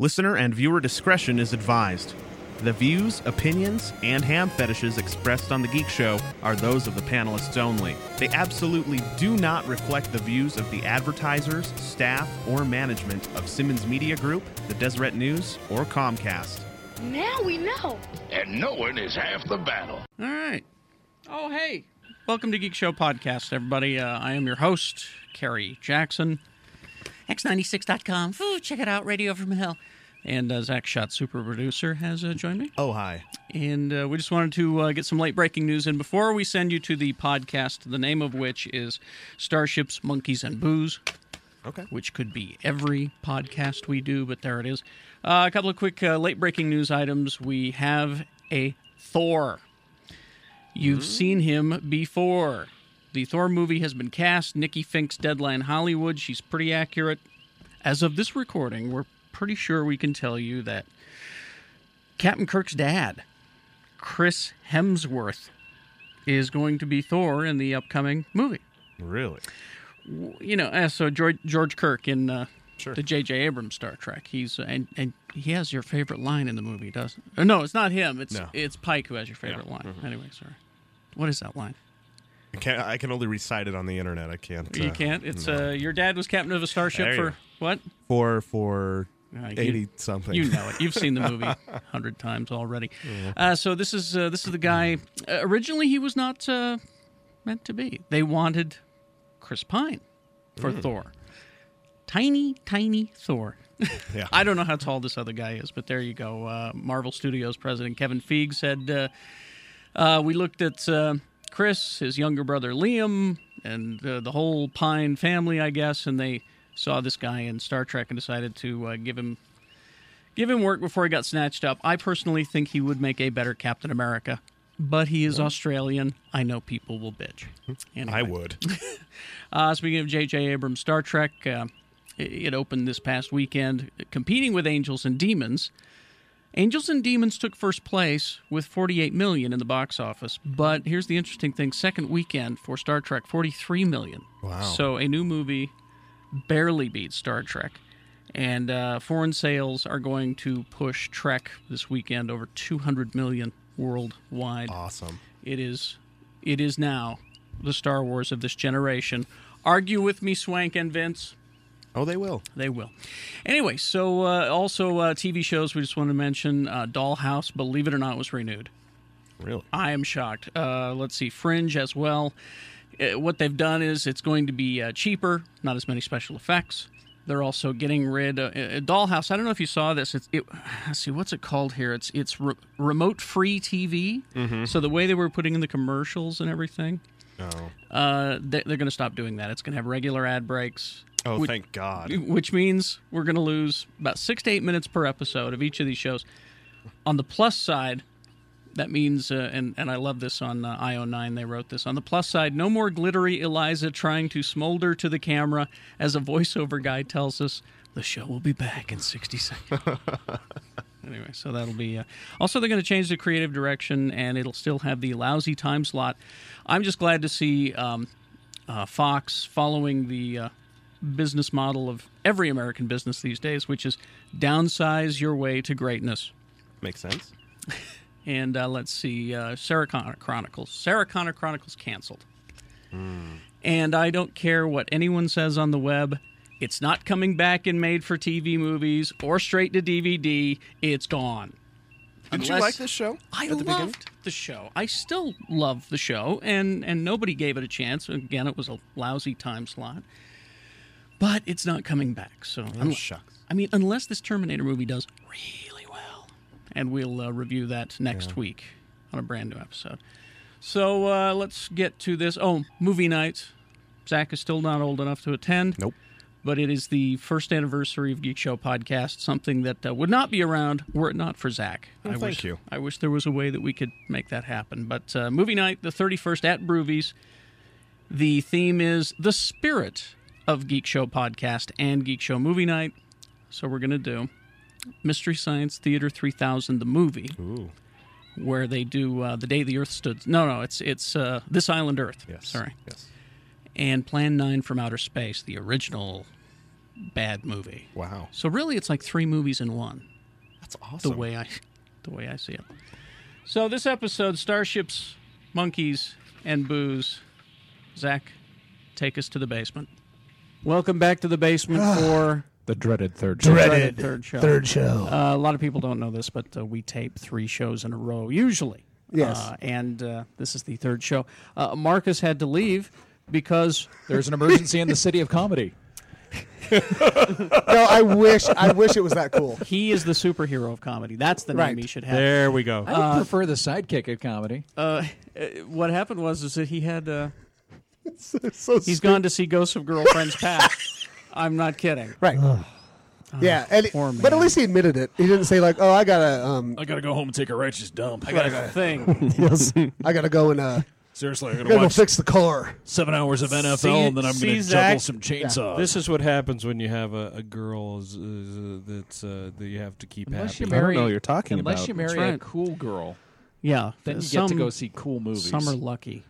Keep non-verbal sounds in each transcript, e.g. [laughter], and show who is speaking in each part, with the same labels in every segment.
Speaker 1: Listener and viewer discretion is advised. The views, opinions, and ham fetishes expressed on The Geek Show are those of the panelists only. They absolutely do not reflect the views of the advertisers, staff, or management of Simmons Media Group, the Deseret News, or Comcast.
Speaker 2: Now we know.
Speaker 3: and knowing is half the battle.
Speaker 4: All right. Oh, hey. Welcome to Geek Show Podcast, everybody. Uh, I am your host, Kerry Jackson. X96.com. Ooh, check it out. Radio from Hell. And uh, Zach Schott, super producer, has uh, joined me.
Speaker 1: Oh, hi.
Speaker 4: And uh, we just wanted to uh, get some late breaking news in before we send you to the podcast, the name of which is Starships, Monkeys, and Booze
Speaker 1: Okay.
Speaker 4: which could be every podcast we do, but there it is. Uh, a couple of quick uh, late breaking news items. We have a Thor. You've seen him before. The Thor movie has been cast. Nikki Fink's Deadline Hollywood. She's pretty accurate. As of this recording, we're pretty sure we can tell you that Captain Kirk's dad, Chris Hemsworth, is going to be Thor in the upcoming movie
Speaker 1: Really?
Speaker 4: you know, uh, so George, George Kirk in uh,
Speaker 1: Sure.
Speaker 4: the J.J. Abrams Star Trek. He's uh, and and he has your favorite line in the movie, doesn't? Or no, it's not him. It's
Speaker 1: No.
Speaker 4: it's Pike who has your favorite line. Anyway, sorry. What is that line?
Speaker 5: I can, I can only recite it on the internet. I can't.
Speaker 4: you
Speaker 5: uh,
Speaker 4: can't. It's uh, your dad was captain of a starship
Speaker 5: There
Speaker 4: for
Speaker 5: you go.
Speaker 4: what?
Speaker 5: four for
Speaker 4: Uh, you-
Speaker 5: eighty something.
Speaker 4: You know it. You've seen the movie a hundred times already. Uh, so this is uh, this is the guy. Uh, originally, he was not uh, meant to be. They wanted Chris Pine for Thor. Tiny, tiny Thor.
Speaker 5: Yeah.
Speaker 4: I don't know how tall this other guy is, but there you go. Uh, Marvel Studios president Kevin Feige said, uh, uh, "We looked at uh, Chris, his younger brother Liam, and uh, the whole Pine family, I guess, and they saw this guy in Star Trek and decided to uh, give him give him work before he got snatched up. I personally think he would make a better Captain America, but he is Australian. I know people will bitch. Anyway.
Speaker 5: I would.
Speaker 4: [laughs] Uh, speaking of J.J. Abrams' Star Trek, uh, it opened this past weekend, competing with Angels and Demons. Angels and Demons took first place with 48 million in the box office, but here's the interesting thing: second weekend for Star Trek, 43 million.
Speaker 5: Wow.
Speaker 4: So a new movie barely beat Star Trek, and uh, foreign sales are going to push Trek this weekend over 200 million worldwide
Speaker 5: Awesome.
Speaker 4: it is it is now the Star Wars of this generation. Argue with me, Swank and Vince.
Speaker 5: Oh, they will.
Speaker 4: They will. Anyway, so uh, also uh, TV shows we just want to mention uh, Dollhouse, believe it or not, was renewed.
Speaker 5: Really?
Speaker 4: I am shocked. Uh, let's see, Fringe as well. Uh, what they've done is it's going to be uh, cheaper, not as many special effects. They're also getting rid of uh, Dollhouse. I don't know if you saw this. It's it. Let's see what's it called here. It's it's re- remote free TV. So the way they were putting in the commercials and everything,
Speaker 5: No.
Speaker 4: uh, they, they're going to stop doing that. It's going to have regular ad breaks
Speaker 5: Oh,
Speaker 4: Would-
Speaker 5: thank God.
Speaker 4: which means we're going to lose about six to eight minutes per episode of each of these shows. On the plus side, that means, uh, and and I love this on uh, IO9. They wrote this on the plus side: no more glittery Eliza trying to smolder to the camera as a voiceover guy tells us the show will be back in sixty [laughs] seconds. anyway, so that'll be. Uh, also, they're going to change the creative direction, and it'll still have the lousy time slot. I'm just glad to see um, uh, Fox following the uh, business model of every American business these days, which is downsize your way to greatness.
Speaker 5: Makes sense.
Speaker 4: And uh, let's see, uh, Sarah Connor Chronicles. Sarah Connor Chronicles canceled. And I don't care what anyone says on the web. It's not coming back in made for TV movies or straight to DVD. It's gone.
Speaker 5: Did you
Speaker 4: Unless-
Speaker 5: like this show?
Speaker 4: I
Speaker 5: at the
Speaker 4: loved
Speaker 5: beginning?
Speaker 4: the show. I still love the show, and and nobody gave it a chance. Again, it was a lousy time slot, but it's not coming back. So unle-
Speaker 5: Oh, shucks.
Speaker 4: I mean, unless this Terminator movie does really well, and we'll uh, review that next week on a brand new episode. So uh, let's get to this. Oh, movie night. Zach is still not old enough to attend.
Speaker 5: Nope.
Speaker 4: But it is the first anniversary of Geek Show podcast, something that uh, would not be around were it not for Zach.
Speaker 5: Well,
Speaker 4: I
Speaker 5: thank
Speaker 4: wish,
Speaker 5: you.
Speaker 4: I wish there was a way that we could make that happen. But uh, movie night, the 31st at Broovies. The theme is the spirit of Geek Show podcast and Geek Show movie night. So we're going to do Mystery Science Theater 3000, the movie,
Speaker 5: Ooh.
Speaker 4: where they do uh, The Day the Earth Stood. No, no, it's, it's uh, This Island Earth.
Speaker 5: Yes.
Speaker 4: Sorry
Speaker 5: Yes.
Speaker 4: and Plan 9 from Outer Space, the original
Speaker 6: bad movie.
Speaker 5: Wow.
Speaker 6: So really, it's like three movies in one.
Speaker 5: That's
Speaker 6: The
Speaker 5: awesome.
Speaker 6: way I, the way I see it. So this episode, starships, monkeys, and booze. Zach, take us to the basement.
Speaker 4: Welcome back to the basement for
Speaker 7: The dreaded third.
Speaker 4: Ah, dreaded third show. Third show. Uh, a lot of people don't know this, but uh, we tape three shows in a row usually.
Speaker 7: Yes.
Speaker 4: Uh, and uh, this is the third show. Uh, Marcus had to leave because
Speaker 7: There's an emergency in the city of comedy.
Speaker 8: No, I wish I wish it was that cool.
Speaker 4: he is the superhero of comedy. That's the
Speaker 8: Right.
Speaker 4: name he should have.
Speaker 5: There we go.
Speaker 7: [laughs] I would prefer the sidekick of comedy.
Speaker 4: Uh, uh, what happened was is that he had uh,
Speaker 8: [laughs] So
Speaker 4: he's gone to see Ghosts of Girlfriends
Speaker 8: [laughs]
Speaker 4: Past. I'm not kidding.
Speaker 8: right. yeah,
Speaker 7: Ah,
Speaker 8: and it-
Speaker 4: poor
Speaker 8: but at
Speaker 4: man.
Speaker 8: least he admitted it. He didn't say like, "Oh, I gotta, um,
Speaker 9: I gotta go home and take a righteous dump.
Speaker 4: I got a thing.
Speaker 8: I gotta go and uh,
Speaker 9: Seriously, I gotta
Speaker 8: gotta go
Speaker 9: watch
Speaker 8: fix the car."
Speaker 9: seven hours of NFL
Speaker 4: See-
Speaker 9: and then I'm
Speaker 4: see,
Speaker 9: gonna
Speaker 4: Zach?
Speaker 9: juggle some chainsaws.
Speaker 10: This is what happens when you have a, a girl is, is, uh, that's uh, that you have to keep
Speaker 7: Unless
Speaker 10: happy.
Speaker 7: you
Speaker 10: Or
Speaker 7: marry,
Speaker 1: know what you're talking
Speaker 7: unless
Speaker 1: about.
Speaker 7: you marry
Speaker 4: That's
Speaker 7: a
Speaker 4: right.
Speaker 7: cool girl,
Speaker 4: Yeah,
Speaker 7: then you
Speaker 4: some,
Speaker 7: get to go see cool movies.
Speaker 4: Some are lucky.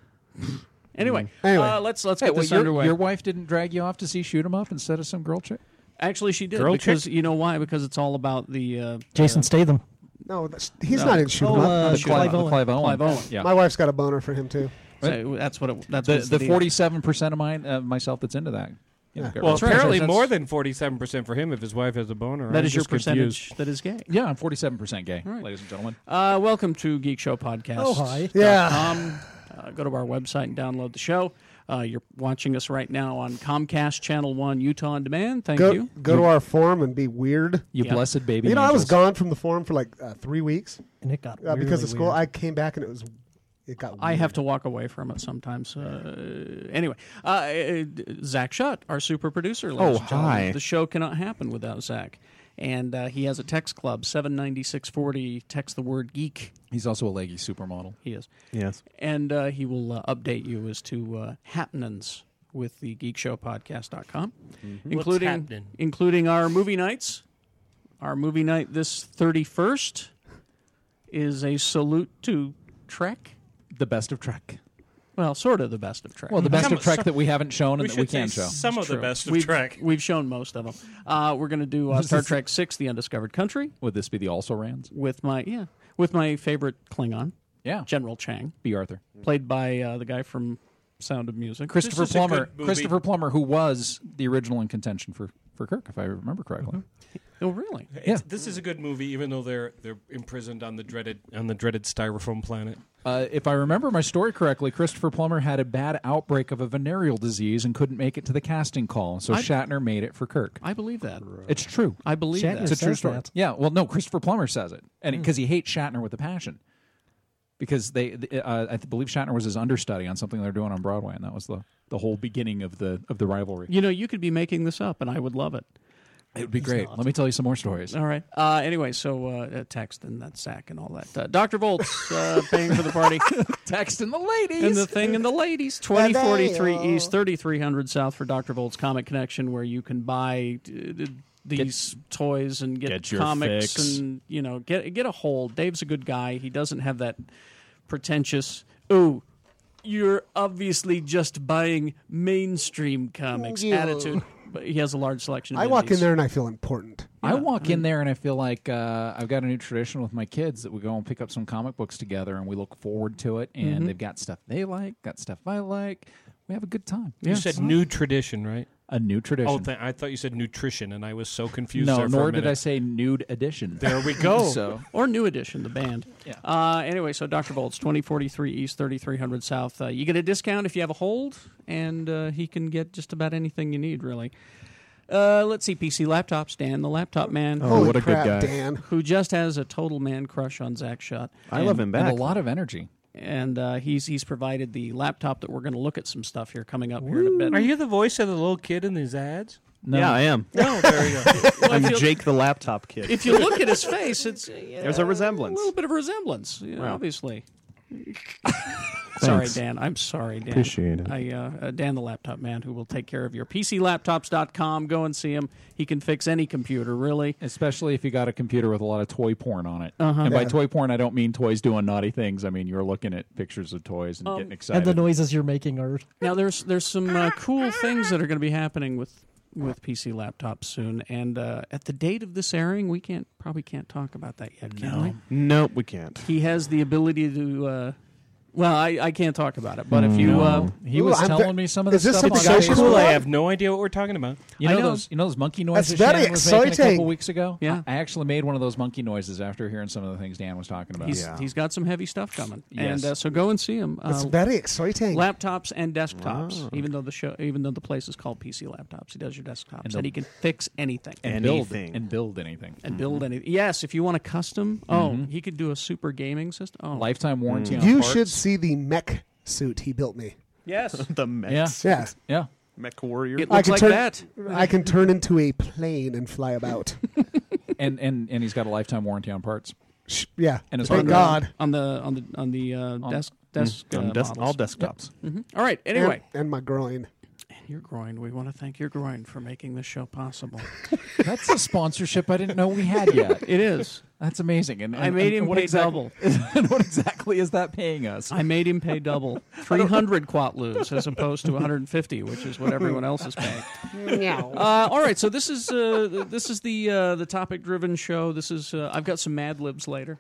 Speaker 4: anyway,
Speaker 8: Mm. Anyway.
Speaker 4: Uh, let's let's
Speaker 7: Hey,
Speaker 4: get
Speaker 7: well,
Speaker 4: this
Speaker 7: your,
Speaker 4: underway.
Speaker 7: your wife didn't drag you off to see Shoot 'Em Up instead of some girl chick.
Speaker 4: Actually, she did
Speaker 5: Girl
Speaker 4: because you know why? Because it's all about the uh,
Speaker 11: Jason Statham.
Speaker 8: No, that's, he's not in shoot
Speaker 4: Oh,
Speaker 8: 'em up.
Speaker 7: The
Speaker 11: Clive
Speaker 7: the
Speaker 11: Owen.
Speaker 7: Clive Owen.
Speaker 4: Clive Owen.
Speaker 7: Yeah.
Speaker 8: My wife's got a boner for him too.
Speaker 4: So that's what it, that's
Speaker 7: the
Speaker 4: what's
Speaker 7: the Ah.
Speaker 4: deal.
Speaker 7: forty seven percent of mine uh, myself that's into that. You know, got
Speaker 10: Well,
Speaker 7: rid of-
Speaker 10: apparently
Speaker 7: That's-
Speaker 10: more than forty-seven percent for him if his wife has a boner.
Speaker 4: That
Speaker 10: I'm
Speaker 4: is your
Speaker 10: just
Speaker 4: percentage
Speaker 10: confused.
Speaker 4: that is gay.
Speaker 7: Yeah, I'm forty seven percent gay, ladies and gentlemen.
Speaker 4: Uh, welcome to Geek Show Podcast.
Speaker 11: Oh, hi.
Speaker 8: Yeah.
Speaker 4: Um, uh, go to our website and download the show. Uh, you're watching us right now on Comcast Channel One Utah on Demand. Thank
Speaker 8: Go
Speaker 4: you.
Speaker 8: go to our forum and be weird.
Speaker 7: You
Speaker 4: Yeah.
Speaker 7: blessed baby.
Speaker 8: You know, I was
Speaker 7: angels.
Speaker 8: gone from the forum for like uh, three weeks
Speaker 11: And it got
Speaker 8: uh, because
Speaker 11: weirdly
Speaker 8: of school.
Speaker 11: weird.
Speaker 8: I came back and it was it got. Weird.
Speaker 4: I have to walk away from it sometimes. Uh, anyway, uh, uh, Zach Shutt, our super producer. ladies
Speaker 5: Oh,
Speaker 4: and gentlemen.
Speaker 5: hi.
Speaker 4: The show cannot happen without Zach. And uh, he has a text club, 79640. Text the word geek.
Speaker 7: He's also a leggy supermodel.
Speaker 4: He is.
Speaker 1: Yes.
Speaker 4: and uh, he will uh, update you as to uh, happenings with the geekshowpodcast.com
Speaker 10: Mm-hmm.
Speaker 4: including
Speaker 12: happening?
Speaker 4: including our movie nights our movie night this 31st is a salute to trek
Speaker 7: The best of Trek.
Speaker 4: well sort of the best of trek
Speaker 7: Well, the best
Speaker 10: Some-
Speaker 7: of Trek
Speaker 10: some-
Speaker 7: that we haven't shown
Speaker 10: We
Speaker 7: and that we
Speaker 10: should say
Speaker 7: can show.
Speaker 10: some of the
Speaker 4: True.
Speaker 10: best of
Speaker 4: we've, [laughs]
Speaker 10: Trek.
Speaker 4: we've shown most of them uh, we're going to do
Speaker 10: [laughs]
Speaker 4: uh, star trek 6 the undiscovered country
Speaker 7: Would this be the also Rans?
Speaker 4: with my yeah with my favorite klingon
Speaker 7: Yeah.
Speaker 4: general chang
Speaker 7: B. Arthur.
Speaker 4: played by uh, the guy from sound of music
Speaker 7: Christopher
Speaker 10: is a good
Speaker 7: Plummer.
Speaker 10: movie.
Speaker 7: Christopher Plummer, who was the original in contention for, for Kirk, if I remember correctly.
Speaker 4: oh really
Speaker 10: It's-
Speaker 7: Yeah.
Speaker 10: This is a good movie, even though they're they're imprisoned on the dreaded on the dreaded styrofoam planet.
Speaker 7: Uh, if I remember my story correctly, Christopher Plummer had a bad outbreak of a venereal disease and couldn't make it to the casting call, so Shatner made it for Kirk.
Speaker 4: i believe that
Speaker 7: It's true.
Speaker 4: I believe
Speaker 11: Shatner
Speaker 4: that.
Speaker 7: It's a true
Speaker 11: says
Speaker 7: story.
Speaker 11: that.
Speaker 7: Yeah. Well, no, Christopher Plummer says it, and because he hates Shatner with a passion, because they, the- uh, I th- believe Shatner was his understudy on something they're doing on Broadway, and that was the the whole beginning of the of the rivalry.
Speaker 4: You know, you could be making this up, and I would love it.
Speaker 7: It would be great. Let me tell you some more stories.
Speaker 4: All right. Uh, anyway, so uh, uh, text and that sack and all that. Uh, Doctor Volts uh, paying for the party
Speaker 7: Texting the
Speaker 4: and
Speaker 7: ladies.
Speaker 4: the thing and the ladies. Twenty forty three East, thirty three hundred South for Doctor Volts Comic Connection, where you can buy. Uh, these toys and get,
Speaker 9: Get your
Speaker 4: comics
Speaker 9: fix.
Speaker 4: and you know get get a hold. Dave's a good guy. He doesn't have that pretentious. Ooh, you're obviously just buying mainstream comics attitude. But he has a large selection. Of
Speaker 8: I walk in
Speaker 4: indies.
Speaker 8: there and I feel important.
Speaker 7: I walk in there and I feel like uh, I've got a new tradition with my kids that we go and pick up some comic books together and we look forward to it. And they've got stuff they like, got stuff I like. We have a good time.
Speaker 10: You said new tradition, right?
Speaker 7: a new tradition.
Speaker 10: Oh, th- I thought you said nutrition, and I was so confused.
Speaker 7: no,
Speaker 10: there for
Speaker 7: nor
Speaker 10: a
Speaker 7: did
Speaker 10: minute.
Speaker 7: I say nude edition.
Speaker 10: There we go.
Speaker 7: so
Speaker 4: or New Edition, the band.
Speaker 7: Yeah.
Speaker 4: Uh, anyway, so Dr. Volts, 2043 East, 3300 South. Uh, you get a discount if you have a hold, and uh, he can get just about anything you need, really. Uh, let's see, PC Laptops, Dan, the laptop man,
Speaker 8: Holy
Speaker 7: Oh, what a good
Speaker 8: crap,
Speaker 7: guy.
Speaker 8: Dan!
Speaker 4: who just has a total man crush on Zach Shutt.
Speaker 1: I love him
Speaker 7: and
Speaker 1: back.
Speaker 7: a lot of energy.
Speaker 4: And uh, he's he's provided the laptop that we're going to look at some stuff here coming up here in a bit.
Speaker 10: Are you the voice of the little kid in these ads?
Speaker 1: Yeah, I am. [laughs]
Speaker 10: No,
Speaker 4: [laughs]
Speaker 10: there you go.
Speaker 1: I'm Jake the laptop kid.
Speaker 4: if you look at his face,
Speaker 1: [laughs]
Speaker 4: it's
Speaker 1: There's a resemblance.
Speaker 4: A little bit of a resemblance, you know,
Speaker 1: [laughs]
Speaker 4: obviously. sorry, Dan. I'm sorry, Dan.
Speaker 7: Appreciate it.
Speaker 4: I, uh, uh, Dan, the laptop man, who will take care of your PCLaptops.com. Go and see him. He can fix any computer, really.
Speaker 7: Especially if you got a computer with a lot of toy porn on it. And by toy porn, I don't mean toys doing naughty things. I mean, you're looking at pictures of toys and getting
Speaker 11: And
Speaker 7: excited.
Speaker 11: the noises you're making are
Speaker 4: Now, there's there's some uh, cool things that are going to be happening with with PC laptops soon. And uh, at the date of this airing, we can't probably can't talk about that yet, can we?
Speaker 11: Nope, we can't.
Speaker 4: He has the ability to. Uh, well, I, I can't talk about it, but if you, uh,
Speaker 7: He
Speaker 8: Ooh,
Speaker 7: was
Speaker 8: I'm
Speaker 7: telling
Speaker 8: ve-
Speaker 7: me some of the
Speaker 8: is this
Speaker 7: stuff. on
Speaker 8: something so
Speaker 7: Facebook.
Speaker 8: cool?
Speaker 10: Cool. I have no idea what we're talking about.
Speaker 7: You
Speaker 4: I
Speaker 7: know,
Speaker 4: know.
Speaker 7: those you know those monkey noises
Speaker 8: very
Speaker 7: Shannon was making a
Speaker 8: exciting.
Speaker 7: couple weeks ago.
Speaker 4: Yeah.
Speaker 7: I I actually made one of those monkey noises after hearing some of the things Dan was talking about.
Speaker 4: he's he's got some heavy stuff coming, and uh, so go and see him.
Speaker 8: It's
Speaker 4: Uh,
Speaker 8: very exciting.
Speaker 4: laptops and desktops, even though the show, even though the place is called PC laptops, he does your desktops, and,
Speaker 7: the-
Speaker 4: he can fix anything Mm.
Speaker 7: and
Speaker 11: Anything.
Speaker 7: build and build anything.
Speaker 4: and build anything. Yes, if you want a custom, oh, he could do a super gaming system. Oh,
Speaker 7: Lifetime warranty. on
Speaker 8: you
Speaker 7: parts.
Speaker 8: should see the mech suit he built me.
Speaker 4: yes,
Speaker 11: The mech,
Speaker 7: Yeah.
Speaker 8: Yeah.
Speaker 7: Yeah.
Speaker 11: mech warrior.
Speaker 4: it
Speaker 8: I
Speaker 4: looks
Speaker 8: can
Speaker 4: like
Speaker 8: turn
Speaker 4: that.
Speaker 8: I can turn into a plane and
Speaker 4: [laughs]
Speaker 8: fly about.
Speaker 7: And and and he's got a lifetime warranty on parts.
Speaker 8: Sh- yeah.
Speaker 7: And it's
Speaker 8: Thank
Speaker 7: on the-
Speaker 8: God.
Speaker 4: [laughs] on the on the on the uh, desk desk uh,
Speaker 11: On des-
Speaker 4: models.
Speaker 11: all desktops.
Speaker 4: All right. Anyway,
Speaker 8: And, and my groin.
Speaker 4: your Oh, groin. We want to thank your groin for making this show possible.
Speaker 7: That's a sponsorship I didn't know we had yet.
Speaker 4: [laughs] it is.
Speaker 7: That's amazing. And, and
Speaker 4: I made
Speaker 7: and
Speaker 4: him
Speaker 7: what
Speaker 4: pay
Speaker 7: exact-
Speaker 4: double.
Speaker 7: [laughs] and what exactly is that paying
Speaker 4: [laughs]
Speaker 7: us?
Speaker 4: I made him pay double, three hundred quatloos as opposed to one hundred and fifty, which is what everyone else is [laughs] paying. Uh, all right, so this is uh, this is the uh, the topic driven show. This is uh, I've got some Mad Libs later.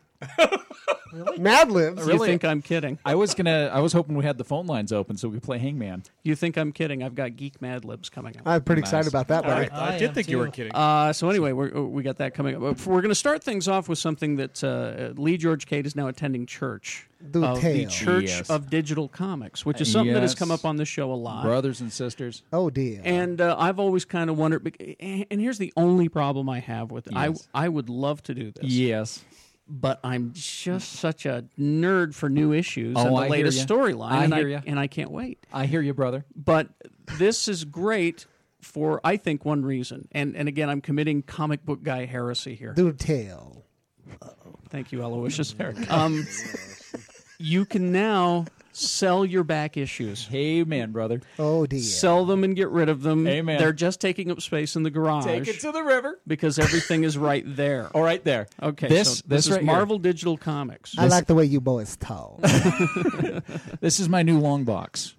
Speaker 8: Mad
Speaker 7: Oh,
Speaker 8: Libs.
Speaker 4: You think I'm kidding?
Speaker 7: I was gonna. I was hoping we had the phone lines open so we could play Hangman.
Speaker 4: You think I'm kidding? I've got Geek Mad Libs coming up.
Speaker 8: I'm pretty excited about that one.
Speaker 10: I, did think you were kidding.
Speaker 4: Uh, so anyway, we're, we got that coming up. But We're going to start things off with something that uh, Lee George Cade is now attending church
Speaker 8: Do
Speaker 4: of the
Speaker 8: tell.
Speaker 4: Church
Speaker 7: Yes.
Speaker 4: of Digital Comics, which is something that has
Speaker 7: Yes.
Speaker 4: come up on the show a lot.
Speaker 7: Brothers and sisters.
Speaker 8: Oh dear.
Speaker 4: And uh, I've always kind of wondered. bec- And here's the only problem I have with it. I I would love to do this,
Speaker 7: Yes.
Speaker 4: but I'm just such a nerd for new issues
Speaker 7: Oh,
Speaker 4: and the
Speaker 7: I hear
Speaker 4: latest
Speaker 7: ya.
Speaker 4: storyline,
Speaker 7: I
Speaker 4: and
Speaker 7: hear
Speaker 4: I
Speaker 7: ya.
Speaker 4: and I can't wait.
Speaker 7: I hear you, brother.
Speaker 4: But this is great for I think one reason, and and again I'm committing comic book guy heresy here.
Speaker 8: Do tell.
Speaker 4: Thank you, Aloysius.
Speaker 7: [laughs]
Speaker 4: Um, you can now sell your back issues.
Speaker 7: Hey, man, brother.
Speaker 8: Oh dear.
Speaker 4: Sell them and get rid of them.
Speaker 7: Amen.
Speaker 4: They're just taking up space in the garage
Speaker 7: the river.
Speaker 4: because everything is right there.
Speaker 7: [laughs] All right, there.
Speaker 4: Okay,
Speaker 7: This
Speaker 4: so this,
Speaker 7: this,
Speaker 4: is
Speaker 7: right here.
Speaker 4: Marvel Digital Comics.
Speaker 8: I like the way you boys
Speaker 7: [laughs]
Speaker 8: talk.
Speaker 7: This is my new long box.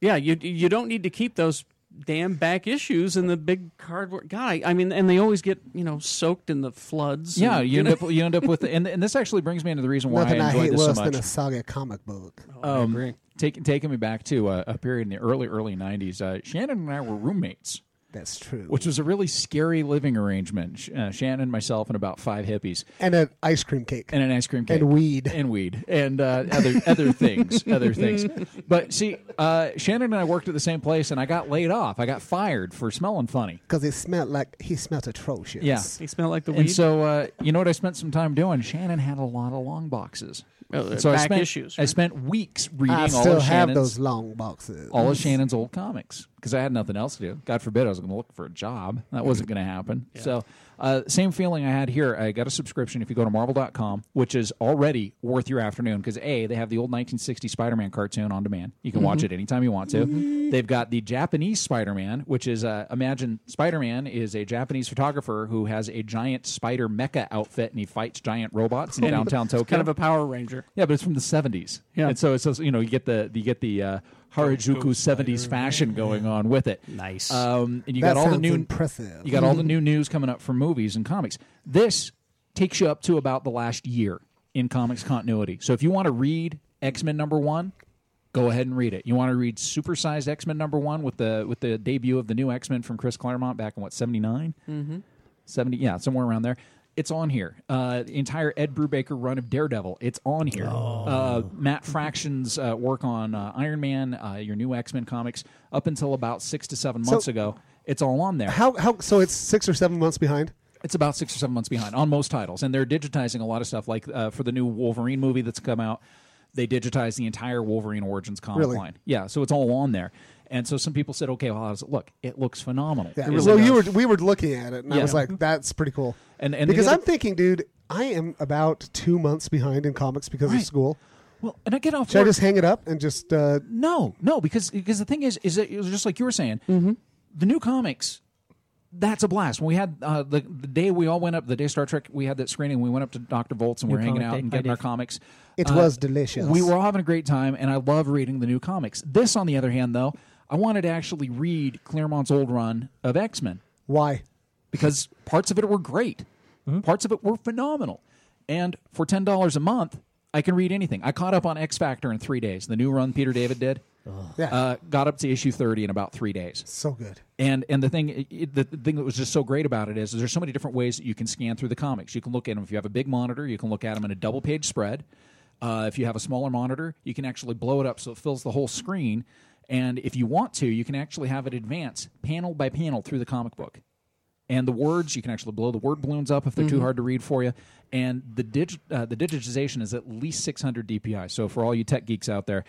Speaker 4: Yeah, you you don't need to keep those damn back issues in the big cardboard. God, I, I mean, and they always get you know soaked in the floods.
Speaker 7: Yeah,
Speaker 4: and-
Speaker 7: you end up you end up with and and this actually brings me into the reason why
Speaker 8: Nothing
Speaker 7: I
Speaker 8: I,
Speaker 7: enjoyed
Speaker 8: hate
Speaker 7: this so
Speaker 8: worse than
Speaker 7: much.
Speaker 8: a saga comic book.
Speaker 7: um, take, taking me back to uh, a, a period in the early early '90s. Uh, Shannon and I were roommates.
Speaker 8: That's true.
Speaker 7: which was a really scary living arrangement. Sh- Uh, Shannon, myself, and about five hippies,
Speaker 8: and an ice cream cake.
Speaker 7: and an ice cream cake,
Speaker 8: And weed.
Speaker 7: and weed, and uh, other other things, other things. But see, uh, Shannon and I worked at the same place, and I got laid off. I got fired for smelling funny.
Speaker 8: Because it smelled like he smelled atrocious.
Speaker 7: Yeah.
Speaker 4: they smell like the weed.
Speaker 7: And so, uh, you know what I spent some time doing? Shannon had a lot of long boxes.
Speaker 4: Oh,
Speaker 7: And so I
Speaker 4: back
Speaker 7: spent
Speaker 4: issues,
Speaker 7: I
Speaker 4: right?
Speaker 7: spent weeks reading
Speaker 8: I
Speaker 7: all
Speaker 8: still
Speaker 7: of
Speaker 8: have
Speaker 7: Shannon's
Speaker 8: those long boxes.
Speaker 7: all of Shannon's old comics because I had nothing else to do. God forbid I was going to look for a job. That wasn't going to happen. So, uh, same feeling I had here. I got a subscription if you go to marvel.com, which is already worth your afternoon because A, they have the old 1960 Spider Man cartoon on demand. You can
Speaker 4: Mm-hmm.
Speaker 7: watch it anytime you want to. They've got the Japanese Spider Man, which is uh, imagine Spider Man is a Japanese photographer who has a giant spider mecha outfit and he fights giant
Speaker 4: [laughs]
Speaker 7: robots in downtown Tokyo.
Speaker 4: it's kind of a Power Ranger.
Speaker 7: Yeah, but it's from the seventies.
Speaker 4: Yeah.
Speaker 7: and so it's also, you know you get the you get the uh, Harajuku seventies fashion going on with it.
Speaker 4: Nice.
Speaker 7: Um, and you
Speaker 8: that
Speaker 7: got all the
Speaker 8: sounds
Speaker 7: new
Speaker 8: impressive. Mm-hmm.
Speaker 7: you got all the new news coming up from movies and comics. This takes you up to about the last year in comics continuity. So if you want to read X Men number one, go ahead and read it. You want to read supersized X Men number one with the with the debut of the new X Men from Chris Claremont back in what seventy mm-hmm. seventy yeah somewhere around there. It's on here. Uh, the entire Ed Brubaker run of Daredevil. It's on here.
Speaker 8: Oh.
Speaker 7: Uh, Matt Fraction's uh, work on uh, Iron Man, uh, your new X Men comics, up until about six to seven months ago. It's all on there.
Speaker 8: How how so? It's six or seven months behind.
Speaker 7: It's about six or seven months behind on most titles, and they're digitizing a lot of stuff. Like uh, for the new Wolverine movie that's come out, they digitized the entire Wolverine Origins comic
Speaker 8: Really?
Speaker 7: line. Yeah, so it's all on there. And so some people said, "Okay, well, how does it look? It looks phenomenal."
Speaker 8: Yeah.
Speaker 7: It really
Speaker 8: so you
Speaker 7: does.
Speaker 8: were we were looking at it, and I
Speaker 7: Yeah.
Speaker 8: was like, "That's pretty cool."
Speaker 7: And- and the
Speaker 8: because
Speaker 7: other-
Speaker 8: I'm thinking, dude, I am about two months behind in comics because
Speaker 7: Right.
Speaker 8: of school.
Speaker 7: well, and I get off.
Speaker 8: Should I
Speaker 7: work-
Speaker 8: just hang it up and just? Uh,
Speaker 7: No, no, because because the thing is, is that it was just like you were saying, the new comics. That's a blast. When we had uh, the the day we all went up, the day Star Trek, we had that screening. We went up to Doctor Volts and we we're hanging
Speaker 4: comic
Speaker 7: out
Speaker 4: day.
Speaker 7: and
Speaker 4: I
Speaker 7: getting
Speaker 4: did.
Speaker 7: our comics.
Speaker 8: It
Speaker 7: Uh,
Speaker 8: was delicious.
Speaker 7: We were all having a great time, and I love reading the new comics. This, on the other hand, though, I wanted to actually read Claremont's old run of X Men
Speaker 8: Why?
Speaker 7: because parts of it were great, parts of it were phenomenal. And for ten dollars a month, I can read anything. I caught up on X Factor in three days. The new run Peter David did.
Speaker 8: Yeah.
Speaker 7: Uh, got up to issue thirty in about three days.
Speaker 8: So good.
Speaker 7: And and the thing it, the thing that was just so great about it is there's so many different ways that you can scan through the comics. You can look at them if you have a big monitor. You can look at them in a double page spread. Uh, if you have a smaller monitor, you can actually blow it up so it fills the whole screen. And if you want to, you can actually have it advance panel by panel through the comic book. And the words you can actually blow the word balloons up if they're too hard to read for you. And the dig, uh, the digitization is at least 600 DPI. So for all you tech geeks out there,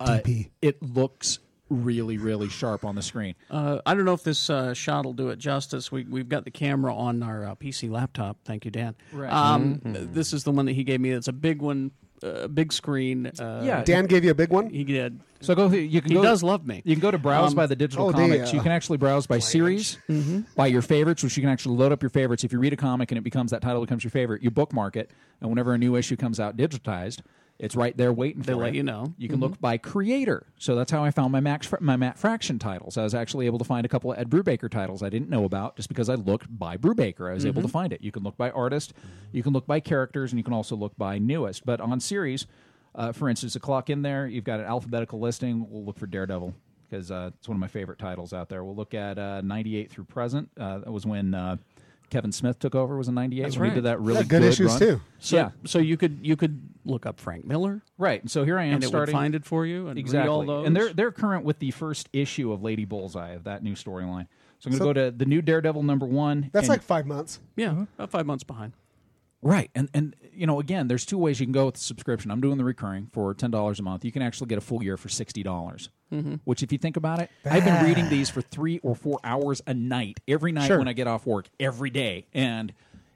Speaker 7: uh, it looks really really sharp on the screen.
Speaker 4: Uh, I don't know if this uh, shot will do it justice. We, we've got the camera on our uh, PC laptop. Thank you, Dan. Right. Um,
Speaker 7: Mm-hmm.
Speaker 4: This is the one that he gave me. It's a big one, uh, big screen. Uh,
Speaker 7: Yeah.
Speaker 8: Dan gave you a big one?
Speaker 4: He did.
Speaker 7: So go. through- You can
Speaker 4: He
Speaker 7: go.
Speaker 4: does love me.
Speaker 7: You can go to browse by the digital
Speaker 8: oh,
Speaker 7: comics.
Speaker 8: dear. Mm-hmm.
Speaker 7: You can actually browse by series, by your favorites, which you can actually load up your favorites. If you read a comic and it becomes that title becomes your favorite, you bookmark it, and whenever a new issue comes out digitized, it's right there waiting for
Speaker 4: let
Speaker 7: it.
Speaker 4: you know.
Speaker 7: You can look by creator. So that's how I found my Max my Matt Fraction titles. I was actually able to find a couple of Ed Brubaker titles I didn't know about just because I looked by Brubaker. I was
Speaker 4: Mm-hmm.
Speaker 7: able to find it. You can look by artist, you can look by characters, and you can also look by newest. But on series, uh, for instance, a clock in there, you've got an alphabetical listing. We'll look for Daredevil because uh, it's one of my favorite titles out there. We'll look at uh, 98 through present. Uh, that was when uh, Kevin Smith took over. Was in 98 when he
Speaker 4: right.
Speaker 7: did that really
Speaker 8: Yeah, good issues,
Speaker 7: run.
Speaker 8: too.
Speaker 4: So,
Speaker 7: yeah,
Speaker 4: So you could you could look up Frank Miller
Speaker 7: right. And so here I am
Speaker 4: and it
Speaker 7: starting.
Speaker 4: would find it for you and
Speaker 7: Exactly.
Speaker 4: read all those.
Speaker 7: And they're they're current with the first issue of Lady Bullseye of that new storyline. So I'm going to
Speaker 8: So-
Speaker 7: go to the new Daredevil number one.
Speaker 8: That's
Speaker 7: and-
Speaker 8: like five months.
Speaker 4: yeah,
Speaker 7: Mm-hmm.
Speaker 4: about five months behind.
Speaker 7: right, and and you know again, there's two ways you can go with the subscription. I'm doing the recurring for ten dollars a month. You can actually get a full year for sixty dollars.
Speaker 8: Mm-hmm.
Speaker 7: Which, if you think about it, I've been reading these for three or four hours a night, every night
Speaker 8: Sure.
Speaker 7: when I get off work, every day, and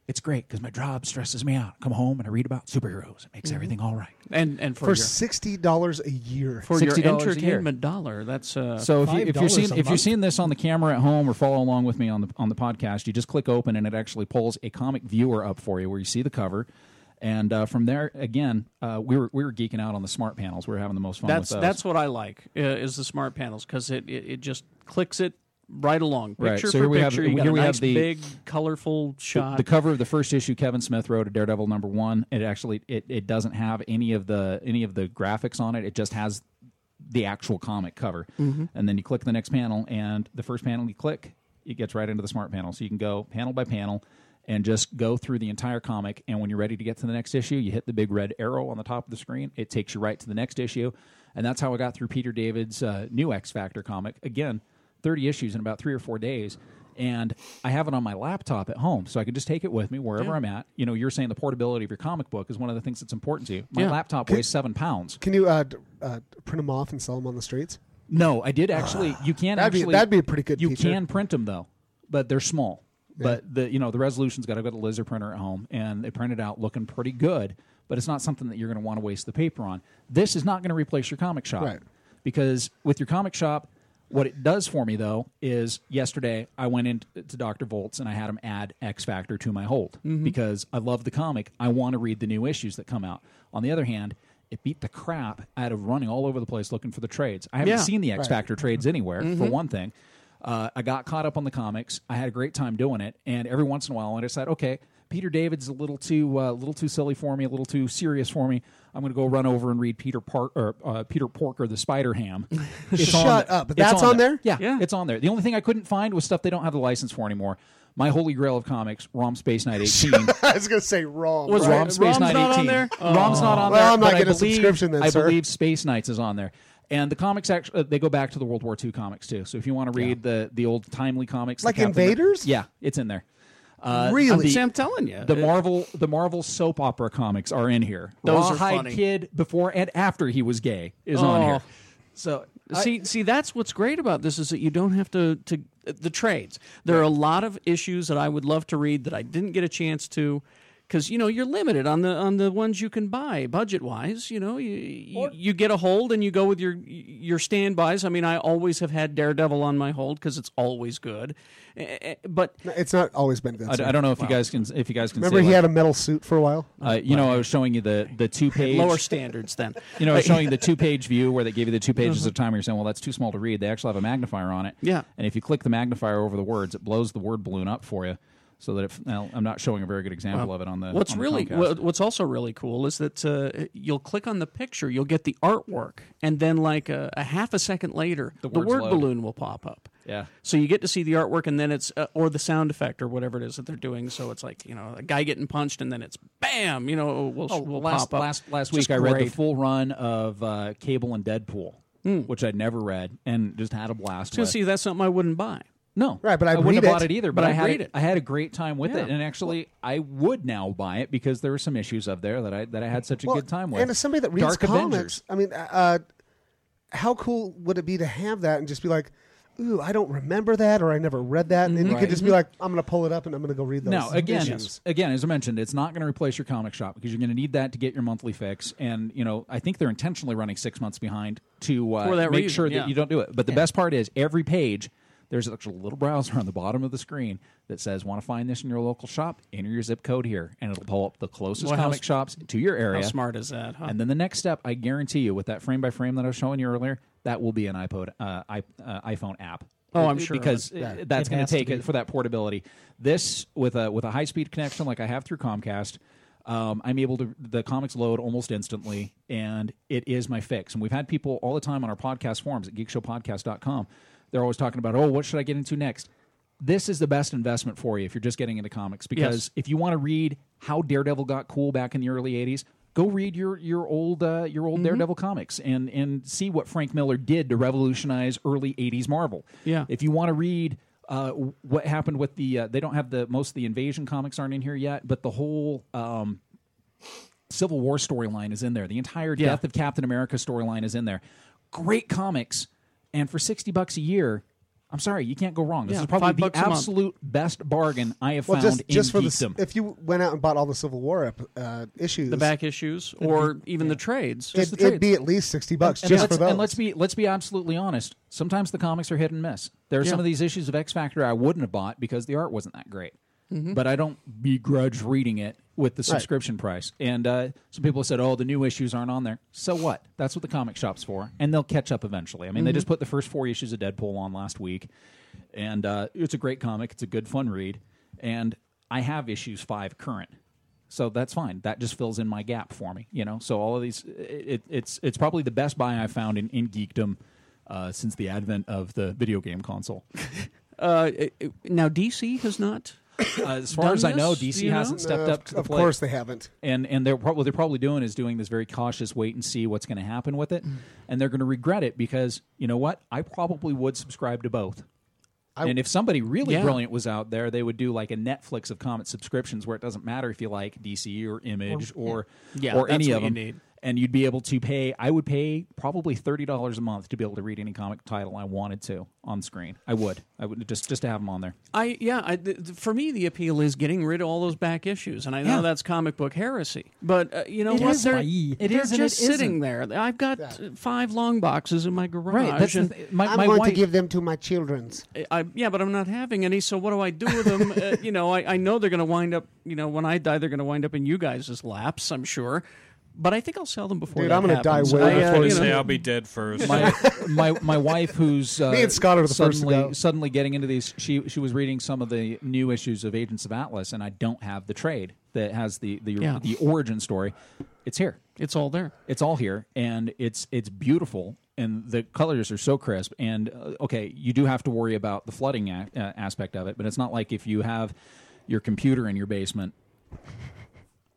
Speaker 7: it's great because my job stresses me out. I come home and I read about superheroes. It makes
Speaker 8: Mm-hmm.
Speaker 7: everything all right.
Speaker 4: And and for,
Speaker 8: For
Speaker 4: your,
Speaker 8: $60 a year.
Speaker 4: for your
Speaker 7: $60 a year.
Speaker 4: entertainment dollar, that's uh,
Speaker 7: So if, you, if you're
Speaker 8: $5
Speaker 7: seeing
Speaker 8: a
Speaker 7: if you're
Speaker 8: month.
Speaker 7: seeing this on the camera at home or follow along with me on the on the podcast, you just click open and it actually pulls a comic viewer up for you where you see the cover, and uh, from there again, uh, we were we were geeking out on the smart panels. We were having the most fun.
Speaker 4: that's
Speaker 7: with those.
Speaker 4: that's what I like uh, is the smart panels because it, it it just clicks it right along picture
Speaker 7: Right. So
Speaker 4: for
Speaker 7: here we have-
Speaker 4: picture. you got
Speaker 7: here
Speaker 4: a
Speaker 7: we have
Speaker 4: nice
Speaker 7: the-
Speaker 4: big colorful shot.
Speaker 7: the cover of the first issue Kevin Smith wrote of Daredevil number one. It actually it, it doesn't have any of the any of the graphics on it. It just has the actual comic cover. And then you click the next panel, and the first panel you click, it gets right into the smart panel. So you can go panel by panel and just go through the entire comic. And when you're ready to get to the next issue, you hit the big red arrow on the top of the screen. It takes you right to the next issue. And that's how I got through Peter David's uh, new X Factor comic. Again, 30 issues in about three or four days. And I have it on my laptop at home, so I can just take it with me wherever I'm at. You know, you're saying the portability of your comic book is one of the things that's important to you. My
Speaker 4: Yeah.
Speaker 7: laptop weighs seven pounds.
Speaker 8: Can you uh, d- uh, print them off and sell them on the streets?
Speaker 7: No, I did actually. You can
Speaker 8: That'd be-
Speaker 7: actually.
Speaker 8: that'd be a pretty good
Speaker 7: You
Speaker 8: feature.
Speaker 7: can print them though, but they're small. But the you know the resolution's got to go to laser printer at home, and they print it out looking pretty good. But it's not something that you're going to want to waste the paper on. This is not going to replace your comic shop,
Speaker 8: Right.
Speaker 7: Because with your comic shop, what it does for me though is yesterday I went in t- to Doctor Volts and I had him add X Factor to my hold because I love the comic. I want to read the new issues that come out. On the other hand. It beat the crap out of running all over the place looking for the trades. I haven't
Speaker 4: Yeah.
Speaker 7: seen the X Factor trades anywhere, for one thing. Uh, I got caught up on the comics. I had a great time doing it, and every once in a while, I decide, okay, Peter David's a little too, uh, a little too silly for me, a little too serious for me. I'm going to go run over and read Peter Park or uh, Peter Porker the Spider
Speaker 8: [laughs]
Speaker 7: Ham.
Speaker 8: Shut up. That's on there?
Speaker 7: Yeah,
Speaker 4: Yeah.
Speaker 7: it's on there. The only thing I couldn't find was stuff they don't have the license for anymore. My holy grail of comics, ROM Space Knight
Speaker 8: [laughs]
Speaker 7: 18.
Speaker 8: [laughs] I was going to say wrong.
Speaker 4: Was
Speaker 8: right?
Speaker 7: ROM Space
Speaker 4: Rom's
Speaker 7: Knight
Speaker 4: not on
Speaker 7: 18.
Speaker 4: there?
Speaker 7: Rom's not on
Speaker 8: Well,
Speaker 7: there.
Speaker 8: I'm not
Speaker 7: but I
Speaker 8: getting a
Speaker 7: believe-
Speaker 8: subscription then,
Speaker 7: I
Speaker 8: sir.
Speaker 7: believe Space Knights is on there. And the comics actually they go back to the World War II comics too. So if you want to read the the old timely comics, the
Speaker 8: Like
Speaker 7: Captain Amer-
Speaker 8: Invaders?
Speaker 7: yeah, it's in there. Uh,
Speaker 8: Really?
Speaker 4: See, I'm telling you,
Speaker 7: The Marvel the Marvel soap opera comics are in here.
Speaker 4: Those are
Speaker 7: Rawhide
Speaker 4: funny.
Speaker 7: Kid before and after he was gay is on
Speaker 4: Oh.
Speaker 7: here. So
Speaker 4: see see that's what's great about this is that you don't have to to the trades there are a lot of issues that i would love to read that i didn't get a chance to because you know you're limited on the on the ones you can buy budget wise. You know, you, you you get a hold and you go with your your standbys. I mean, I always have had Daredevil on my hold because it's always good. Eh, eh, But
Speaker 8: No, It's not always been good.
Speaker 7: I, I don't know if you guys can if you guys can
Speaker 8: Remember,
Speaker 7: say,
Speaker 8: he
Speaker 7: like,
Speaker 8: had a metal suit for a while.
Speaker 7: uh, you know I was showing you the the two page
Speaker 4: lower standards then.
Speaker 7: You know, I was showing you the two page view where they give you the two pages of time. and You're saying, well, that's too small to read. They actually have a magnifier on it.
Speaker 4: Yeah.
Speaker 7: And if you click the magnifier over the words, it blows the word balloon up for you. So that if now, I'm not showing a very good example of it on the.
Speaker 4: What's
Speaker 7: on the
Speaker 4: really
Speaker 7: Chromecast.
Speaker 4: what, what's also really cool is that uh, you'll click on the picture, you'll get the artwork, and then like uh, a, a half a second later, the,
Speaker 7: words
Speaker 4: word
Speaker 7: load.
Speaker 4: balloon will pop up.
Speaker 7: Yeah.
Speaker 4: So you get to see the artwork, and then it's uh, or the sound effect or whatever it is that they're doing. So it's like you know a guy getting punched, and then it's bam, you know, will
Speaker 7: Oh,
Speaker 4: will
Speaker 7: last,
Speaker 4: pop up.
Speaker 7: last last
Speaker 4: Just
Speaker 7: week I read the
Speaker 4: great.
Speaker 7: full run of uh, Cable and Deadpool, which I'd never read, and just had a blast.
Speaker 4: So
Speaker 7: with.
Speaker 4: see, that's something I wouldn't buy.
Speaker 7: No,
Speaker 8: Right, but
Speaker 7: I
Speaker 8: I'd
Speaker 7: would not
Speaker 8: read
Speaker 7: have bought
Speaker 8: it.
Speaker 7: it either. But,
Speaker 4: But
Speaker 7: I
Speaker 4: I'd
Speaker 7: had
Speaker 4: read
Speaker 7: it.
Speaker 4: it.
Speaker 7: I had a great time with it,
Speaker 4: Yeah.
Speaker 7: and actually, I would now buy it because there were some issues up there that I that I had such a
Speaker 8: Well,
Speaker 7: good time with.
Speaker 8: And as somebody that reads
Speaker 7: Dark Avengers.
Speaker 8: comics, I mean, uh, how cool would it be to have that and just be like, "Ooh, I don't remember that, or I never read that," and you could just be like, "I'm going to pull it up and I'm going to go read those."
Speaker 7: Mm-hmm. Now, again,
Speaker 8: issues.
Speaker 7: again, as I mentioned, it's not going to replace your comic shop because you're going to need that to get your monthly fix. And you know, I think they're intentionally running six months behind to uh,
Speaker 4: For that
Speaker 7: make
Speaker 4: reason,
Speaker 7: sure
Speaker 4: yeah.
Speaker 7: that you don't do it. But the best part is every page. There's actually a little browser [laughs] on the bottom of the screen that says, "Want to find this in your local shop? Enter your zip code here, and it'll pull up the closest
Speaker 4: Well, how
Speaker 7: comic
Speaker 4: s-
Speaker 7: shops to your
Speaker 4: How
Speaker 7: area."
Speaker 4: smart is that? Huh?
Speaker 7: And then the next step, I guarantee you, with that frame by frame that I was showing you earlier, that will be an iPod, uh, i, uh, iPhone app.
Speaker 4: Oh, I'm
Speaker 7: It-
Speaker 4: sure of
Speaker 7: because
Speaker 4: it.
Speaker 7: uh,
Speaker 4: Yeah,
Speaker 7: that's
Speaker 4: it
Speaker 7: going
Speaker 4: has
Speaker 7: to
Speaker 4: to
Speaker 7: take
Speaker 4: be.
Speaker 7: it for that portability. This with a with a high speed connection like I have through Comcast, um, I'm able to the comics load almost instantly, and it is my fix. And we've had people all the time on our podcast forums at geekshowpodcast.com. They're always talking about, oh, what should I get into next? This is the best investment for you if you're just getting into comics because if you want to read how Daredevil got cool back in the early '80s, go read your your old uh,
Speaker 4: Mm-hmm.
Speaker 7: your old Daredevil comics and and see what Frank Miller did to revolutionize early '80s Marvel.
Speaker 4: Yeah.
Speaker 7: If you want to read uh, what happened with the, uh, they don't have the most of the invasion comics aren't in here yet, but the whole um, Civil War storyline is in there. The entire
Speaker 4: Yeah.
Speaker 7: death of Captain America storyline is in there. Great comics, and for sixty bucks a year. I'm sorry, you can't go wrong. This
Speaker 4: Yeah,
Speaker 7: is
Speaker 4: five
Speaker 7: probably the
Speaker 4: bucks a month.
Speaker 7: absolute best bargain I have
Speaker 8: well,
Speaker 7: found
Speaker 8: just
Speaker 7: in
Speaker 8: just for
Speaker 7: geekdom.
Speaker 8: the if you went out and bought all the Civil War ep- uh, issues,
Speaker 4: the back issues, or even the trades.
Speaker 8: it'd,
Speaker 7: the
Speaker 8: it'd be at least sixty bucks
Speaker 7: and,
Speaker 8: just
Speaker 7: let's,
Speaker 8: for those.
Speaker 7: and let's be let's be absolutely honest. Sometimes the comics are hit and miss. There are some
Speaker 4: Yeah.
Speaker 7: of these issues of X Factor I wouldn't have bought because the art wasn't that great.
Speaker 8: Mm-hmm.
Speaker 7: But I don't begrudge reading it with the subscription price. And uh, some people said, "Oh, the new issues aren't on there." So what? That's what the comic shop's for, and they'll catch up eventually. I mean, they
Speaker 4: Mm-hmm.
Speaker 7: just put the first four issues of Deadpool on last week, and uh, it's a great comic. It's a good fun read, and I have issues five current. So that's fine. That just fills in my gap for me, you know. So all of these, it, it's it's probably the best buy I've found in in geekdom uh, since the advent of the video game console.
Speaker 4: [laughs] Uh, it- it- now DC has not.
Speaker 7: Uh, as far
Speaker 4: Done
Speaker 7: as I know,
Speaker 4: this? Do
Speaker 7: DC
Speaker 4: you know?
Speaker 7: hasn't stepped
Speaker 8: Uh,
Speaker 7: up to the
Speaker 8: of
Speaker 7: plate.
Speaker 8: course, they haven't.
Speaker 7: and and they're prob- what they're probably doing is doing this very cautious wait and see what's going to happen with
Speaker 4: Mm.
Speaker 7: it, and they're going to regret it because you know what? I probably would subscribe to both. and if somebody really
Speaker 4: Yeah.
Speaker 7: brilliant was out there, they would do like a Netflix of comic subscriptions where it doesn't matter if you like DC or Image or
Speaker 4: Yeah,
Speaker 7: or
Speaker 4: that's
Speaker 7: any
Speaker 4: what
Speaker 7: of
Speaker 4: you
Speaker 7: them.
Speaker 4: need.
Speaker 7: And you'd be able to pay. I would pay probably thirty dollars a month to be able to read any comic title I wanted to on screen. I would. I would just just to have them on there.
Speaker 4: I yeah. I, th- th- for me, the appeal is getting rid of all those back issues, and I know
Speaker 7: Yeah.
Speaker 4: that's comic book heresy. But uh, you know
Speaker 7: It
Speaker 4: what?
Speaker 7: is
Speaker 4: They're,
Speaker 7: why ye-
Speaker 4: they're
Speaker 7: it is and
Speaker 4: just
Speaker 7: it isn't.
Speaker 4: sitting there. I've got uh, five long boxes in my garage. and-
Speaker 7: my,
Speaker 8: Uh, I'm
Speaker 7: my
Speaker 8: going
Speaker 7: wife,
Speaker 8: to give them to my children's.
Speaker 4: I, yeah, but I'm not having any. So what do I do with them? uh, you know, I, I know they're going to wind up. You know, when I die, they're going to wind up in you guys' laps. I'm sure. But I think I'll sell them before.
Speaker 8: Dude,
Speaker 4: that
Speaker 8: I'm gonna die
Speaker 4: happens.
Speaker 8: way
Speaker 4: I, uh,
Speaker 8: before
Speaker 4: you
Speaker 8: this
Speaker 4: know,
Speaker 10: Say I'll be dead first.
Speaker 7: my my my wife, who's uh,
Speaker 8: [laughs] Me and Scott are the first to
Speaker 7: suddenly
Speaker 8: go.
Speaker 7: suddenly getting into these. She she was reading some of the new issues of Agents of Atlas, and I don't have the trade that has the the,
Speaker 4: Yeah.
Speaker 7: the origin story. It's here.
Speaker 4: It's all there.
Speaker 7: It's all here, and it's it's beautiful, and the colors are so crisp. And uh, okay, you do have to worry about the flooding a- uh, aspect of it, but it's not like if you have your computer in your basement.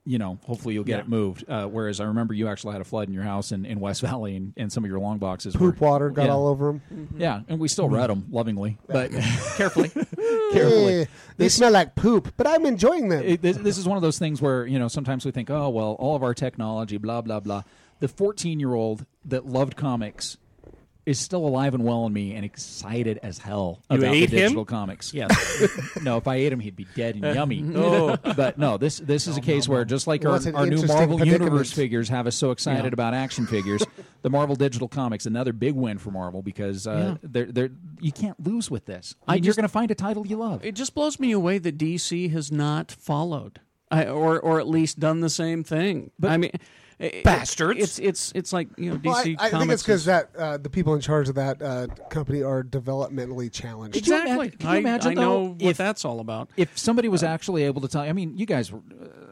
Speaker 7: You know, hopefully you'll get it moved. Uh, whereas I remember you actually had a flood in your house in, in West Valley, and, and some of your long boxes were-
Speaker 8: Poop water got
Speaker 7: Yeah.
Speaker 8: all over them.
Speaker 7: Yeah, and we still read them lovingly, but [laughs]
Speaker 4: Carefully.
Speaker 8: Eh, they smell like poop, but I'm enjoying them.
Speaker 7: it, this, this is one of those things where you know sometimes we think, oh well, all of our technology, blah blah blah. The fourteen-year-old that loved comics is still alive and well in me and excited as hell
Speaker 11: You
Speaker 7: about
Speaker 11: ate
Speaker 7: the
Speaker 11: him?
Speaker 7: digital comics. Yes. [laughs] no, if I ate him, he'd be dead and yummy.
Speaker 11: Oh.
Speaker 7: But no, this this is a case where just like
Speaker 11: Well,
Speaker 7: our,
Speaker 11: that's an
Speaker 7: our new
Speaker 11: interesting
Speaker 7: Marvel
Speaker 11: predicament.
Speaker 7: Universe figures have us so excited
Speaker 11: Yeah.
Speaker 7: about action figures, the Marvel Digital Comics another big win for Marvel because uh,
Speaker 4: Yeah.
Speaker 7: they're they're you can't lose with this.
Speaker 4: I
Speaker 7: you're
Speaker 4: just-
Speaker 7: going to find a title you love.
Speaker 4: It just blows me away that DC has not followed, I, or or at least done the same thing. But I mean, it-
Speaker 7: Bastards.
Speaker 4: It's it's it's like you know
Speaker 8: Well,
Speaker 4: DC.
Speaker 8: I, I think it's
Speaker 4: Comics
Speaker 8: because
Speaker 4: is-
Speaker 8: that uh, the people in charge of that uh, company are developmentally challenged.
Speaker 7: Could you imagine- Can you imagine?
Speaker 4: I know
Speaker 7: though,
Speaker 4: what
Speaker 7: if,
Speaker 4: that's all about.
Speaker 7: If somebody was actually able to tell, I mean, you guys, were,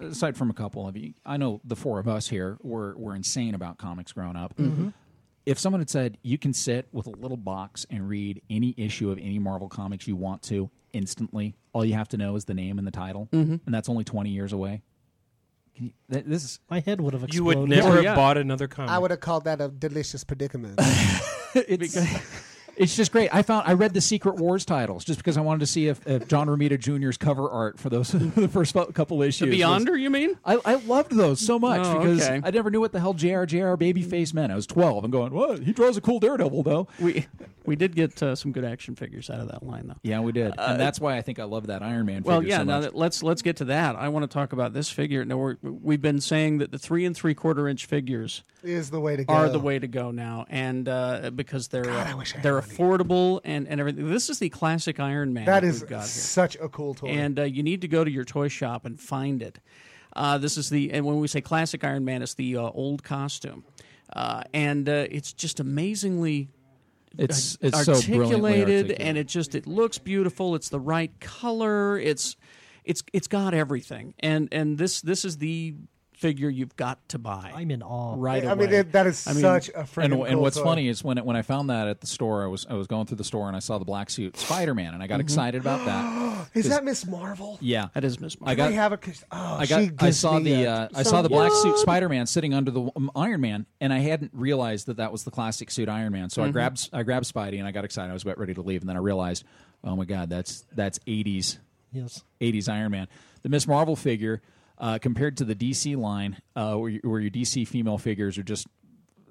Speaker 7: uh, aside from a couple of you, I know the four of us here were were insane about comics growing up.
Speaker 4: Mhm.
Speaker 7: If someone had said you can sit with a little box and read any issue of any Marvel comics you want to instantly, all you have to know is the name and the title,
Speaker 12: Mhm.
Speaker 7: and that's only twenty years away. Can you, th- this is
Speaker 12: My head would have
Speaker 10: You would
Speaker 12: exploded.
Speaker 10: never
Speaker 7: Oh,
Speaker 10: have
Speaker 7: yeah.
Speaker 10: bought another comic.
Speaker 8: I would have called that a
Speaker 7: [laughs]
Speaker 8: delicious predicament.
Speaker 7: [laughs] it's, [laughs] it's just great. I found I read the Secret Wars titles just because I wanted to see if, if John Romita Jr.'s cover art for those [laughs] the first fo- couple issues. was-
Speaker 4: Beyonder, you mean?
Speaker 7: I, I loved those so much
Speaker 4: Oh,
Speaker 7: because
Speaker 4: okay.
Speaker 7: I never knew what the hell JRJR babyface meant. I was twelve and going, "What? He draws a cool daredevil, though."
Speaker 4: We we did get uh, some good action figures out of that line, though.
Speaker 7: Yeah, we did,
Speaker 4: Uh,
Speaker 7: and that's why I think I love that Iron Man.
Speaker 4: Well,
Speaker 7: figure
Speaker 4: yeah.
Speaker 7: so
Speaker 4: now
Speaker 7: much.
Speaker 4: that, let's let's get to that. I want to talk about this figure. Now we're, we've been saying that the three and three quarter inch figures
Speaker 8: Is the way to
Speaker 4: are
Speaker 8: go.
Speaker 4: the way to go now, and uh, because they're
Speaker 8: God, I wish I
Speaker 4: they're affordable and, and everything. This is the classic Iron Man
Speaker 8: That
Speaker 4: that
Speaker 8: is
Speaker 4: we've got here.
Speaker 8: such a cool toy.
Speaker 4: and uh, you need to go to your toy shop and find it. Uh, this is the and when we say classic Iron Man, it's the uh, old costume, uh, and uh, it's just amazingly
Speaker 7: It's-
Speaker 4: ar-
Speaker 7: it's so brilliantly
Speaker 4: uh, articulated,
Speaker 7: articulated.
Speaker 4: and it just it looks beautiful. It's the right color. It's it's it's got everything, and and this this is the figure you've got to buy. I'm
Speaker 12: in awe.
Speaker 4: Right
Speaker 8: I mean,
Speaker 4: away.
Speaker 8: it- that is
Speaker 4: I mean,
Speaker 8: such a freaking
Speaker 7: and,
Speaker 8: cool
Speaker 7: and what's
Speaker 8: toy.
Speaker 7: funny is when it, when I found that at the store, I was I was going through the store and I saw the black suit Spider Man, and I got
Speaker 8: Mhm.
Speaker 7: excited about [gasps] that.
Speaker 8: is
Speaker 7: 'Cause-
Speaker 8: that Miss Marvel?
Speaker 7: Yeah,
Speaker 4: that is Miss
Speaker 7: I
Speaker 8: Can
Speaker 7: got
Speaker 8: we have a kiss- oh,
Speaker 7: I got.
Speaker 8: she
Speaker 7: I
Speaker 8: gives
Speaker 7: saw
Speaker 8: me
Speaker 7: the.
Speaker 8: a-
Speaker 7: Uh, I
Speaker 8: so
Speaker 7: saw the black
Speaker 8: good.
Speaker 7: suit Spider Man sitting under the um, Iron Man, and I hadn't realized that that was the classic suit Iron Man. So I
Speaker 8: Mm-hmm.
Speaker 11: Mhm.
Speaker 7: grabbed. I grabbed Spidey, and I got excited. I was about ready to leave, and then I realized, oh my god, that's that's eighties.
Speaker 12: Yes.
Speaker 7: Eighties Iron Man. The Miss Marvel figure, uh, compared to the DC line, uh, where, you, where your DC female figures are just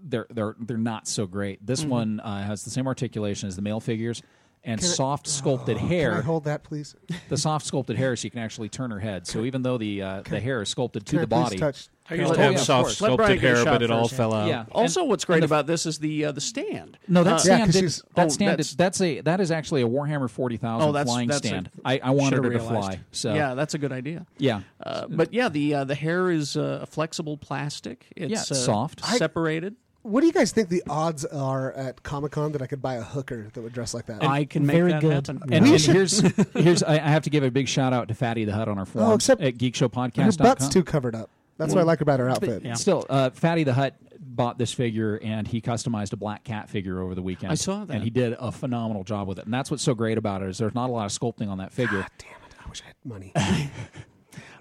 Speaker 7: they're they're they're not so great. This
Speaker 8: Mhm.
Speaker 7: one uh, has the same articulation as the male figures. And
Speaker 8: Can I- Oh,
Speaker 7: soft sculpted
Speaker 8: Can
Speaker 7: hair
Speaker 8: I hold that, please?
Speaker 7: the soft sculpted hair, so you can actually turn her head. So even though the uh, the hair is sculpted to
Speaker 8: can I
Speaker 7: the
Speaker 8: please
Speaker 7: body,
Speaker 8: touch- uh, I
Speaker 12: used to
Speaker 7: Oh,
Speaker 12: have
Speaker 7: yeah, of
Speaker 12: soft
Speaker 7: course.
Speaker 12: Let Brian sculpted get a hair, shot but it all first. fell out.
Speaker 7: Yeah.
Speaker 4: Also,
Speaker 7: And-
Speaker 4: what's
Speaker 7: and
Speaker 4: great
Speaker 7: the-
Speaker 4: about this is the uh, the stand.
Speaker 7: no, that
Speaker 4: Uh,
Speaker 7: stand did,
Speaker 4: she's-
Speaker 7: that
Speaker 4: oh,
Speaker 7: stand
Speaker 4: that's-
Speaker 7: is, that's a that is actually a Warhammer forty thousand
Speaker 4: Oh, that's
Speaker 7: flying
Speaker 4: that's a-
Speaker 7: stand. I I wanted
Speaker 4: should've
Speaker 7: her to
Speaker 4: realized.
Speaker 7: fly. So
Speaker 4: yeah, that's a good idea.
Speaker 7: Yeah.
Speaker 4: uh, but yeah, the uh, the hair is uh, a flexible plastic. It's
Speaker 7: Yeah,
Speaker 4: uh,
Speaker 7: soft.
Speaker 8: I-
Speaker 4: separated.
Speaker 8: What do you guys think the odds are at Comic Con that I could buy a hooker that would dress like that?
Speaker 4: I can make Very that good. happen.
Speaker 7: And,
Speaker 8: We
Speaker 7: and
Speaker 8: should-
Speaker 4: [laughs]
Speaker 7: here's here's I, I have to give a big shout out to Fatty the Hut on our forum
Speaker 8: Oh, except
Speaker 7: at
Speaker 8: her
Speaker 7: geekshowpodcast.com.
Speaker 8: butt's too covered up. That's what I like about her
Speaker 7: But
Speaker 8: outfit.
Speaker 7: Still, uh, Fatty the Hut bought this figure and he customized a black cat figure over the weekend.
Speaker 4: I saw that.
Speaker 7: and he did a phenomenal job with it. And that's what's so great about it is there's not a lot of sculpting on that figure. Ah, damn
Speaker 8: it! I wish I had [laughs] money.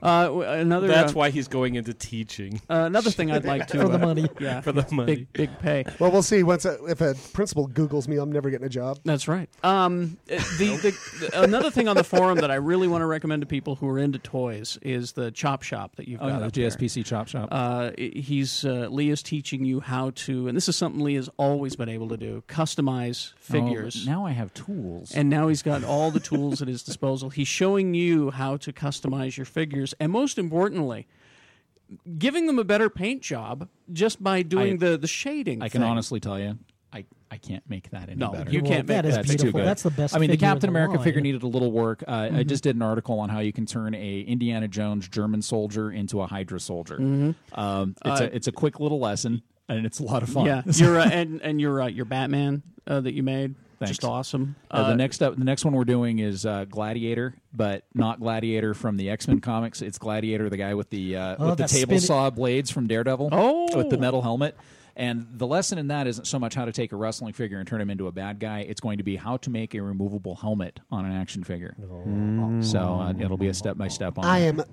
Speaker 4: Uh, w- another
Speaker 10: That's
Speaker 4: uh,
Speaker 10: why he's going
Speaker 12: [laughs]
Speaker 10: into teaching.
Speaker 4: uh, another thing I'd like
Speaker 7: [laughs]
Speaker 4: to uh, Yeah,
Speaker 10: for the
Speaker 4: big-
Speaker 10: money.
Speaker 4: big pay.
Speaker 8: Well, we'll see. Once a, if a principal Google's me, I'm never getting a job.
Speaker 4: That's right. Um, uh, the, the, the- another thing on the forum that I really want to recommend to people who are into toys is the Chop Shop that you've
Speaker 7: Oh,
Speaker 4: got.
Speaker 7: yeah,
Speaker 4: up
Speaker 7: the
Speaker 4: there.
Speaker 7: GSPC Chop Shop.
Speaker 4: Uh, he's uh, Lee is teaching you how to, and this is something Lee has always been able to do: customize figures.
Speaker 7: Oh, now I have tools.
Speaker 4: And now he's got all the tools at his disposal. He's showing you how to customize your figures, and most importantly, giving them a better paint job just by doing the, the shading.
Speaker 7: I can
Speaker 4: thing.
Speaker 7: honestly tell you, I, I can't make that any
Speaker 4: No,
Speaker 7: better.
Speaker 4: you can't Well, make that is that.
Speaker 7: too
Speaker 4: beautiful.
Speaker 7: good.
Speaker 4: That's the best
Speaker 7: I mean, the
Speaker 4: figure in
Speaker 7: Captain
Speaker 4: the
Speaker 7: America
Speaker 4: line.
Speaker 7: figure needed a little work. Uh, I
Speaker 4: Mhm.
Speaker 7: just did an article on how you can turn a Indiana Jones German soldier into a Hydra soldier.
Speaker 4: Mhm.
Speaker 7: Um, it's
Speaker 4: Uh,
Speaker 7: a it's a quick little lesson, and it's a lot of fun. [laughs]
Speaker 4: Yeah, your uh, and and your uh, your Batman uh, that you made, just awesome.
Speaker 7: Uh, the next up, the next one we're doing is uh, Gladiator, but not Gladiator from the X Men comics. It's Gladiator, the guy with the uh,
Speaker 4: Oh,
Speaker 7: with the
Speaker 4: that
Speaker 7: table
Speaker 4: spin-
Speaker 7: saw blades from Daredevil.
Speaker 4: Oh.
Speaker 7: with the metal helmet. And the lesson in that isn't so much how to take a wrestling figure and turn him into a bad guy. It's going to be how to make a removable helmet on an action figure. So uh, it'll be a step by step on.
Speaker 8: I
Speaker 7: that.
Speaker 8: am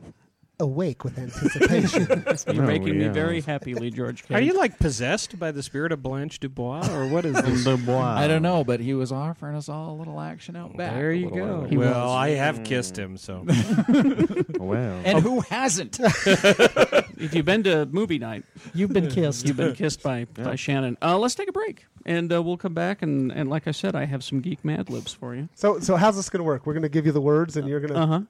Speaker 8: awake with anticipation. [laughs]
Speaker 4: You're making me very happy, Lee George.
Speaker 10: Oh, Are you like possessed by the spirit of Blanche Dubois, or what is
Speaker 8: [laughs]
Speaker 10: this?
Speaker 7: Dubois. I don't know, but he was offering us all a little action out back.
Speaker 10: There
Speaker 7: a
Speaker 10: you
Speaker 7: little
Speaker 10: go.
Speaker 7: earlier.
Speaker 10: well, I
Speaker 12: Hmm.
Speaker 10: have kissed him, so.
Speaker 11: wow.
Speaker 7: And who hasn't?
Speaker 4: if you've been to movie night,
Speaker 12: you've been kissed.
Speaker 4: You've been kissed by by Shannon. Uh, let's take a break. and uh, we'll come back and, and like I said, I have some geek mad libs for you.
Speaker 8: So, so how's this going to work? We're going to give you the words, and you're going to.
Speaker 4: Uh huh.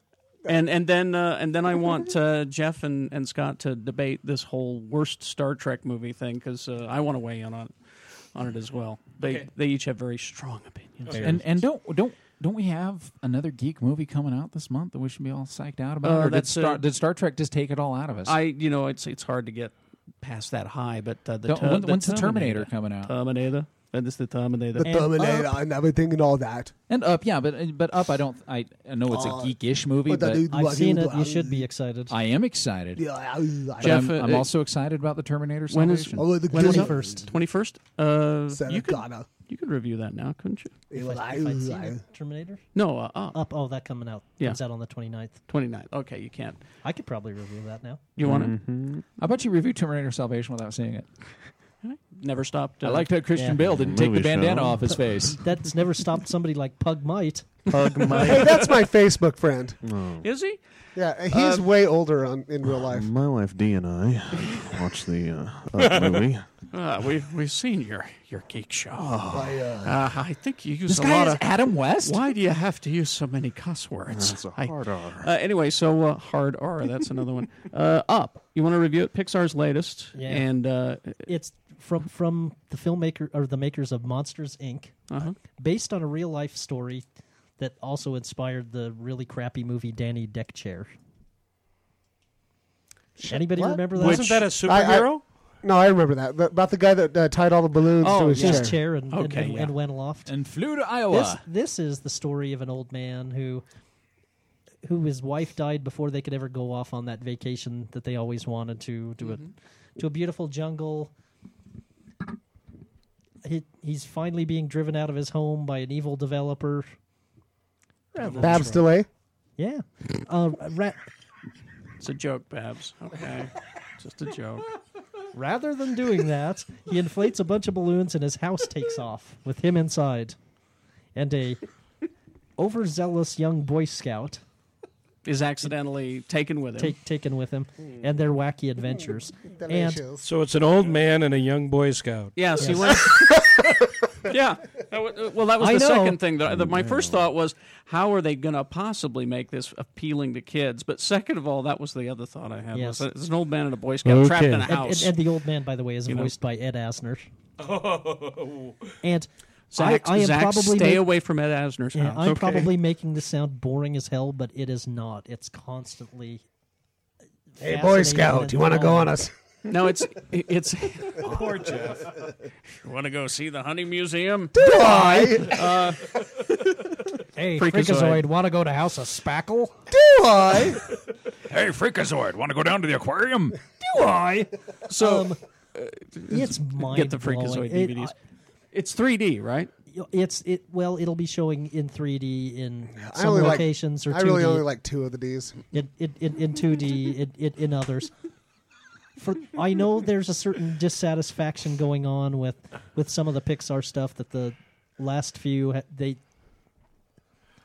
Speaker 4: And and then uh, and then I want uh, Jeff and, and Scott to debate this whole worst Star Trek movie thing because uh, I want to weigh in on on it as well. They
Speaker 7: Okay.
Speaker 4: they each have very strong opinions.
Speaker 7: And and don't don't don't we have another geek movie coming out this month that we should be all psyched out about?
Speaker 4: Uh,
Speaker 7: or did
Speaker 4: that's, uh,
Speaker 7: Star, did Star Trek just take it all out of us?
Speaker 4: I you know it's it's hard to get past that high, but uh, the, Uh,
Speaker 7: Don't-
Speaker 4: ter-
Speaker 7: when- when's the Terminator
Speaker 4: coming out? Terminator. When is the Terminator? uh,
Speaker 7: The And Terminator up.
Speaker 8: and everything and all that.
Speaker 7: And up, yeah, but but up. I don't. I, I know it's a
Speaker 10: Uh,
Speaker 7: geekish movie,
Speaker 10: but
Speaker 7: but,
Speaker 10: that dude- I've seen it. You should be excited.
Speaker 7: I am excited.
Speaker 10: Yeah, I- I-
Speaker 7: But
Speaker 10: Jeff,
Speaker 7: I'm,
Speaker 10: uh,
Speaker 7: I'm
Speaker 10: uh,
Speaker 7: also excited about the Terminator.
Speaker 4: When is
Speaker 7: Salvation.
Speaker 4: when is it? 21st? Uh, you could you could review that now, couldn't you?
Speaker 10: If I, if I'd seen it, Terminator?
Speaker 4: No, uh, up.
Speaker 10: Up. Oh, that coming out.
Speaker 4: Yeah.
Speaker 10: Comes out on the 29th.
Speaker 4: 29th. Okay, you can't.
Speaker 10: I could probably review that now.
Speaker 4: You want it?
Speaker 13: Mm-hmm.
Speaker 7: How about you review Terminator Salvation without seeing it?
Speaker 4: Never stopped. uh,
Speaker 7: I liked how Christian Bale didn't take the bandana [laughs] off his face.
Speaker 10: That's never stopped somebody like Pug Might.
Speaker 7: Pug Mite.
Speaker 8: [laughs] Hey, that's my Facebook friend.
Speaker 4: Is he?
Speaker 8: Yeah, he's
Speaker 10: Um,
Speaker 8: way older on, in real life.
Speaker 13: My wife Dee and I watched the uh, Up movie.
Speaker 4: Uh, we we've seen your your geek show.
Speaker 8: I,
Speaker 4: uh, I think you use
Speaker 7: This
Speaker 4: a
Speaker 7: guy
Speaker 4: lot
Speaker 7: is
Speaker 4: of
Speaker 7: Adam West?
Speaker 4: Why do you have to use so many cuss words?
Speaker 13: That's a
Speaker 4: I-
Speaker 13: hard R.
Speaker 4: Uh, anyway, so uh, hard R. That's another one. Uh, Up. You want to review it? Pixar's latest.
Speaker 10: Yeah.
Speaker 4: And uh,
Speaker 10: It's from [laughs] from the filmmaker or the makers of Monsters Inc.
Speaker 4: Uh-huh.
Speaker 10: Based on a real life story that also inspired the really crappy movie Danny Deckchair. Anybody
Speaker 8: What?
Speaker 10: remember that?
Speaker 8: I, I, no, I remember that. But about the guy that uh, tied all the balloons
Speaker 10: oh,
Speaker 8: to his
Speaker 10: yeah.
Speaker 8: chair.
Speaker 10: his chair and, and- and, and went aloft
Speaker 7: and flew to
Speaker 10: This, this is the story of an old man who, who his wife died before they could ever go off on that vacation that they always wanted to to a to a beautiful jungle. He, he's finally being driven out of his home by an evil developer.
Speaker 8: Babs Delay.
Speaker 10: Yeah, uh, ra-
Speaker 4: it's a joke, Babs. Okay, just a joke.
Speaker 10: rather than doing that, he inflates a bunch of balloons and his house takes off with him inside, and a overzealous young boy scout
Speaker 4: Is accidentally taken with him.
Speaker 10: take, taken with him and their wacky adventures. and
Speaker 8: Delicious.
Speaker 14: So it's an old man and a young Boy Scout.
Speaker 4: Yeah, see what?
Speaker 10: [laughs]
Speaker 4: yeah. That wa- uh, Well, that was
Speaker 14: I
Speaker 4: the
Speaker 14: know.
Speaker 4: second thing that, that my first thought was, how are they going to possibly make this appealing to kids? But second of all, that was the other thought I had.
Speaker 10: Yes.
Speaker 4: Was that it's an old man and a boy scout trapped in a
Speaker 10: And- and-
Speaker 4: house.
Speaker 10: And, the old man, by the way, is
Speaker 4: You know.
Speaker 10: voiced by Ed Asner.
Speaker 14: Oh.
Speaker 10: And
Speaker 4: Zach,
Speaker 10: I, I am
Speaker 4: Zach,
Speaker 10: probably
Speaker 4: stay
Speaker 10: ma-
Speaker 4: away from Ed Asner's
Speaker 10: Yeah,
Speaker 4: house.
Speaker 10: I'm
Speaker 4: Okay.
Speaker 10: probably making this sound boring as hell, but it is not. It's constantly.
Speaker 8: Hey, Boy Scout, you want to go on us?
Speaker 4: No, it's it's.
Speaker 14: Poor Jeff.
Speaker 4: Want to go see the Honey Museum?
Speaker 8: Do I?
Speaker 4: Uh, Freakazoid.
Speaker 10: Hey, Freakazoid, want to go to House of Spackle?
Speaker 8: Do I?
Speaker 15: Hey, Freakazoid, want to go down to the aquarium?
Speaker 10: Do I?
Speaker 4: So
Speaker 10: um, it's mind
Speaker 4: get the Freakazoid DVDs. it's 3D, right?
Speaker 10: It's it. Well, it'll be showing in 3D in
Speaker 8: I
Speaker 10: some
Speaker 8: only
Speaker 10: locations
Speaker 8: like,
Speaker 10: or 2D.
Speaker 8: I really only like two of the D's.
Speaker 10: in in, in, in 2D, in, in, in others. For I know there's a certain dissatisfaction going on with with some of the Pixar stuff that the last few ha- they.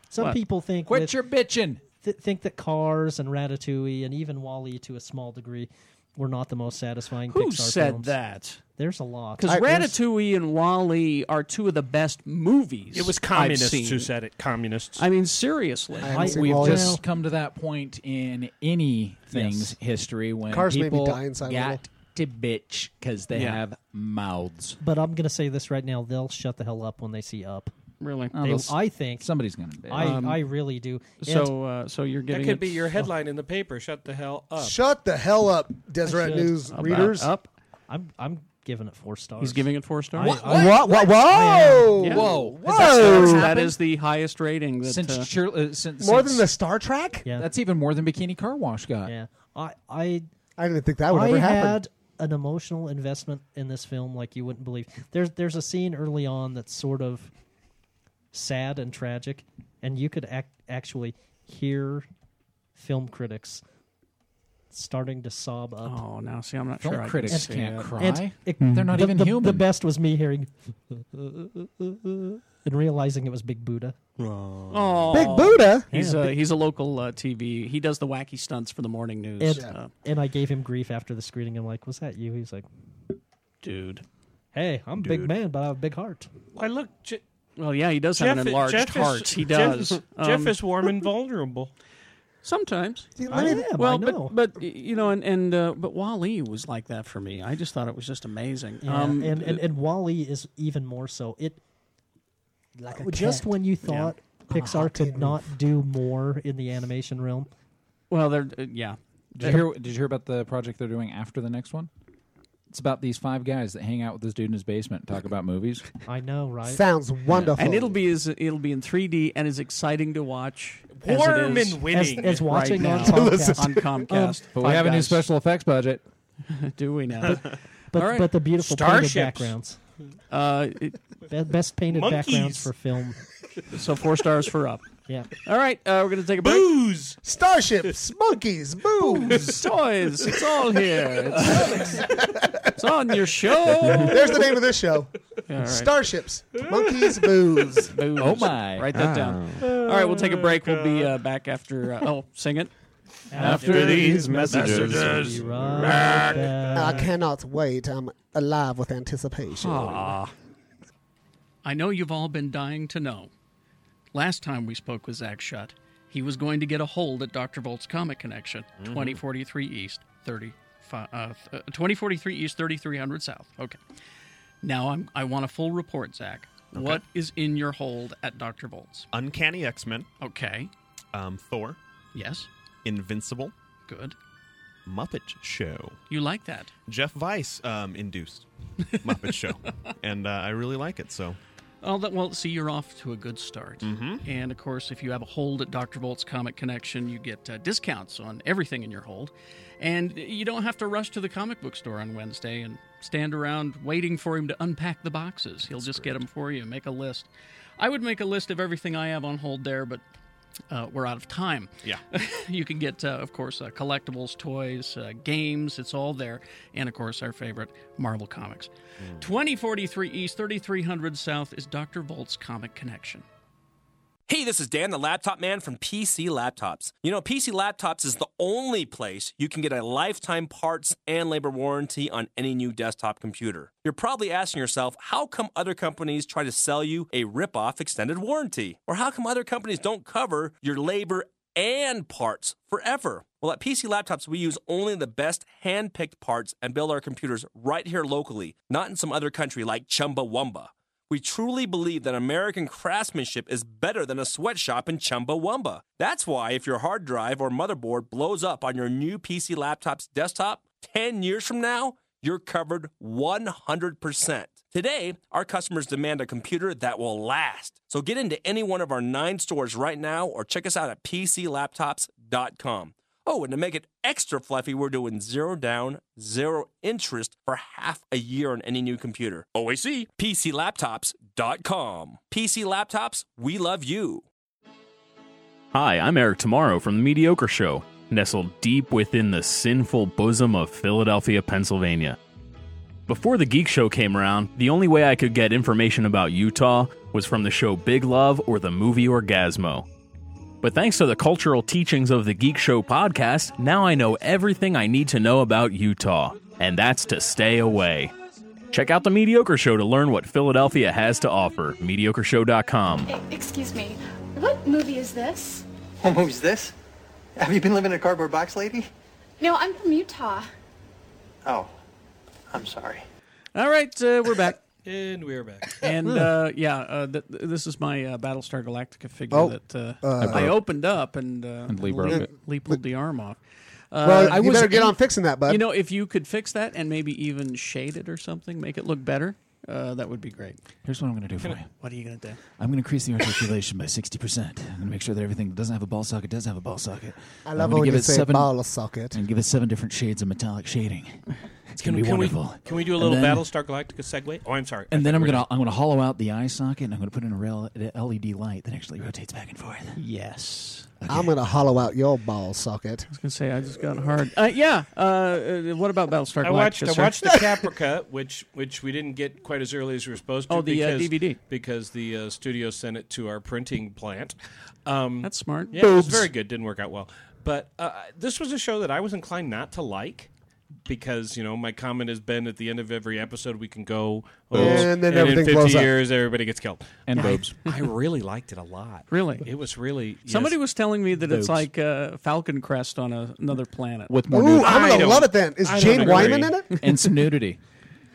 Speaker 10: Some
Speaker 7: What?
Speaker 10: people think
Speaker 7: Quit
Speaker 10: that-
Speaker 7: your bitching.
Speaker 10: th- think that Cars and Ratatouille and even Wally to a small degree were not the most satisfying.
Speaker 4: Who
Speaker 10: Pixar
Speaker 4: said
Speaker 10: films.
Speaker 4: that?
Speaker 10: There's a lot.
Speaker 4: Because Ratatouille and Wally are two of the best movies.
Speaker 14: It was
Speaker 4: I've
Speaker 14: communists
Speaker 4: seen.
Speaker 14: who said it. Communists.
Speaker 4: I mean, seriously.
Speaker 7: I, we've just come to that point in any thing's
Speaker 10: Yes.
Speaker 7: history when
Speaker 8: Cars made me
Speaker 7: people
Speaker 8: die inside a little.
Speaker 7: got to bitch because they
Speaker 10: Yeah.
Speaker 7: have mouths.
Speaker 10: But I'm gonna say this right now: they'll shut the hell up when they see Up.
Speaker 4: Really?
Speaker 10: They- I think
Speaker 7: somebody's gonna. Bitch.
Speaker 10: I
Speaker 16: Um,
Speaker 10: I really do. And-
Speaker 4: So uh, so you're
Speaker 14: That
Speaker 4: giving
Speaker 14: could
Speaker 4: it
Speaker 14: be your headline in the paper. Shut the hell up.
Speaker 8: Shut the hell up, Deseret
Speaker 10: should.
Speaker 8: News
Speaker 4: about
Speaker 8: readers.
Speaker 4: up.
Speaker 10: I'm I'm giving it four stars.
Speaker 4: He's giving it four stars.
Speaker 10: What?
Speaker 8: Wha- wha- wha- Whoa!
Speaker 4: Yeah.
Speaker 7: Whoa!
Speaker 8: Whoa!
Speaker 4: That's-
Speaker 8: Whoa!
Speaker 4: that is the highest rating that
Speaker 7: Since,
Speaker 4: uh,
Speaker 7: Shir- uh, since
Speaker 8: More
Speaker 7: since-
Speaker 8: than the Star Trek?
Speaker 10: Yeah.
Speaker 7: That's even more than Bikini Car Wash got.
Speaker 10: Yeah. I I
Speaker 8: I didn't think that would ever
Speaker 10: I
Speaker 8: happen.
Speaker 10: had an emotional investment in this film like you wouldn't believe. There's there's a scene early on that's sort of sad and tragic, and you could act, actually hear film critics starting to sob up.
Speaker 4: Oh, now see, I'm not
Speaker 7: Film
Speaker 4: sure. I
Speaker 7: critics
Speaker 4: see
Speaker 7: can't
Speaker 4: it.
Speaker 7: cry.
Speaker 10: And it-
Speaker 7: They're not
Speaker 10: the-
Speaker 7: even
Speaker 10: the,
Speaker 7: human.
Speaker 10: The best was me hearing and realizing it was Big Buddha.
Speaker 4: Oh,
Speaker 8: Big Buddha?
Speaker 4: He's
Speaker 10: Yeah,
Speaker 4: a
Speaker 10: big-
Speaker 4: he's a local uh, TV. He does the wacky stunts for the morning news.
Speaker 10: And,
Speaker 4: Uh,
Speaker 10: and I gave him grief after the screening. I'm like, was that you? He's like,
Speaker 4: dude,
Speaker 3: Hey, I'm a big man, but I have a big heart.
Speaker 16: I look. Je-
Speaker 17: Well, yeah, he does have an
Speaker 16: Jeff-
Speaker 17: enlarged
Speaker 16: Jeff is-
Speaker 17: heart. he
Speaker 16: Jeff
Speaker 17: does.
Speaker 16: is-
Speaker 17: Um,
Speaker 16: [laughs] Jeff is warm and
Speaker 10: [laughs]
Speaker 16: vulnerable.
Speaker 17: Sometimes.
Speaker 16: I am, I
Speaker 17: well,
Speaker 16: know.
Speaker 17: but but y- you know, and and uh, but Wally was like that for me. I just thought it was just amazing.
Speaker 3: Yeah,
Speaker 17: um,
Speaker 3: and, and and Wally is even more so. It
Speaker 17: Like
Speaker 16: a
Speaker 3: just
Speaker 16: cat.
Speaker 3: when you
Speaker 16: Yeah.
Speaker 3: thought
Speaker 8: Oh,
Speaker 3: Pixar could not do more in the animation realm.
Speaker 17: Well, they're uh, yeah.
Speaker 18: Did you, hear, did you hear about the project they're doing after the next one? It's about these five guys that hang out with this dude in his basement and talk about movies.
Speaker 3: I know, right?
Speaker 8: Sounds wonderful.
Speaker 17: And it'll be as it'll be in 3D and as exciting to watch. as it
Speaker 16: Warm
Speaker 17: is
Speaker 16: and winning.
Speaker 17: right
Speaker 3: As- as watching
Speaker 17: now
Speaker 3: on Comcast. To listen
Speaker 17: on
Speaker 3: to.
Speaker 17: Comcast.
Speaker 3: Um,
Speaker 18: But we have a new special effects budget.
Speaker 17: new. [laughs] Do we now?
Speaker 3: But
Speaker 17: All right.
Speaker 3: but the beautiful painted
Speaker 17: Starships.
Speaker 3: backgrounds,
Speaker 17: Uh, it-
Speaker 3: Be- best painted backgrounds
Speaker 17: Monkeys.
Speaker 3: for film.
Speaker 17: so four stars for up.
Speaker 3: Yeah.
Speaker 17: All right, uh, we're gonna take a break.
Speaker 16: Booze,
Speaker 8: starships, monkeys, booze,
Speaker 17: toys. It's all here.
Speaker 3: [laughs]
Speaker 17: It's, it's on your show.
Speaker 8: There's the name of this show.
Speaker 17: Yeah, all right.
Speaker 8: Starships, monkeys, booze.
Speaker 17: Booze.
Speaker 18: Oh, my.
Speaker 17: Write that down.
Speaker 8: Oh.
Speaker 17: All right, we'll take a break. We'll
Speaker 3: Oh,
Speaker 17: be uh, back after. Uh, oh, sing it.
Speaker 8: After
Speaker 19: these messages. messages.
Speaker 8: I cannot wait. I'm alive with anticipation.
Speaker 4: Aw. I know you've all been dying to know. Last time we spoke with Zach Shutt, he was going to get a hold at Dr. Volt's Comic Connection,
Speaker 20: Mhm.
Speaker 4: 2043 East, 30, fi- uh, th- uh, 2043 East, 3300 South. Okay. Now I'm, I want a full report, Zach.
Speaker 1: Okay.
Speaker 4: What is in your hold at Dr. Volt's?
Speaker 1: Uncanny X Men.
Speaker 4: Okay.
Speaker 1: Um, Thor.
Speaker 4: Yes.
Speaker 1: Invincible.
Speaker 4: Good.
Speaker 1: Muppet Show.
Speaker 4: You like that?
Speaker 1: Jeff Weiss um, induced Muppet Show, and uh, I really like it. So
Speaker 4: Oh, that, well, see, you're off to a good start.
Speaker 1: Mhm.
Speaker 4: And of course, if you have a hold at Dr. Volt's Comic Connection, you get uh, discounts on everything in your hold. And you don't have to rush to the comic book store on Wednesday and stand around waiting for him to unpack the boxes. He'll just get 'em get them for you, make a list. I would make a list of everything I have on hold there, but uh, we're out of time.
Speaker 1: Yeah.
Speaker 4: [laughs] you can get, uh, of course, uh, collectibles, toys, uh, games. It's all there, and of course, our favorite Marvel comics.
Speaker 8: Hmm.
Speaker 4: 2043 East, 3300 South is Dr. Volt's Comic Connection.
Speaker 10: Hey, this is Dan, the laptop man from PC Laptops. You know, PC Laptops is the only place you can get a lifetime parts and labor warranty on any new desktop computer. You're probably asking yourself, how come other companies try to sell you a rip-off extended warranty? Or how come other companies don't cover your labor and parts forever. Well, at PC Laptops, we use only the best hand picked parts and build our computers right here locally, not in some other country like Chumbawamba. We truly believe that American craftsmanship is better than a sweatshop in Chumbawamba. That's why, if your hard drive or motherboard blows up on your new PC Laptops desktop 10 years from now, you're covered 100%. Today, our customers demand a computer that will last. So get into any one of our nine stores right now or check us out at PCLaptops.com. Oh, and to make it extra fluffy, we're doing zero down, zero interest for half a year on any new computer. OAC, PCLaptops.com. PC Laptops, we love you.
Speaker 21: Hi, I'm Eric Tomorrow from The Mediocre Show, nestled deep within the sinful bosom of Philadelphia, Pennsylvania. Before The Geek Show came around, the only way I could get information about Utah was from the show Big Love or the movie Orgasmo. But thanks to the cultural teachings of the Geek Show podcast, now I know everything I need to know about Utah, and that's to stay away. Check out The Mediocre Show to learn what Philadelphia has to offer. MediocreShow.com.
Speaker 2: E- Excuse me, what movie is this?
Speaker 5: What movie's this? Have you been living in a cardboard box, lady?
Speaker 2: No, I'm from Utah.
Speaker 5: Oh, I'm sorry.
Speaker 17: All right, uh, we're
Speaker 8: [laughs]
Speaker 17: back.
Speaker 22: And we are back.
Speaker 17: And uh, yeah, uh, th- th- this is my uh, Battlestar Galactica figure
Speaker 22: Oh,
Speaker 17: that uh,
Speaker 8: uh,
Speaker 17: I opened up and, uh,
Speaker 18: And Lee broke
Speaker 17: leap-
Speaker 18: it.
Speaker 17: leapled the arm off. Uh,
Speaker 8: Well, you better get on fixing that, bud.
Speaker 17: You know, if you could fix that and maybe even shade it or something, make it look better, uh, that would be great.
Speaker 7: Here's what I'm going to do for you.
Speaker 17: What are you going to do?
Speaker 7: I'm going to increase the articulation by 60%. I'm going to make sure that everything that doesn't have a ball socket does have a ball socket.
Speaker 8: I
Speaker 7: And I'm
Speaker 8: love
Speaker 7: gonna
Speaker 8: when
Speaker 7: give
Speaker 8: you
Speaker 7: it
Speaker 8: say
Speaker 7: seven,
Speaker 8: ball
Speaker 10: Mm.
Speaker 8: socket.
Speaker 7: And give it seven different shades of metallic shading. It's going to be
Speaker 22: can
Speaker 7: wonderful.
Speaker 22: We, can we do a
Speaker 7: And
Speaker 22: little
Speaker 7: then-
Speaker 22: Battlestar Galactica segue? Oh, I'm sorry. I
Speaker 7: And then
Speaker 22: thought
Speaker 7: I'm
Speaker 22: we were
Speaker 7: going to I'm going to hollow out the eye socket and I'm going to put in a rel- a LED light that actually rotates back and forth.
Speaker 17: Yes.
Speaker 8: I'm gonna hollow out your ball socket. I
Speaker 17: was gonna say I just got hard. Uh, yeah. Uh, uh, what about Battlestar Galactica?
Speaker 22: I watched I
Speaker 17: sir?
Speaker 21: [laughs]
Speaker 22: watched the Caprica, which which we didn't get quite as early as we were supposed to.
Speaker 17: Oh, the, uh,
Speaker 22: because,
Speaker 17: DVD.
Speaker 22: because the uh, studio sent it to our printing plant. Um,
Speaker 17: That's smart.
Speaker 22: Yeah, it was
Speaker 17: Boobs.
Speaker 10: uh,
Speaker 22: very good. Didn't work out well, but uh, this was a show that I was inclined not to like.
Speaker 10: because you know my comment has been at the end of every episode we can go
Speaker 8: And then
Speaker 10: in
Speaker 8: everything
Speaker 10: 50
Speaker 8: blows up.
Speaker 10: years everybody gets killed
Speaker 7: And
Speaker 10: I-
Speaker 7: boobs.
Speaker 10: I, really liked it a lot
Speaker 4: Really?
Speaker 10: it was really
Speaker 4: Somebody
Speaker 10: yes.
Speaker 4: was telling me that
Speaker 10: Boobs.
Speaker 4: it's like uh, Falcon Crest on a, another planet.
Speaker 7: With
Speaker 10: more Ooh, nudity. I'm gonna I don't- love it
Speaker 8: then.
Speaker 10: Is I Jane don't agree. Wyman in it?
Speaker 7: And some
Speaker 8: [laughs]
Speaker 7: nudity.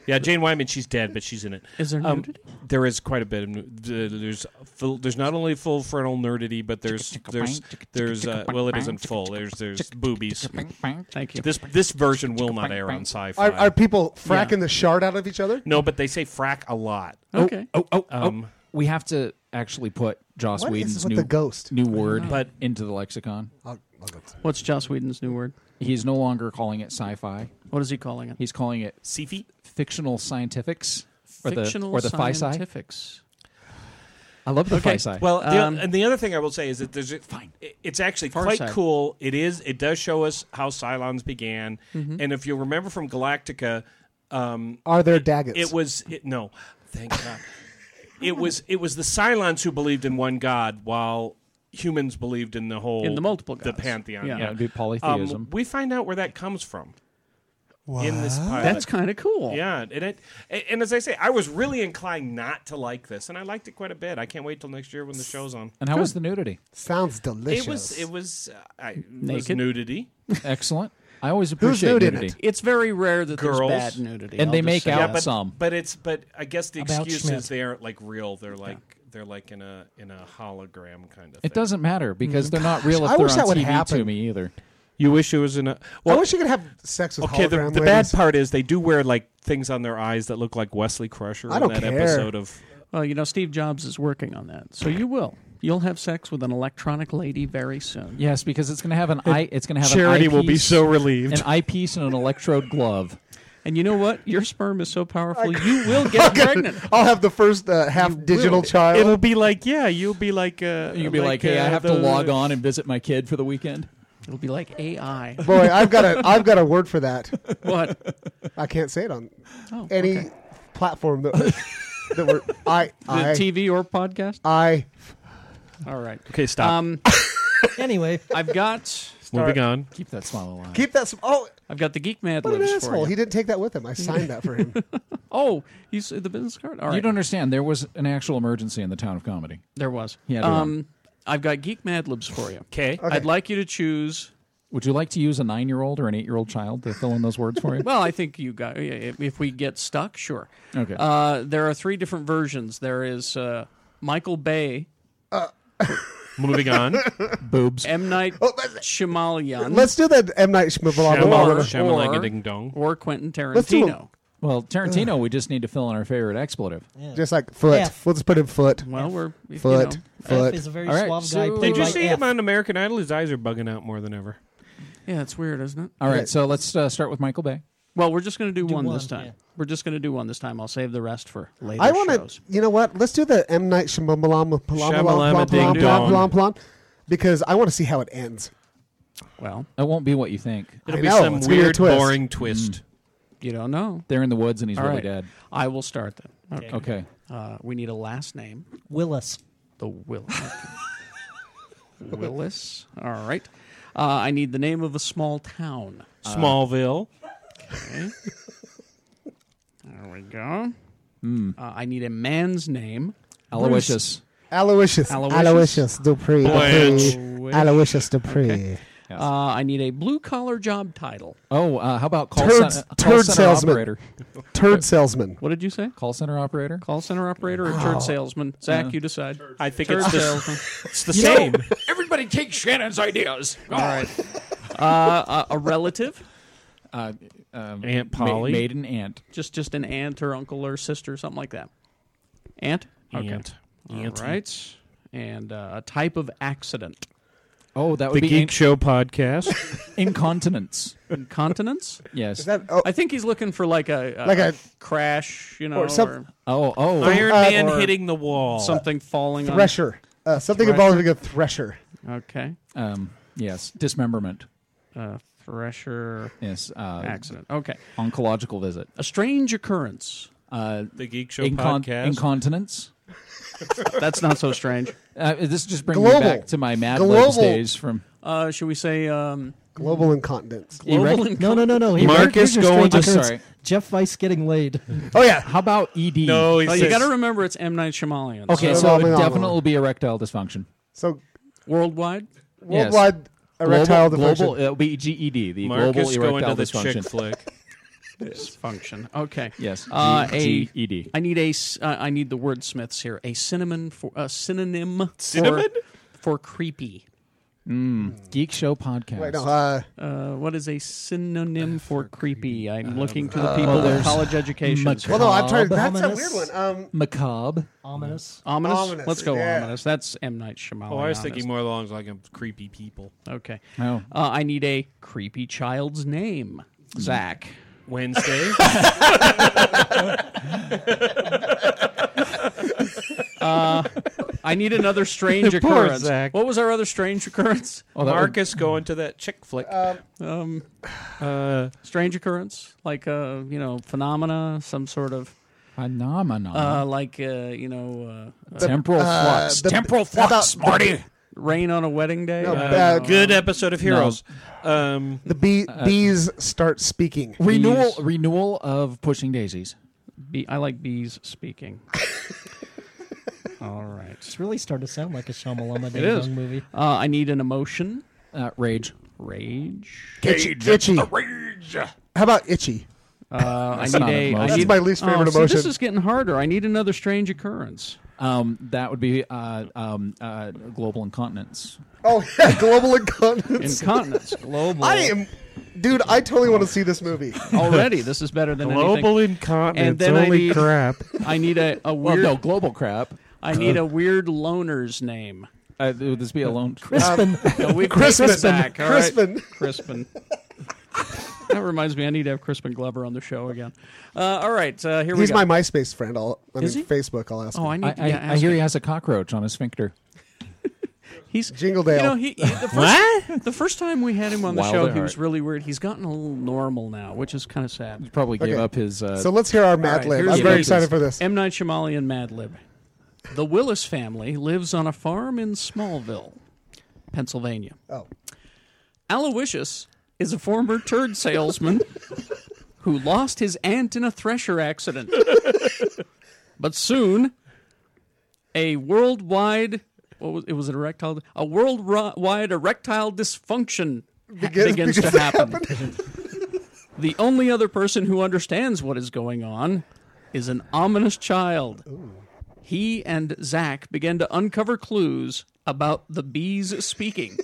Speaker 10: Yeah, Jane Wyman, she's dead, but she's in it. Is there nudity? there is quite a bit of nu- the- there's full, there's not only full frontal nudity, but there's there's there's uh, well, it isn't full. There's there's boobies.
Speaker 4: Thank you.
Speaker 10: This this version will not air on sci-fi.
Speaker 8: Are, are people fracking the shard out of each other?
Speaker 10: No, but they say frack a lot.
Speaker 7: Oh, oh, oh,
Speaker 10: Um,
Speaker 7: we have to actually put Joss
Speaker 8: What is
Speaker 7: Whedon's
Speaker 8: with
Speaker 7: new
Speaker 8: the ghost?
Speaker 7: new word
Speaker 8: But-
Speaker 7: into the lexicon.
Speaker 4: What's Joss Whedon's new word?
Speaker 7: He's no longer calling it sci-fi.
Speaker 4: What is he calling it?
Speaker 7: He's calling it
Speaker 10: sci
Speaker 7: fictional scientifics or
Speaker 4: Fictional
Speaker 7: the or the fi-sci.
Speaker 4: scientifics.
Speaker 7: I love the
Speaker 10: Okay.
Speaker 7: fi-sci.
Speaker 10: Well, the, and the other thing I will say is that there's a, fine. It's actually
Speaker 7: Far
Speaker 10: quite
Speaker 7: side.
Speaker 10: cool. It is. It does show us how Cylons began, and if you'll remember from Galactica, um,
Speaker 8: Are there daggets?
Speaker 10: It was it, no, thank God. it was it was the Cylons who believed in one God, while humans believed in the whole
Speaker 4: In the multiple
Speaker 10: the
Speaker 4: gods.
Speaker 10: pantheon.
Speaker 4: Yeah.
Speaker 10: Yeah,
Speaker 4: Yeah, it'd be
Speaker 7: polytheism.
Speaker 10: Um, we find out where that comes from. In this
Speaker 4: What?
Speaker 10: pilot,
Speaker 4: That's kinda cool.
Speaker 10: Yeah, and it, and as I say, I was really inclined not to like this, and I liked it quite a bit. I can't wait till next year when the show's on.
Speaker 7: and how was the nudity?
Speaker 8: Sounds delicious.
Speaker 10: It was. It was. Uh, I, it was
Speaker 7: Naked?
Speaker 10: nudity.
Speaker 7: Excellent. I always appreciate
Speaker 10: nude in
Speaker 7: nudity.
Speaker 10: it?
Speaker 4: It's very rare that
Speaker 10: Girls.
Speaker 4: there's bad nudity.
Speaker 7: And
Speaker 4: I'll
Speaker 7: they
Speaker 4: just
Speaker 7: make
Speaker 4: say
Speaker 7: out
Speaker 4: that.
Speaker 10: but,
Speaker 7: some.
Speaker 10: But it's. But I guess the
Speaker 7: About
Speaker 10: excuse
Speaker 7: Schmidt.
Speaker 10: is they aren't like real. They're like they're like in a in a hologram kind of.
Speaker 7: It doesn't matter because they're not real if
Speaker 10: I
Speaker 7: they're
Speaker 10: wish
Speaker 7: on
Speaker 10: that would
Speaker 7: TV to
Speaker 10: happen.
Speaker 7: me either.
Speaker 10: You wish it was in a.
Speaker 8: I wish you could have sex with
Speaker 10: Okay, the,
Speaker 8: hologram
Speaker 10: the bad
Speaker 8: ladies.
Speaker 10: part is they do wear like things on their eyes that look like Wesley Crusher.
Speaker 8: I don't
Speaker 10: in that
Speaker 8: care.
Speaker 10: episode of
Speaker 4: Well, you know, Steve Jobs is working on that, so you will. You'll have sex with an electronic lady very soon.
Speaker 7: Yes, because it's going to have an eye. It's going to have
Speaker 4: Charity
Speaker 7: an
Speaker 4: will be
Speaker 7: eyepiece,
Speaker 4: so relieved.
Speaker 7: An eyepiece and an electrode glove.
Speaker 4: And you know what? Your sperm is so powerful, you will get
Speaker 8: Okay.
Speaker 4: pregnant.
Speaker 8: I'll have the first uh, half digital child.
Speaker 10: It'll be like yeah, you'll be like uh,
Speaker 7: You'll be like, hey, I have to log on and visit my kid for the weekend.
Speaker 4: It'll be like AI.
Speaker 8: Boy, I've got
Speaker 10: [laughs]
Speaker 8: a I've got a word for that. [laughs]
Speaker 4: What?
Speaker 8: I can't say it on
Speaker 4: Oh,
Speaker 8: any
Speaker 4: okay.
Speaker 8: platform that that we're I
Speaker 4: The
Speaker 8: I Uh,
Speaker 4: TV or podcast.
Speaker 8: I
Speaker 4: All right.
Speaker 10: Okay, stop.
Speaker 4: Um,
Speaker 23: anyway,
Speaker 4: I've got
Speaker 10: Moving on.
Speaker 7: Keep that smile alive.
Speaker 8: keep that. Sm- oh,
Speaker 4: I've got the Geek Mad
Speaker 8: what an
Speaker 4: Libs for
Speaker 8: asshole!
Speaker 4: you.
Speaker 8: He didn't take that with him. [laughs] I signed that for him.
Speaker 4: Oh, you see the business card? All right.
Speaker 7: You don't understand. There was an actual emergency in the town of comedy.
Speaker 4: There was.
Speaker 7: Yeah. there was.
Speaker 4: Um, I've got Geek Mad Libs for you.
Speaker 10: Okay.
Speaker 4: I'd like you to choose.
Speaker 7: Would you like to use a nine-year-old or an eight-year-old child to fill in those words for you?
Speaker 4: Well, I think you got. If if we get stuck, sure.
Speaker 7: Okay.
Speaker 4: Uh, there are three different versions. There is uh, Michael Bay.
Speaker 10: Moving [laughs] on.
Speaker 7: Boobs.
Speaker 4: M Night Shyamalan.
Speaker 8: Oh, Let's do that. M Night Shyamalan.
Speaker 10: Shyamalan
Speaker 4: or-
Speaker 10: ding dong.
Speaker 4: or Quentin Tarantino.
Speaker 8: Let's do 'em.
Speaker 7: Well, Tarantino, we just need to fill in our favorite expletive.
Speaker 8: Just like foot.
Speaker 7: Yeah.
Speaker 8: We'll just put in foot.
Speaker 4: Well, we're
Speaker 8: foot. foot.
Speaker 7: All right, so-
Speaker 10: Did you see him on American Idol? His eyes are bugging out more than ever.
Speaker 4: Yeah, it's weird, isn't it?
Speaker 7: All right, so let's uh, start with Michael Bay.
Speaker 4: Well, we're just going to do, one, this
Speaker 7: one,
Speaker 4: time. We're just going to do one this time. I'll save the rest for later.
Speaker 8: I want
Speaker 4: shows.
Speaker 8: to. You know what? Let's do the M Night Shyamalan.
Speaker 4: Shyamalama ding dong.
Speaker 8: Shyamalan. Because I want to see how it ends.
Speaker 4: Well,
Speaker 7: it won't be what you think.
Speaker 8: It'll I be know, some it's gonna be a weird, twist. boring
Speaker 10: twist.
Speaker 4: You don't know.
Speaker 7: They're in the woods and he's
Speaker 4: All
Speaker 7: really
Speaker 4: right.
Speaker 7: dead.
Speaker 4: I will start then.
Speaker 7: Okay. Okay.
Speaker 4: Uh, we need a last name.
Speaker 23: Willis.
Speaker 4: The Will. [laughs] Willis. All right. Uh, I need the name of a small town. Uh,
Speaker 10: Smallville.
Speaker 4: okay. there we go. Uh, I need a man's name.
Speaker 8: Aloysius. Aloysius.
Speaker 4: Aloysius.
Speaker 8: Aloysius Dupree.
Speaker 4: Blanche.
Speaker 8: Dupree. Aloysius Dupree.
Speaker 4: Uh, I need a blue collar job title.
Speaker 7: Oh, uh, how about call,
Speaker 8: Turd,
Speaker 7: cen- call
Speaker 8: turd
Speaker 7: center
Speaker 8: salesman.
Speaker 7: operator?
Speaker 8: Turd salesman.
Speaker 4: What did you say?
Speaker 7: Call center operator.
Speaker 4: Call center operator or
Speaker 7: Wow.
Speaker 4: turd salesman? Zach,
Speaker 7: Yeah.
Speaker 4: you decide.
Speaker 10: I think
Speaker 4: turd
Speaker 10: it's the-
Speaker 4: salesman. [laughs]
Speaker 10: it's the
Speaker 4: You
Speaker 10: same.
Speaker 4: know-
Speaker 24: Everybody take Shannon's ideas.
Speaker 4: All right.
Speaker 24: [laughs]
Speaker 4: Uh, a, a relative.
Speaker 7: Uh, um,
Speaker 10: Aunt
Speaker 7: ma-
Speaker 10: Polly.
Speaker 7: maiden aunt.
Speaker 4: Just just an aunt or uncle or sister, something like that. Aunt. Okay.
Speaker 10: Aunt.
Speaker 4: All
Speaker 10: Auntie.
Speaker 4: right. And uh, a type of accident.
Speaker 7: Oh, that
Speaker 10: The
Speaker 7: would be
Speaker 10: Geek
Speaker 7: in-
Speaker 10: Show podcast.
Speaker 7: incontinence.
Speaker 4: Incontinence.
Speaker 7: Yes.
Speaker 8: oh,
Speaker 4: I think he's looking for like a, a
Speaker 7: Like a-
Speaker 4: crash, you know,
Speaker 8: or some-
Speaker 7: oh, oh,
Speaker 10: Iron Man
Speaker 4: or
Speaker 10: hitting the wall.
Speaker 4: something falling on-
Speaker 8: Thresher. Uh, something
Speaker 4: Thresher?
Speaker 8: involving a thresher.
Speaker 4: Okay.
Speaker 7: Um, yes. Dismemberment.
Speaker 4: Uh, thresher.
Speaker 7: Yes. Uh,
Speaker 4: accident. Okay.
Speaker 7: Oncological visit.
Speaker 4: A strange occurrence.
Speaker 7: Uh,
Speaker 10: The Geek Show
Speaker 7: incon-
Speaker 10: podcast.
Speaker 7: Incontinence.
Speaker 4: That's not so strange.
Speaker 7: Uh, this just brings
Speaker 4: Global.
Speaker 7: me back to my Mad
Speaker 4: Global.
Speaker 7: Libs days from
Speaker 4: Uh, should we say um,
Speaker 8: Global incontinence.
Speaker 3: You reckon- No, no, no, no. He- here's your strange occurrence. Jeff Weiss getting laid.
Speaker 8: Oh yeah.
Speaker 7: How about E ED?
Speaker 4: Oh, you got to remember it's M Night Shyamalan.
Speaker 7: Okay, so it definitely will be erectile dysfunction.
Speaker 8: So
Speaker 4: worldwide,
Speaker 7: Yes. global, Global, it'll be GED, the
Speaker 4: Marcus
Speaker 7: global
Speaker 4: going
Speaker 7: erectile
Speaker 4: to the
Speaker 7: dysfunction.
Speaker 4: chick flick.
Speaker 10: Oh,
Speaker 4: Dysfunction. Okay.
Speaker 7: Yes,
Speaker 4: Uh, a,
Speaker 7: G- E, GED.
Speaker 4: I need a. s- Uh, I need the wordsmiths here. A cinnamon for a synonym.
Speaker 7: Cinnamon?
Speaker 4: for, for creepy.
Speaker 7: Mm. Geek Show podcast.
Speaker 4: Wait, no,
Speaker 8: uh,
Speaker 4: what is a synonym for creepy? I'm looking to the
Speaker 7: Uh,
Speaker 4: people
Speaker 7: well,
Speaker 4: with
Speaker 7: there's
Speaker 4: college educations.
Speaker 7: Well, no, I'm trying-
Speaker 8: That's a weird one. Um,
Speaker 7: macabre.
Speaker 3: Ominous.
Speaker 4: Ominous?
Speaker 8: Ominous,
Speaker 4: Let's go
Speaker 8: yeah.
Speaker 4: ominous. That's M Night Shyamalan.
Speaker 10: Oh, I was thinking
Speaker 4: honest.
Speaker 10: more along like um, creepy people.
Speaker 4: Okay.
Speaker 7: Oh.
Speaker 4: Uh, I need a creepy child's name. Zach.
Speaker 10: Wednesday.
Speaker 4: uh, I need another strange
Speaker 10: Poor
Speaker 4: occurrence.
Speaker 10: Zach.
Speaker 4: What was our other strange occurrence?
Speaker 10: Marcus going to that chick flick. uh,
Speaker 4: Um, strange occurrence, like uh, you know, phenomena, some sort of
Speaker 7: Phenomenon.
Speaker 4: uh, like uh, you know, uh,
Speaker 7: The- Temporal uh, flux. the- Temporal how flux, about- Marty.
Speaker 4: Rain on a wedding day.
Speaker 8: No,
Speaker 4: I
Speaker 8: uh,
Speaker 4: don't know.
Speaker 10: good episode of Heroes. Um,
Speaker 8: the bee,
Speaker 4: uh,
Speaker 8: bees start speaking.
Speaker 7: renewal renewal of Pushing Daisies.
Speaker 4: Bee, I like bees speaking. All right.
Speaker 3: It's really starting to sound like a Shyamalama
Speaker 4: It
Speaker 3: Ding
Speaker 4: is.
Speaker 3: Dong movie.
Speaker 4: Uh, I need an emotion.
Speaker 7: Uh, rage.
Speaker 4: Rage.
Speaker 8: Itchy. itchy. How about itchy?
Speaker 4: Uh, I
Speaker 8: That's
Speaker 4: need
Speaker 8: not
Speaker 4: a.
Speaker 8: an
Speaker 4: I
Speaker 8: emotion.
Speaker 4: need-
Speaker 8: That's my least favorite
Speaker 4: oh, see, this
Speaker 8: emotion.
Speaker 4: is getting harder. I need another strange occurrence.
Speaker 7: Um, that would be uh, um, uh, global incontinence.
Speaker 8: Oh, yeah, [laughs] global incontinence.
Speaker 4: Incontinence, global.
Speaker 8: I [laughs] am, dude. I totally want to see this movie
Speaker 4: Already, this is better than
Speaker 10: Global
Speaker 4: anything.
Speaker 10: incontinence,
Speaker 4: And then I
Speaker 10: holy
Speaker 4: need,
Speaker 10: crap.
Speaker 4: [laughs] I need a, a
Speaker 7: Well,
Speaker 4: weird.
Speaker 7: no, global crap.
Speaker 4: I need a weird loner's name.
Speaker 7: Uh, would this be a lone? Uh, [laughs]
Speaker 4: Crispin. no, we
Speaker 8: Crispin.
Speaker 4: Crispin. Back, all right?
Speaker 8: Crispin.
Speaker 4: Crispin. that reminds me, I need to have Crispin Glover on the show again. Uh, all right, uh, here we
Speaker 8: He's
Speaker 4: go.
Speaker 8: my MySpace friend. I'll, I
Speaker 4: Is
Speaker 8: mean,
Speaker 4: he?
Speaker 8: Facebook. I'll ask.
Speaker 4: Oh, I
Speaker 8: him.
Speaker 4: need-
Speaker 7: I,
Speaker 4: yeah,
Speaker 7: I
Speaker 4: ask
Speaker 7: hear he
Speaker 4: him.
Speaker 7: has a cockroach on his sphincter.
Speaker 4: He's
Speaker 8: Jingledale.
Speaker 4: You know, he, he- the, first,
Speaker 7: What?
Speaker 4: the first time we had him on the
Speaker 7: Wild
Speaker 4: show,
Speaker 7: at
Speaker 4: he was
Speaker 7: heart.
Speaker 4: really weird. He's gotten a little normal now, which is kind of sad.
Speaker 7: Probably gave
Speaker 8: Okay.
Speaker 7: up his. Uh,
Speaker 8: So let's hear our Mad Lib. I'm very excited for this.
Speaker 4: M. Night Shyamalan Mad Lib. The Willis family lives on a farm in Smallville, Pennsylvania.
Speaker 8: Oh.
Speaker 4: Aloysius is a former turd salesman who lost his aunt in a thresher accident. but soon, a worldwide. What was, it was an erectile, a worldwide erectile dysfunction ha-
Speaker 8: Begins-
Speaker 4: begins,
Speaker 8: begins
Speaker 4: to
Speaker 8: to
Speaker 4: happen. The only other person who understands what is going on is an ominous child. He and Zach begin to uncover clues about the bees
Speaker 10: [laughs]
Speaker 4: speaking.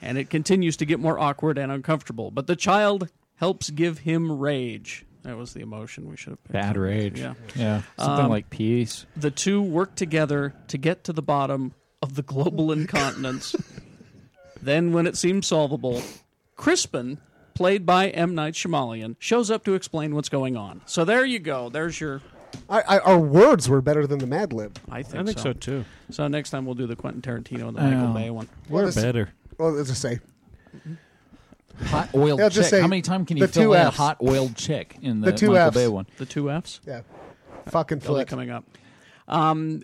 Speaker 4: and it continues to get more awkward and uncomfortable. But the child helps give him rage. That was the emotion we should have picked.
Speaker 7: Bad rage.
Speaker 4: Yeah.
Speaker 7: Yeah. Something
Speaker 4: Um,
Speaker 7: like peace.
Speaker 4: The two work together to get to the bottom of the
Speaker 10: [laughs]
Speaker 4: global incontinence. then, when it seems solvable, Crispin, played by M. Night Shyamalan, shows up to explain what's going on. So there you go. There's your.
Speaker 8: I, I, our words were better than the Mad Lib.
Speaker 4: I think,
Speaker 10: I think so, too.
Speaker 4: So next time we'll do the Quentin Tarantino and the Michael
Speaker 7: Oh.
Speaker 4: Bay one.
Speaker 8: Well, this- Well, let's just say
Speaker 7: Hot oiled
Speaker 8: Yeah,
Speaker 7: chick.
Speaker 8: just say
Speaker 7: How many times can you
Speaker 8: the
Speaker 7: fill
Speaker 8: two
Speaker 7: in
Speaker 8: Fs.
Speaker 7: hot oiled chick in the,
Speaker 8: The two
Speaker 7: Michael
Speaker 8: Fs.
Speaker 7: Bay one?
Speaker 4: The two Fs.
Speaker 8: Yeah. Fucking
Speaker 4: They'll be
Speaker 8: flick.
Speaker 4: coming up. Um,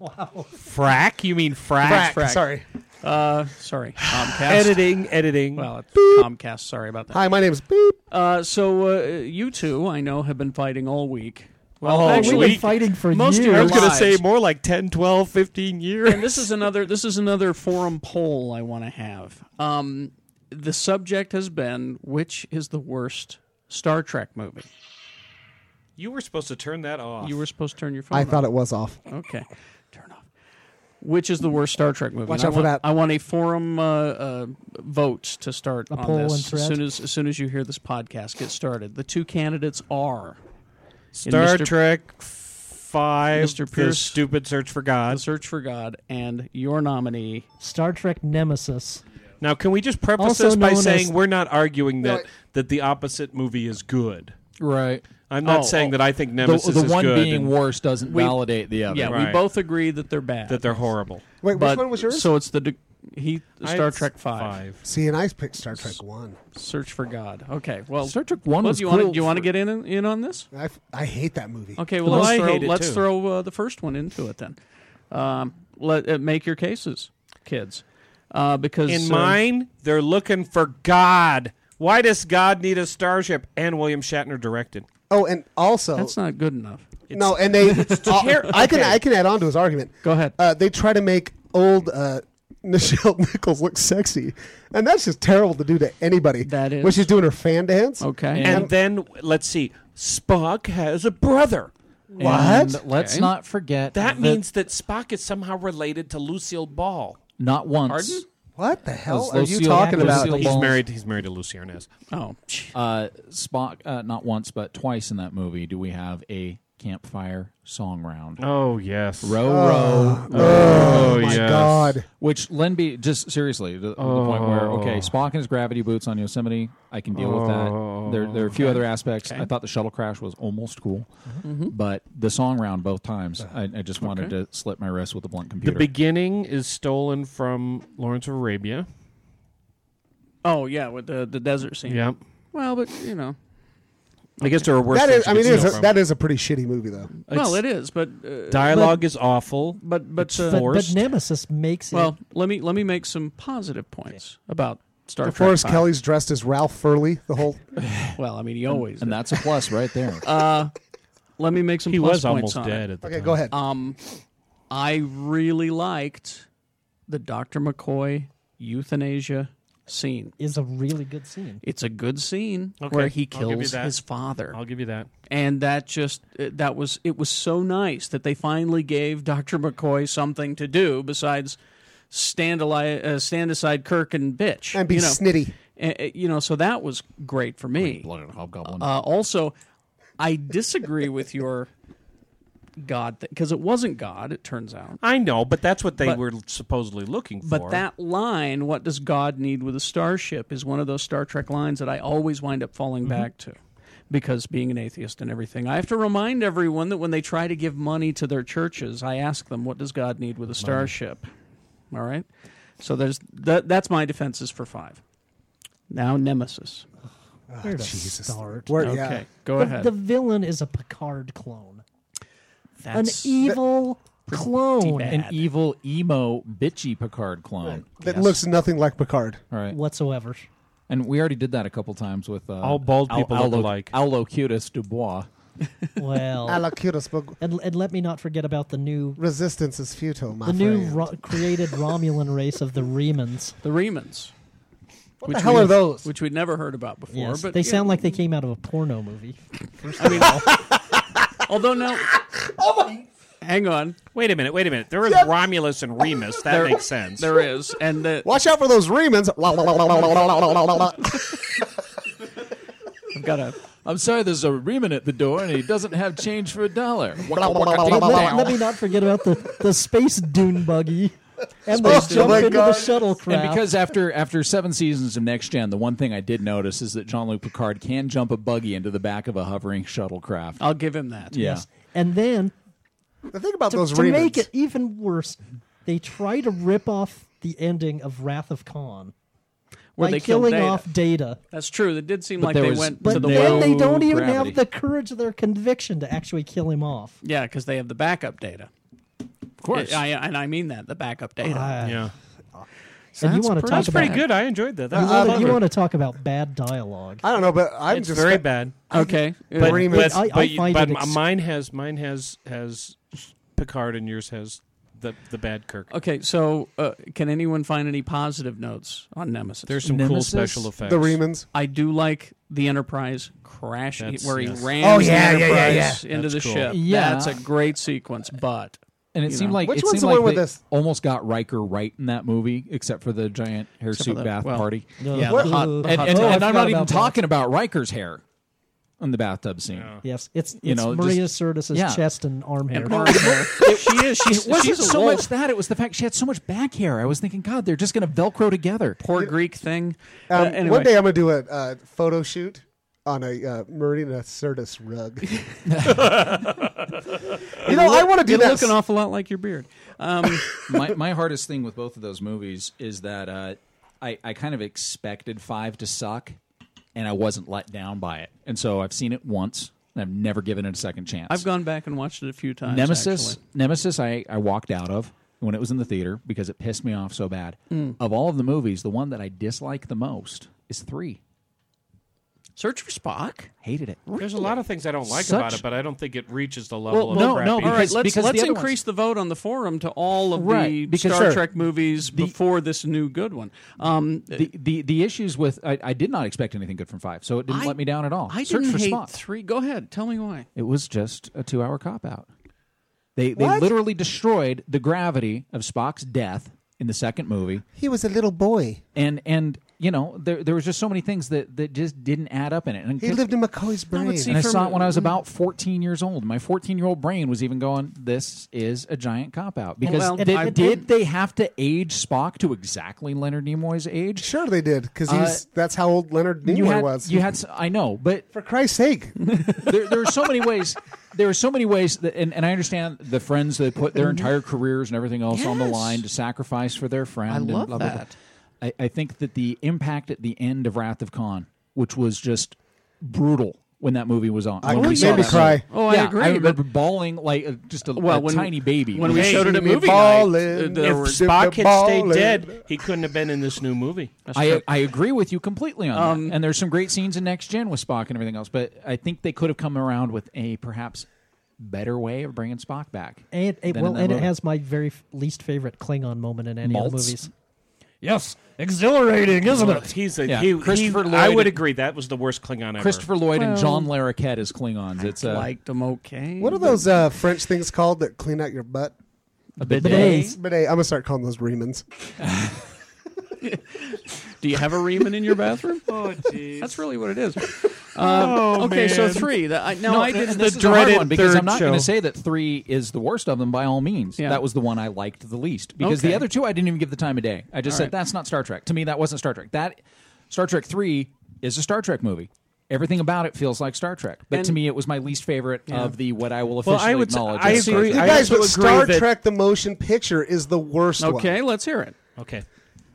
Speaker 10: Frack? You mean frack?
Speaker 4: Frack, frack. Uh,
Speaker 10: [sighs]
Speaker 4: sorry. Comcast.
Speaker 10: Editing, editing.
Speaker 4: Well, it's Comcast. Sorry about that.
Speaker 8: Hi, my name's Beep.
Speaker 4: Uh, so uh, you two, I know, have been fighting all week. Well,
Speaker 10: Oh,
Speaker 4: actually,
Speaker 10: we've been
Speaker 3: fighting for
Speaker 4: most Of your
Speaker 10: I was going to
Speaker 4: lives.
Speaker 10: say more like 10, 12, 15 years.
Speaker 4: and this is another this is another forum poll I want to have. Um, the subject has been which is the worst Star Trek movie.
Speaker 10: You were supposed to turn that off.
Speaker 4: You were supposed to turn your phone.
Speaker 8: I
Speaker 4: off.
Speaker 8: thought it was off.
Speaker 4: Okay. Turn off. Which is the worst Star Trek movie?
Speaker 8: Watch
Speaker 4: And I
Speaker 8: out for
Speaker 4: want-
Speaker 8: that.
Speaker 4: I want a forum uh, uh, vote to start on
Speaker 3: poll
Speaker 4: this
Speaker 3: and
Speaker 4: as
Speaker 3: thread?
Speaker 4: soon as as soon as you hear this podcast get started. The two candidates are in
Speaker 10: Star
Speaker 4: Mr.
Speaker 10: Trek Five.
Speaker 4: Mr.
Speaker 10: The
Speaker 4: Pierce.
Speaker 10: stupid search for
Speaker 4: The
Speaker 10: God.
Speaker 4: Search for God and your nominee.
Speaker 3: Star Trek Nemesis.
Speaker 10: Now, can we just preface
Speaker 3: Also
Speaker 10: this by
Speaker 3: known as-
Speaker 10: saying we're not arguing
Speaker 8: No,
Speaker 10: that
Speaker 8: I-
Speaker 10: that the opposite movie is good?
Speaker 7: Right.
Speaker 10: I'm not
Speaker 4: Oh,
Speaker 10: saying
Speaker 4: oh.
Speaker 10: that I think Nemesis
Speaker 7: the
Speaker 10: is
Speaker 7: one
Speaker 10: good
Speaker 7: being
Speaker 10: and
Speaker 7: worse doesn't
Speaker 4: We-
Speaker 7: validate the other.
Speaker 4: Yeah, we
Speaker 10: Right.
Speaker 4: both agree that they're bad.
Speaker 10: that they're horrible.
Speaker 8: Wait,
Speaker 4: But-
Speaker 8: which one was yours?
Speaker 4: So it's the de- he
Speaker 10: I-
Speaker 4: Star Trek Five.
Speaker 8: See, and I picked Star Trek One.
Speaker 4: Search for God. Okay, well,
Speaker 7: Star Trek One
Speaker 4: well,
Speaker 7: was
Speaker 4: do you want to
Speaker 7: cool
Speaker 4: do you want to
Speaker 7: for-
Speaker 4: get in in on this?
Speaker 8: I, f- I hate that movie.
Speaker 4: Okay, well,
Speaker 10: Well,
Speaker 4: let's
Speaker 10: I
Speaker 4: throw,
Speaker 10: hate it,
Speaker 4: let's
Speaker 10: too.
Speaker 4: throw uh, the first one into it then. Um, let uh, make your cases, kids. uh, because
Speaker 10: In
Speaker 4: uh,
Speaker 10: mine, they're looking for God. Why does God need a starship? And William Shatner directed.
Speaker 8: Oh, and also
Speaker 4: that's not good enough.
Speaker 8: no, and
Speaker 4: [laughs]
Speaker 8: they. I'll- I can I can add on to his argument.
Speaker 4: Go ahead.
Speaker 8: Uh, they try to make old uh, Nichelle [laughs] Nichols look sexy, and that's just terrible to do to anybody. That
Speaker 10: is.
Speaker 8: when she's doing her fan dance.
Speaker 4: Okay,
Speaker 10: And then let's see. Spock has a brother.
Speaker 7: And let's not forget
Speaker 10: That means that Spock is somehow related to Lucille Ball.
Speaker 7: not once.
Speaker 10: Pardon?
Speaker 8: What the hell
Speaker 7: As Lucille- Lucille
Speaker 10: He's
Speaker 7: Ball-
Speaker 10: married. He's married to Lucy Arnaz.
Speaker 4: Oh,
Speaker 7: uh, Spock. Uh, not once, but twice in that movie do we have a campfire song round.
Speaker 10: Oh yes.
Speaker 7: Row,
Speaker 10: Oh.
Speaker 7: row.
Speaker 10: Oh, Oh, my yes. God.
Speaker 7: Which Lenby just seriously the, the point where okay, Spock and his gravity boots on Yosemite, I can deal with that. There, there are a few
Speaker 25: Okay.
Speaker 7: other aspects. I
Speaker 25: Okay.
Speaker 7: thought the shuttle crash was almost cool,
Speaker 25: Mhm. Mhm.
Speaker 7: but the song round both times, I, I just wanted to slip my wrist with a blunt computer.
Speaker 10: The beginning is stolen from Lawrence of Arabia.
Speaker 4: Oh yeah, with the the desert scene.
Speaker 10: Yep.
Speaker 4: Well, but you know,
Speaker 10: I guess there are worse.
Speaker 8: That
Speaker 10: things
Speaker 8: is, I
Speaker 10: you
Speaker 8: mean,
Speaker 10: could
Speaker 8: it
Speaker 10: steal
Speaker 8: is a,
Speaker 10: from.
Speaker 8: that is a pretty shitty movie, though.
Speaker 4: well, it is, but uh,
Speaker 10: dialogue
Speaker 4: but-
Speaker 10: is awful.
Speaker 4: But but
Speaker 10: It's
Speaker 4: uh,
Speaker 3: But, but Nemesis makes
Speaker 4: well, let me let me make some positive points about Star
Speaker 8: Of
Speaker 4: Trek.
Speaker 8: course,
Speaker 4: five.
Speaker 8: Kelly's dressed as Ralph Furley.
Speaker 4: [laughs]
Speaker 8: The whole.
Speaker 4: Well, I mean, he always.
Speaker 7: and that's a plus right there.
Speaker 4: Uh, let me make some.
Speaker 7: He
Speaker 4: plus
Speaker 7: was
Speaker 4: points
Speaker 7: almost
Speaker 4: on
Speaker 7: dead
Speaker 4: it.
Speaker 7: at the Okay, time. go ahead.
Speaker 4: Um, I really liked the Doctor McCoy euthanasia scene.
Speaker 3: is a really good scene.
Speaker 4: It's a good scene
Speaker 3: Okay,
Speaker 4: where he
Speaker 3: I'll give you
Speaker 4: kills
Speaker 3: that.
Speaker 4: his father.
Speaker 10: I'll give you that.
Speaker 4: And that just uh, that was it was so nice that they finally gave Doctor McCoy something to do besides stand ali- uh, stand aside Kirk and bitch
Speaker 8: And be
Speaker 4: you know.
Speaker 8: snitty.
Speaker 4: Uh, uh, you know, so that was great for me. Uh, also, I disagree with your God thing because it wasn't God. It turns out.
Speaker 10: I know, but that's what they
Speaker 4: But-
Speaker 10: were supposedly looking for.
Speaker 4: But that line, "What does God need with a starship?" is one of those Star Trek lines that I always wind up falling
Speaker 6: Mhm.
Speaker 4: back to. Because being an atheist and everything, I have to remind everyone that when they try to give money to their churches, I ask them, "What does God need with a starship?" All right. So there's that. That's my defenses for five. Now Nemesis.
Speaker 3: Where to
Speaker 8: Jesus.
Speaker 3: start?
Speaker 8: Where-
Speaker 4: okay,
Speaker 8: yeah.
Speaker 4: go
Speaker 3: the,
Speaker 4: ahead.
Speaker 3: The villain is a Picard clone.
Speaker 7: That's-
Speaker 3: An evil clone.
Speaker 7: An evil emo bitchy Picard clone
Speaker 8: That looks nothing like Picard.
Speaker 7: Right.
Speaker 3: Whatsoever.
Speaker 7: And we already did that a couple times with uh,
Speaker 10: All bald people
Speaker 7: Al-
Speaker 10: look alike.
Speaker 7: Allocutus Dubois.
Speaker 3: Well, Oh. and, and let me not forget about the new
Speaker 8: resistance is futile. My
Speaker 3: the new
Speaker 8: friend.
Speaker 3: ro- created Romulan race of the Remans.
Speaker 4: The Remans. What
Speaker 3: the hell are those?
Speaker 4: Which we'd never heard about before.
Speaker 3: Yes,
Speaker 4: but
Speaker 3: they
Speaker 4: you
Speaker 3: sound
Speaker 4: know,
Speaker 3: like they came out of a porno
Speaker 4: [laughs]
Speaker 3: movie.
Speaker 4: I mean, [laughs] although now, hang on.
Speaker 10: Wait a minute. Wait a minute. There is Romulus and Remus. That
Speaker 4: There-
Speaker 10: makes sense.
Speaker 4: There is, and the,
Speaker 8: Watch out for those Remans.
Speaker 4: I've got a.
Speaker 7: I'm sorry, there's a Reman at the door, and he doesn't have change for a dollar.
Speaker 3: let, let- let me not forget about the, the space dune buggy. And they
Speaker 7: Space dune.
Speaker 3: jump
Speaker 7: Oh my
Speaker 3: into the
Speaker 7: God.
Speaker 3: shuttlecraft.
Speaker 7: And because after after seven seasons of Next Gen, the one thing I did notice is that Jean Luc Picard can jump a buggy into the back of a hovering shuttlecraft.
Speaker 4: I'll give him that.
Speaker 7: Yeah.
Speaker 3: Yes. And then
Speaker 8: the thing about
Speaker 3: to,
Speaker 8: those
Speaker 3: to make
Speaker 8: Remans-
Speaker 3: it even worse, they try to rip off the ending of Wrath of Khan
Speaker 4: Where
Speaker 3: by
Speaker 4: they killed
Speaker 3: killing
Speaker 4: Data.
Speaker 3: off Data.
Speaker 4: That's true. It did seem
Speaker 7: But
Speaker 4: like
Speaker 7: there
Speaker 4: they
Speaker 7: was-
Speaker 4: went
Speaker 7: but
Speaker 4: to the
Speaker 7: then
Speaker 4: well.
Speaker 3: They don't even
Speaker 7: Gravity.
Speaker 3: have the courage of their conviction to actually kill him off.
Speaker 4: Yeah, because they have the backup data. Of
Speaker 3: course.
Speaker 4: I, I- and I mean that the backup data.
Speaker 3: Ah. Yeah.
Speaker 4: So
Speaker 3: and you
Speaker 4: that's
Speaker 3: want to
Speaker 4: pretty-
Speaker 3: talk
Speaker 4: that's pretty
Speaker 3: about
Speaker 4: good. I
Speaker 10: enjoyed that.
Speaker 3: You
Speaker 10: That was
Speaker 3: wanna- you
Speaker 10: clever.
Speaker 3: want to talk about bad dialogue?
Speaker 8: I don't know, but I'm
Speaker 10: it's
Speaker 8: just
Speaker 10: very bad.
Speaker 4: Okay.
Speaker 10: but
Speaker 3: Remans-
Speaker 10: but,
Speaker 3: I- I
Speaker 10: but you-
Speaker 3: find
Speaker 10: but
Speaker 3: it
Speaker 10: m-
Speaker 3: ex-
Speaker 10: mine has mine has has Picard and yours has the the bad Kirk.
Speaker 4: Okay, so uh, can anyone find any positive notes on Nemesis?
Speaker 10: There's some cool Nemesis? special effects.
Speaker 8: The Remans.
Speaker 4: I do like the Enterprise crash
Speaker 10: That's-
Speaker 4: where he
Speaker 10: yes.
Speaker 4: ran
Speaker 8: Oh,
Speaker 4: the
Speaker 8: yeah, yeah, yeah,
Speaker 4: Enterprise
Speaker 8: yeah.
Speaker 4: into
Speaker 8: That's
Speaker 4: the
Speaker 8: cool.
Speaker 4: ship.
Speaker 7: Yeah.
Speaker 4: that's a great sequence.
Speaker 8: [laughs]
Speaker 4: But
Speaker 7: And it
Speaker 4: you
Speaker 7: seemed
Speaker 4: know.
Speaker 7: like it seemed like they almost got Riker right in that movie, except for the giant hair
Speaker 4: Except
Speaker 7: suit
Speaker 4: for the-
Speaker 7: bath
Speaker 4: well,
Speaker 7: party.
Speaker 4: No. yeah, the hot-
Speaker 7: and,
Speaker 4: the
Speaker 7: and-
Speaker 4: hot
Speaker 7: and
Speaker 4: tub. Oh, I
Speaker 7: I'm
Speaker 4: forgot
Speaker 7: not even
Speaker 4: about that.
Speaker 7: talking about Riker's hair in the bathtub scene.
Speaker 3: Yes, it's,
Speaker 7: you
Speaker 3: it's
Speaker 7: know
Speaker 3: Maria
Speaker 7: just-
Speaker 3: Sirtis's
Speaker 7: yeah.
Speaker 3: chest and arm hair.
Speaker 4: she is. She's,
Speaker 7: it wasn't
Speaker 4: she's a
Speaker 7: so
Speaker 4: wolf.
Speaker 7: much that; it was the fact she had so much back hair. I was thinking, God, they're just going to Velcro together.
Speaker 4: Poor Greek thing.
Speaker 8: Um,
Speaker 4: Uh, anyway.
Speaker 8: One day I'm gonna do a uh, photo shoot on a uh, Marina Sirtis
Speaker 3: [laughs]
Speaker 8: rug. you know, I want to do
Speaker 7: You
Speaker 8: that.
Speaker 4: Look
Speaker 7: look
Speaker 4: an awful lot like your beard. Um,
Speaker 7: my my hardest thing with both of those movies is that uh, I I kind of expected five to suck, and I wasn't let down by it. And so I've seen it once, and I've never given it a second chance. Uh,
Speaker 4: I've gone back and watched it a few times.
Speaker 7: Nemesis,
Speaker 4: actually.
Speaker 7: Nemesis, I I walked out of. when it was in the theater because it pissed me off so bad.
Speaker 26: Mm.
Speaker 7: Of all of the movies, the one that I dislike the most is three.
Speaker 26: Search for Spock.
Speaker 7: Hated it.
Speaker 10: There's a lot of things I don't like
Speaker 7: Such-
Speaker 10: about it, but I don't think it reaches the level of crappy.
Speaker 7: no,
Speaker 4: all right,
Speaker 7: because-
Speaker 4: let's
Speaker 7: because
Speaker 4: let's
Speaker 7: the other
Speaker 4: increase the vote on the forum to all of the
Speaker 7: Right, because-
Speaker 4: Star
Speaker 7: Sure.
Speaker 4: Trek movies before this new good one. Um,
Speaker 7: the the the issues with I, I did not expect anything good from five, so it didn't
Speaker 4: I-
Speaker 7: let me down at all.
Speaker 4: I
Speaker 7: Search
Speaker 4: didn't
Speaker 7: for
Speaker 4: hate
Speaker 7: Spock.
Speaker 4: three. Go ahead, tell me why.
Speaker 7: It was just a two hour cop out. They they
Speaker 8: What?
Speaker 7: literally destroyed the gravity of Spock's death in the second movie,
Speaker 8: He was a little boy.
Speaker 7: and and you know there there was just so many things that that just didn't add up in it. And
Speaker 8: He lived in McCoy's brain.
Speaker 7: and I saw it when I was about 14 years old. My 14 year old brain was even going, "This is a giant cop out." Because
Speaker 8: Well,
Speaker 7: did,
Speaker 8: I-
Speaker 7: did they have to age Spock to exactly Leonard Nimoy's age?
Speaker 8: Sure, they did because
Speaker 7: Uh,
Speaker 8: he's that's how old Leonard Nimoy
Speaker 7: you had,
Speaker 8: was.
Speaker 7: You had, s- I know, but
Speaker 8: for Christ's sake,
Speaker 7: there, there are so many ways. There are so many ways, that, and, and I understand the friends that put their entire careers and everything else on the
Speaker 26: Yes.
Speaker 7: line to sacrifice for their friend.
Speaker 26: I
Speaker 7: and
Speaker 26: love
Speaker 7: blah, blah, blah.
Speaker 26: that.
Speaker 7: I, I think that the impact at the end of Wrath of Khan, which was just brutal when that movie was on, when
Speaker 8: I- it
Speaker 7: we
Speaker 8: made
Speaker 7: saw
Speaker 8: me
Speaker 7: that
Speaker 8: cry.
Speaker 7: movie.
Speaker 8: Oh, I
Speaker 7: Yeah,
Speaker 8: agree,
Speaker 7: I remember bawling like a, just a,
Speaker 26: Well,
Speaker 7: a
Speaker 26: when-
Speaker 7: teenage baby
Speaker 26: when we
Speaker 7: Hey,
Speaker 26: showed it at
Speaker 7: me
Speaker 26: movie
Speaker 7: bawling.
Speaker 26: night, uh, there
Speaker 10: if
Speaker 26: were-
Speaker 10: Spock had
Speaker 26: Ballin'.
Speaker 10: stayed dead, he couldn't have been in this new movie.
Speaker 7: I, I agree with you completely on
Speaker 10: Um,
Speaker 7: that. And there's some great scenes in Next Gen with Spock and everything else, but I think they could have come around with a perhaps better way of bringing Spock back.
Speaker 3: And it, it-
Speaker 7: than in
Speaker 3: well,
Speaker 7: that
Speaker 3: and it
Speaker 7: movie.
Speaker 3: has my very f- least favorite Klingon moment in any of the
Speaker 7: Maltz?
Speaker 3: movies.
Speaker 7: Yes, exhilarating, isn't
Speaker 10: Well,
Speaker 7: it?
Speaker 10: He's a,
Speaker 7: Yeah.
Speaker 10: he,
Speaker 7: Christopher
Speaker 10: he-
Speaker 7: Lloyd
Speaker 10: I would
Speaker 7: and-
Speaker 10: agree that was the worst Klingon ever.
Speaker 7: Christopher Lloyd and
Speaker 10: Well,
Speaker 7: John Larroquette as Klingons. It's uh,
Speaker 4: liked them okay.
Speaker 8: what are those uh, French things called that clean out your butt?
Speaker 7: A bidet.
Speaker 8: Bidets. Bidet. I'm gonna start calling those Remans.
Speaker 4: Do you have a Riemann in your bathroom?
Speaker 10: oh,
Speaker 4: [laughs]
Speaker 10: jeez.
Speaker 4: That's really what it is. Um,
Speaker 7: Oh,
Speaker 4: okay, so
Speaker 7: man.
Speaker 4: three. That I, now
Speaker 7: No,
Speaker 4: I did
Speaker 7: and
Speaker 4: the
Speaker 7: this is a hard
Speaker 4: dreaded
Speaker 7: one because
Speaker 4: third
Speaker 7: I'm not
Speaker 4: show.
Speaker 7: going to say that three is the worst of them by all means.
Speaker 4: Yeah.
Speaker 7: That was the one I liked the least because
Speaker 4: Okay.
Speaker 7: the other two I didn't even give the time of day. I just
Speaker 4: All
Speaker 7: said
Speaker 4: right.
Speaker 7: that's not Star Trek. To me, that wasn't Star Trek. That Star Trek three is a Star Trek movie. Everything about it feels like Star Trek, but to
Speaker 8: And-
Speaker 7: me, it was my least favorite
Speaker 8: Yeah.
Speaker 7: of the what I will
Speaker 8: Well,
Speaker 7: officially
Speaker 8: I would s-
Speaker 7: acknowledge.
Speaker 8: I
Speaker 7: as Star
Speaker 8: agree-
Speaker 7: Trek.
Speaker 8: You guys, but Star Trek the motion picture is the worst one.
Speaker 4: Okay, let's hear it.
Speaker 10: Okay.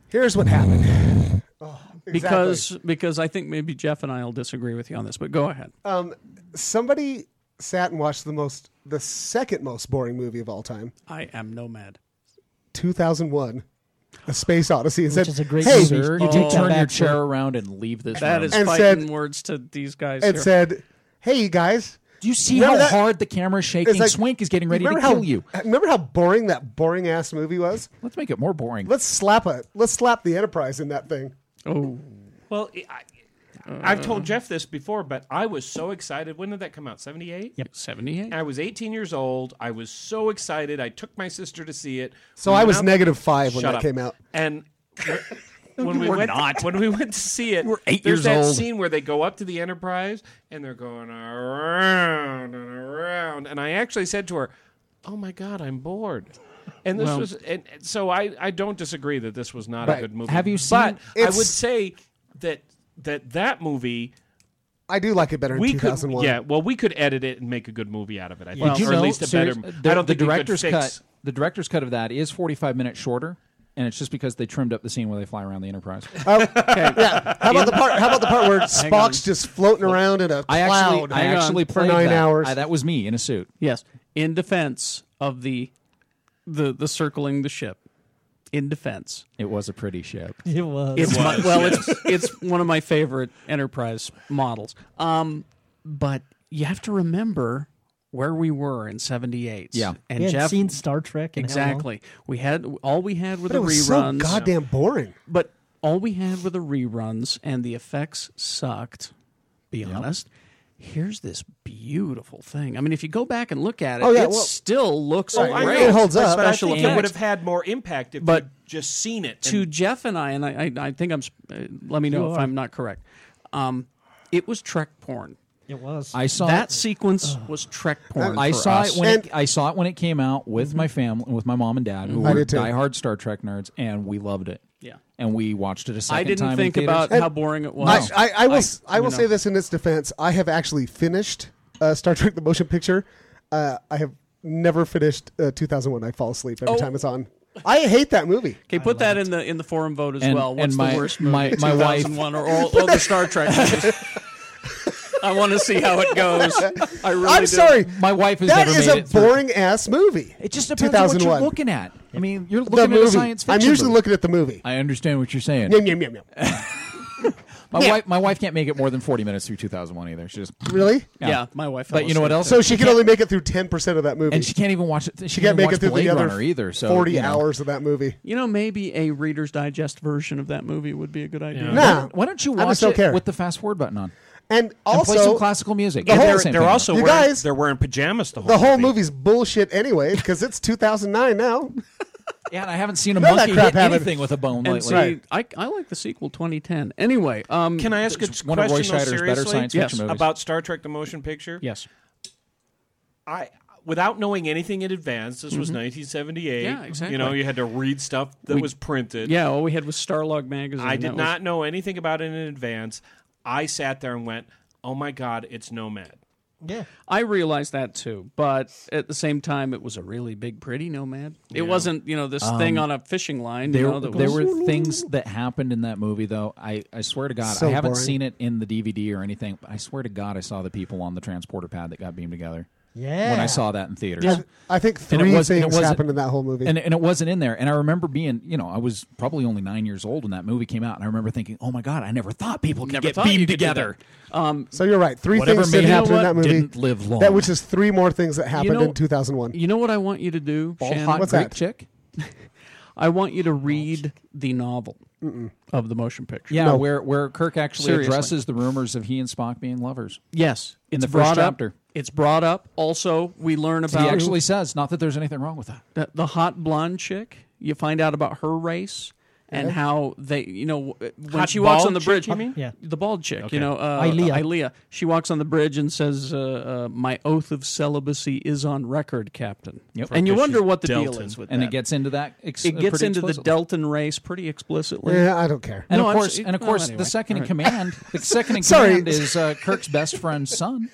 Speaker 8: Here's what happened. Oh,
Speaker 4: Because because I think maybe Jeff and I will disagree with you on this, but go ahead.
Speaker 8: Um, somebody sat and watched the most, the second most boring movie of all time,
Speaker 4: I am nomad.
Speaker 8: 2001, A Space Odyssey, and said,
Speaker 4: is a great
Speaker 8: "Hey,
Speaker 4: movie. Sir,
Speaker 7: You
Speaker 4: Oh.
Speaker 7: do turn your
Speaker 4: back,
Speaker 7: chair
Speaker 4: sir.
Speaker 7: around and leave this.
Speaker 4: That
Speaker 7: room.
Speaker 4: is
Speaker 8: And
Speaker 4: fighting
Speaker 8: said-
Speaker 4: words to these guys.
Speaker 8: and
Speaker 4: here.
Speaker 8: said, "Hey, you guys,
Speaker 7: do you see
Speaker 8: remember
Speaker 7: how
Speaker 8: that-
Speaker 7: hard the camera's shaking?
Speaker 8: It's like-
Speaker 7: Swink is getting ready to
Speaker 8: remember how-
Speaker 7: kill you.
Speaker 8: Remember how boring that boring ass movie was?
Speaker 7: Let's make it more boring.
Speaker 8: Let's slap a let's slap the Enterprise in that thing.
Speaker 4: Oh,
Speaker 10: Well, I, I've told Jeff this before, but I was so excited. When did that come out? 78?
Speaker 4: Yep. 78.
Speaker 10: I was 18 years old. I was so excited. I took my sister to see it.
Speaker 8: So
Speaker 10: We
Speaker 8: I
Speaker 10: went
Speaker 8: was
Speaker 10: out-
Speaker 8: negative five when
Speaker 10: Shut
Speaker 8: that
Speaker 10: up.
Speaker 8: came out.
Speaker 10: And when
Speaker 8: You
Speaker 10: we
Speaker 8: were
Speaker 10: went when we went to see it, we're
Speaker 8: eight
Speaker 10: there's
Speaker 8: years
Speaker 10: that
Speaker 8: old.
Speaker 10: scene where they go up to the Enterprise and they're going around and around. And I actually said to her, "Oh my God, I'm bored." And this
Speaker 7: Well-
Speaker 10: was, and and so I, I don't disagree that this was not a
Speaker 7: But
Speaker 10: good movie.
Speaker 7: have you
Speaker 10: But
Speaker 7: seen-
Speaker 10: I
Speaker 7: It's-
Speaker 10: would say that that that movie
Speaker 8: I do like it better in
Speaker 10: we could
Speaker 8: 2001.
Speaker 10: yeah well we could edit it and make a good movie out of it I think
Speaker 7: Did you
Speaker 10: or at
Speaker 7: know-
Speaker 10: least a
Speaker 7: serious-
Speaker 10: better
Speaker 7: the,
Speaker 10: I don't
Speaker 7: the
Speaker 10: think we could
Speaker 7: director's
Speaker 10: fix-
Speaker 7: cut. The director's cut of that is 45 minutes shorter, and it's just because they trimmed up the scene where they fly around the Enterprise.
Speaker 8: Oh, yeah. How about the part? How about the part where
Speaker 7: Hang on.
Speaker 8: Spock's just floating around in a
Speaker 7: I
Speaker 8: cloud?
Speaker 7: actually, I actually
Speaker 8: for
Speaker 7: played
Speaker 8: nine
Speaker 7: that.
Speaker 8: hours.
Speaker 7: I- that was me in a suit.
Speaker 4: Yes, in defense of the the the circling the ship. In defense,
Speaker 7: It was a pretty ship.
Speaker 3: It was.
Speaker 4: It's my, well, it's
Speaker 3: [laughs]
Speaker 4: it's one of my favorite enterprise models. Um, but you have to remember where we were in '78.
Speaker 3: Yeah.
Speaker 4: and
Speaker 3: We hadn't
Speaker 4: Jeff
Speaker 3: seen Star Trek in how long?
Speaker 4: exactly. We had all we had were
Speaker 8: But
Speaker 4: the
Speaker 8: it was so
Speaker 4: reruns.
Speaker 8: goddamn boring.
Speaker 4: But all we had were the reruns, and the effects sucked. Be honest. Here's this beautiful thing. I mean, if you go back and look at it,
Speaker 10: Oh, yeah,
Speaker 4: it
Speaker 10: well-
Speaker 4: still looks
Speaker 10: Oh, I
Speaker 4: great.
Speaker 10: know, but I
Speaker 4: Special
Speaker 10: think it would
Speaker 4: effects
Speaker 10: have had more impact if
Speaker 4: But
Speaker 10: you'd just seen it.
Speaker 4: to
Speaker 10: and-
Speaker 4: Jeff and I, and I, I, I think I'm. sp- uh, Let me know
Speaker 10: You
Speaker 4: if
Speaker 10: are.
Speaker 4: I'm not correct. Um, it was Trek porn.
Speaker 3: It was.
Speaker 7: I saw
Speaker 4: that sequence was Trek porn.
Speaker 7: I
Speaker 4: for
Speaker 7: saw
Speaker 4: us.
Speaker 7: it when it, I saw it when it came out with
Speaker 8: Mm-hmm.
Speaker 7: my family, with my mom and dad, who
Speaker 4: Mhm. I
Speaker 7: were
Speaker 4: did too.
Speaker 7: diehard Star Trek nerds, and we loved it.
Speaker 4: Yeah.
Speaker 7: and we watched it a second
Speaker 4: I didn't
Speaker 7: time. in
Speaker 4: think
Speaker 7: theaters.
Speaker 4: about
Speaker 8: And
Speaker 4: how boring it was.
Speaker 8: I, I, I will. s I
Speaker 4: you
Speaker 8: will
Speaker 4: know.
Speaker 8: say this in its defense. I have actually finished uh, Star Trek: The Motion Picture. Uh, I have never finished uh, 2001. I fall asleep every
Speaker 4: Oh.
Speaker 8: time it's on. I hate that movie.
Speaker 4: Okay, put that in the in the forum vote as
Speaker 8: And-
Speaker 4: well. What's
Speaker 8: and my-
Speaker 4: the worst movie?
Speaker 8: my- my wife-
Speaker 4: 2001 or all, all the Star Trek? movies? I want to see how it goes. I really
Speaker 8: I'm
Speaker 4: do.
Speaker 8: sorry.
Speaker 7: My wife
Speaker 8: That is a boring ass movie.
Speaker 7: It just
Speaker 8: depends on what you're 2001.
Speaker 7: looking at. I mean, you're
Speaker 8: The
Speaker 7: looking at
Speaker 8: movie.
Speaker 7: a science
Speaker 8: I'm
Speaker 7: fiction.
Speaker 8: usually looking at the movie.
Speaker 7: I understand what you're saying.
Speaker 8: Yum, yum, yum, yum.
Speaker 7: [laughs] My
Speaker 8: Yeah.
Speaker 7: wife, my wife can't make it more than 40 minutes through 2001 either. She just
Speaker 8: Really?
Speaker 4: Yeah, my wife
Speaker 7: But
Speaker 4: fell
Speaker 7: you know what
Speaker 4: asleep.
Speaker 7: else?
Speaker 8: So she can only make it through ten percent of that movie,
Speaker 7: and she can't even watch it. She,
Speaker 8: She can't
Speaker 7: even
Speaker 8: make
Speaker 7: watch
Speaker 8: it through
Speaker 7: Blade
Speaker 8: the other
Speaker 7: Runner either. So
Speaker 8: forty
Speaker 7: you know.
Speaker 8: hours of that movie.
Speaker 4: You know, maybe a Reader's Digest version of that movie would be a good idea.
Speaker 7: Yeah. Nah. Why don't you
Speaker 8: I
Speaker 7: watch
Speaker 8: just don't
Speaker 7: it
Speaker 8: care.
Speaker 7: with the fast forward button on?
Speaker 8: And
Speaker 7: And
Speaker 8: also
Speaker 7: play some classical music.
Speaker 8: The
Speaker 7: And
Speaker 8: whole,
Speaker 7: they're-
Speaker 10: They're also
Speaker 8: You
Speaker 10: wearing,
Speaker 8: guys-
Speaker 10: they're wearing pajamas the whole
Speaker 8: the whole
Speaker 10: movie.
Speaker 8: movie's bullshit anyway because it's 2009 now.
Speaker 7: Yeah, and I haven't seen a
Speaker 8: None of
Speaker 7: monkey
Speaker 8: that crap
Speaker 7: hit
Speaker 8: happened.
Speaker 7: anything with a bone
Speaker 8: And
Speaker 7: lately.
Speaker 8: see, Right.
Speaker 4: I, I like the sequel 2010. Anyway, um,
Speaker 10: Can I ask a
Speaker 7: one of Roy
Speaker 10: question though,
Speaker 7: Scheider's better
Speaker 10: seriously?
Speaker 7: science fiction Yes. movies.
Speaker 10: about Star Trek: The Motion Picture?
Speaker 7: Yes.
Speaker 10: I without knowing anything in advance, this was
Speaker 4: Mhm.
Speaker 10: 1978.
Speaker 4: Yeah, exactly.
Speaker 10: You know, you had to read stuff that
Speaker 4: We-
Speaker 10: was printed.
Speaker 4: Yeah, all we had was Starlog magazine.
Speaker 10: I
Speaker 4: That
Speaker 10: did
Speaker 4: was-
Speaker 10: not know anything about it in advance. I sat there and went, "Oh my god, it's Nomad."
Speaker 3: Yeah.
Speaker 4: I realized that too, but at the same time, it was a really big, pretty nomad. It
Speaker 7: Yeah.
Speaker 4: wasn't, you know, this
Speaker 7: Um,
Speaker 4: thing on a fishing line.
Speaker 7: There,
Speaker 4: you know, that
Speaker 7: there
Speaker 4: was-
Speaker 7: were things that happened in that movie, though. I, I swear to God,
Speaker 4: So
Speaker 7: I haven't
Speaker 4: boring.
Speaker 7: seen it in the DVD or anything, but I swear to God, I saw the people on the transporter pad that got beamed together. When
Speaker 8: Yeah.
Speaker 7: I saw that in theaters.
Speaker 8: Yeah. I think
Speaker 7: And it
Speaker 8: three
Speaker 7: wasn't- and it
Speaker 8: things
Speaker 7: wasn't-
Speaker 8: happened in that whole movie.
Speaker 7: And, and it wasn't in there. And I remember being, you know, I was probably only nine years old when that movie came out. And I remember thinking, oh my God, I never thought people could
Speaker 4: Never
Speaker 7: get
Speaker 4: thought you
Speaker 7: beamed
Speaker 4: could do
Speaker 7: together.
Speaker 4: Um,
Speaker 8: so you're right. Three
Speaker 7: Whatever
Speaker 8: things
Speaker 7: made
Speaker 8: that
Speaker 7: it
Speaker 8: happened in
Speaker 7: happen
Speaker 8: that movie
Speaker 7: didn't live long.
Speaker 8: That which is three more things that happened
Speaker 4: know-
Speaker 8: in 2001.
Speaker 4: You know what I want you to do,
Speaker 8: Bald
Speaker 4: Shannon?
Speaker 8: hot What's Greek that?
Speaker 7: chick?
Speaker 4: I want you to read the novel of the motion picture.
Speaker 7: Yeah, where, where Kirk actually
Speaker 4: Seriously.
Speaker 7: addresses the rumors of he and Spock being lovers.
Speaker 4: Yes,
Speaker 7: In
Speaker 4: it's
Speaker 7: the first
Speaker 4: brought up-
Speaker 7: chapter.
Speaker 4: it's brought up. Also, we learn about
Speaker 7: he actually says, not that there's anything wrong with that.
Speaker 4: the, the hot blonde chick. You find out about her race and
Speaker 7: Yeah.
Speaker 4: how they, you know, w- when
Speaker 7: Hot
Speaker 4: she walks on
Speaker 7: bald
Speaker 4: the
Speaker 7: chick,
Speaker 4: bridge,
Speaker 7: you mean?
Speaker 3: Yeah.
Speaker 4: the bald chick,
Speaker 7: Okay.
Speaker 4: you know, uh,
Speaker 3: Ilea.
Speaker 4: Ilea. She walks on the bridge and says, uh, uh, "My oath of celibacy is on record, Captain." And you wonder what the deal is with
Speaker 7: and
Speaker 4: that.
Speaker 7: it gets into that. Ex- uh,
Speaker 4: it gets
Speaker 7: pretty
Speaker 4: into the
Speaker 7: explicitly.
Speaker 4: Delton race pretty explicitly.
Speaker 7: And
Speaker 4: No,
Speaker 7: of
Speaker 4: I'm
Speaker 7: course,
Speaker 4: s-
Speaker 7: and of
Speaker 4: well,
Speaker 7: course,
Speaker 4: anyway.
Speaker 7: the second
Speaker 4: All
Speaker 7: in
Speaker 4: right. [laughs]
Speaker 7: command, the second in
Speaker 4: Sorry.
Speaker 7: command is uh, Kirk's best
Speaker 4: [laughs]
Speaker 7: friend's son.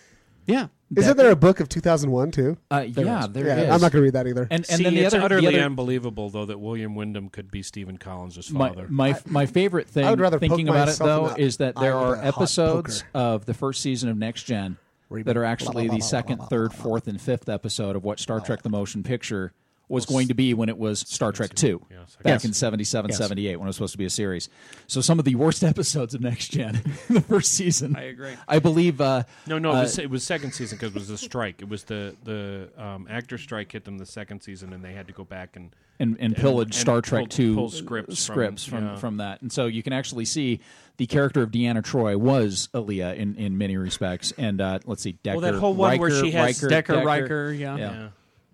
Speaker 4: Yeah,
Speaker 8: Isn't there a book of 2001 too?
Speaker 7: Uh, yeah, there is.
Speaker 8: I'm not going to read that either.
Speaker 10: See, it's utterly unbelievable though that William Wyndham could be Stephen Collins'
Speaker 7: My,
Speaker 10: father.
Speaker 7: my, my favorite thing,
Speaker 10: I would rather
Speaker 7: thinking
Speaker 10: poke
Speaker 7: about it
Speaker 10: myself in
Speaker 7: though,
Speaker 10: the
Speaker 7: is that there
Speaker 10: eye with
Speaker 7: are
Speaker 10: a hot
Speaker 7: episodes of the first season of Next Gen that are actually the second, third, fourth, and fifth episode of what Star Trek: The Motion Picture was going to be when it was Star Trek Two back
Speaker 4: Yes.
Speaker 7: in 77,
Speaker 4: Yes.
Speaker 7: 78 when it was supposed to be a series. So some of the worst [laughs] episodes of Next Gen, the first season. I
Speaker 4: agree.
Speaker 7: I believe. Uh,
Speaker 10: No, no,
Speaker 7: uh,
Speaker 10: it, was, it was second season because it was the strike. It was the the um, actor strike hit them the second season, and they had to go back and
Speaker 7: and, and pillage
Speaker 10: and
Speaker 7: Star Trek
Speaker 10: pull-
Speaker 7: two uh,
Speaker 10: pull scripts
Speaker 7: scripts from,
Speaker 10: yeah.
Speaker 7: from that, and so you can actually see the character of Deanna Troy was Aaliyah in, in many respects, and uh, let's see Decker,
Speaker 10: Well, that whole one
Speaker 7: Riker,
Speaker 10: where she has-
Speaker 7: Riker,
Speaker 4: Decker, Riker, yeah.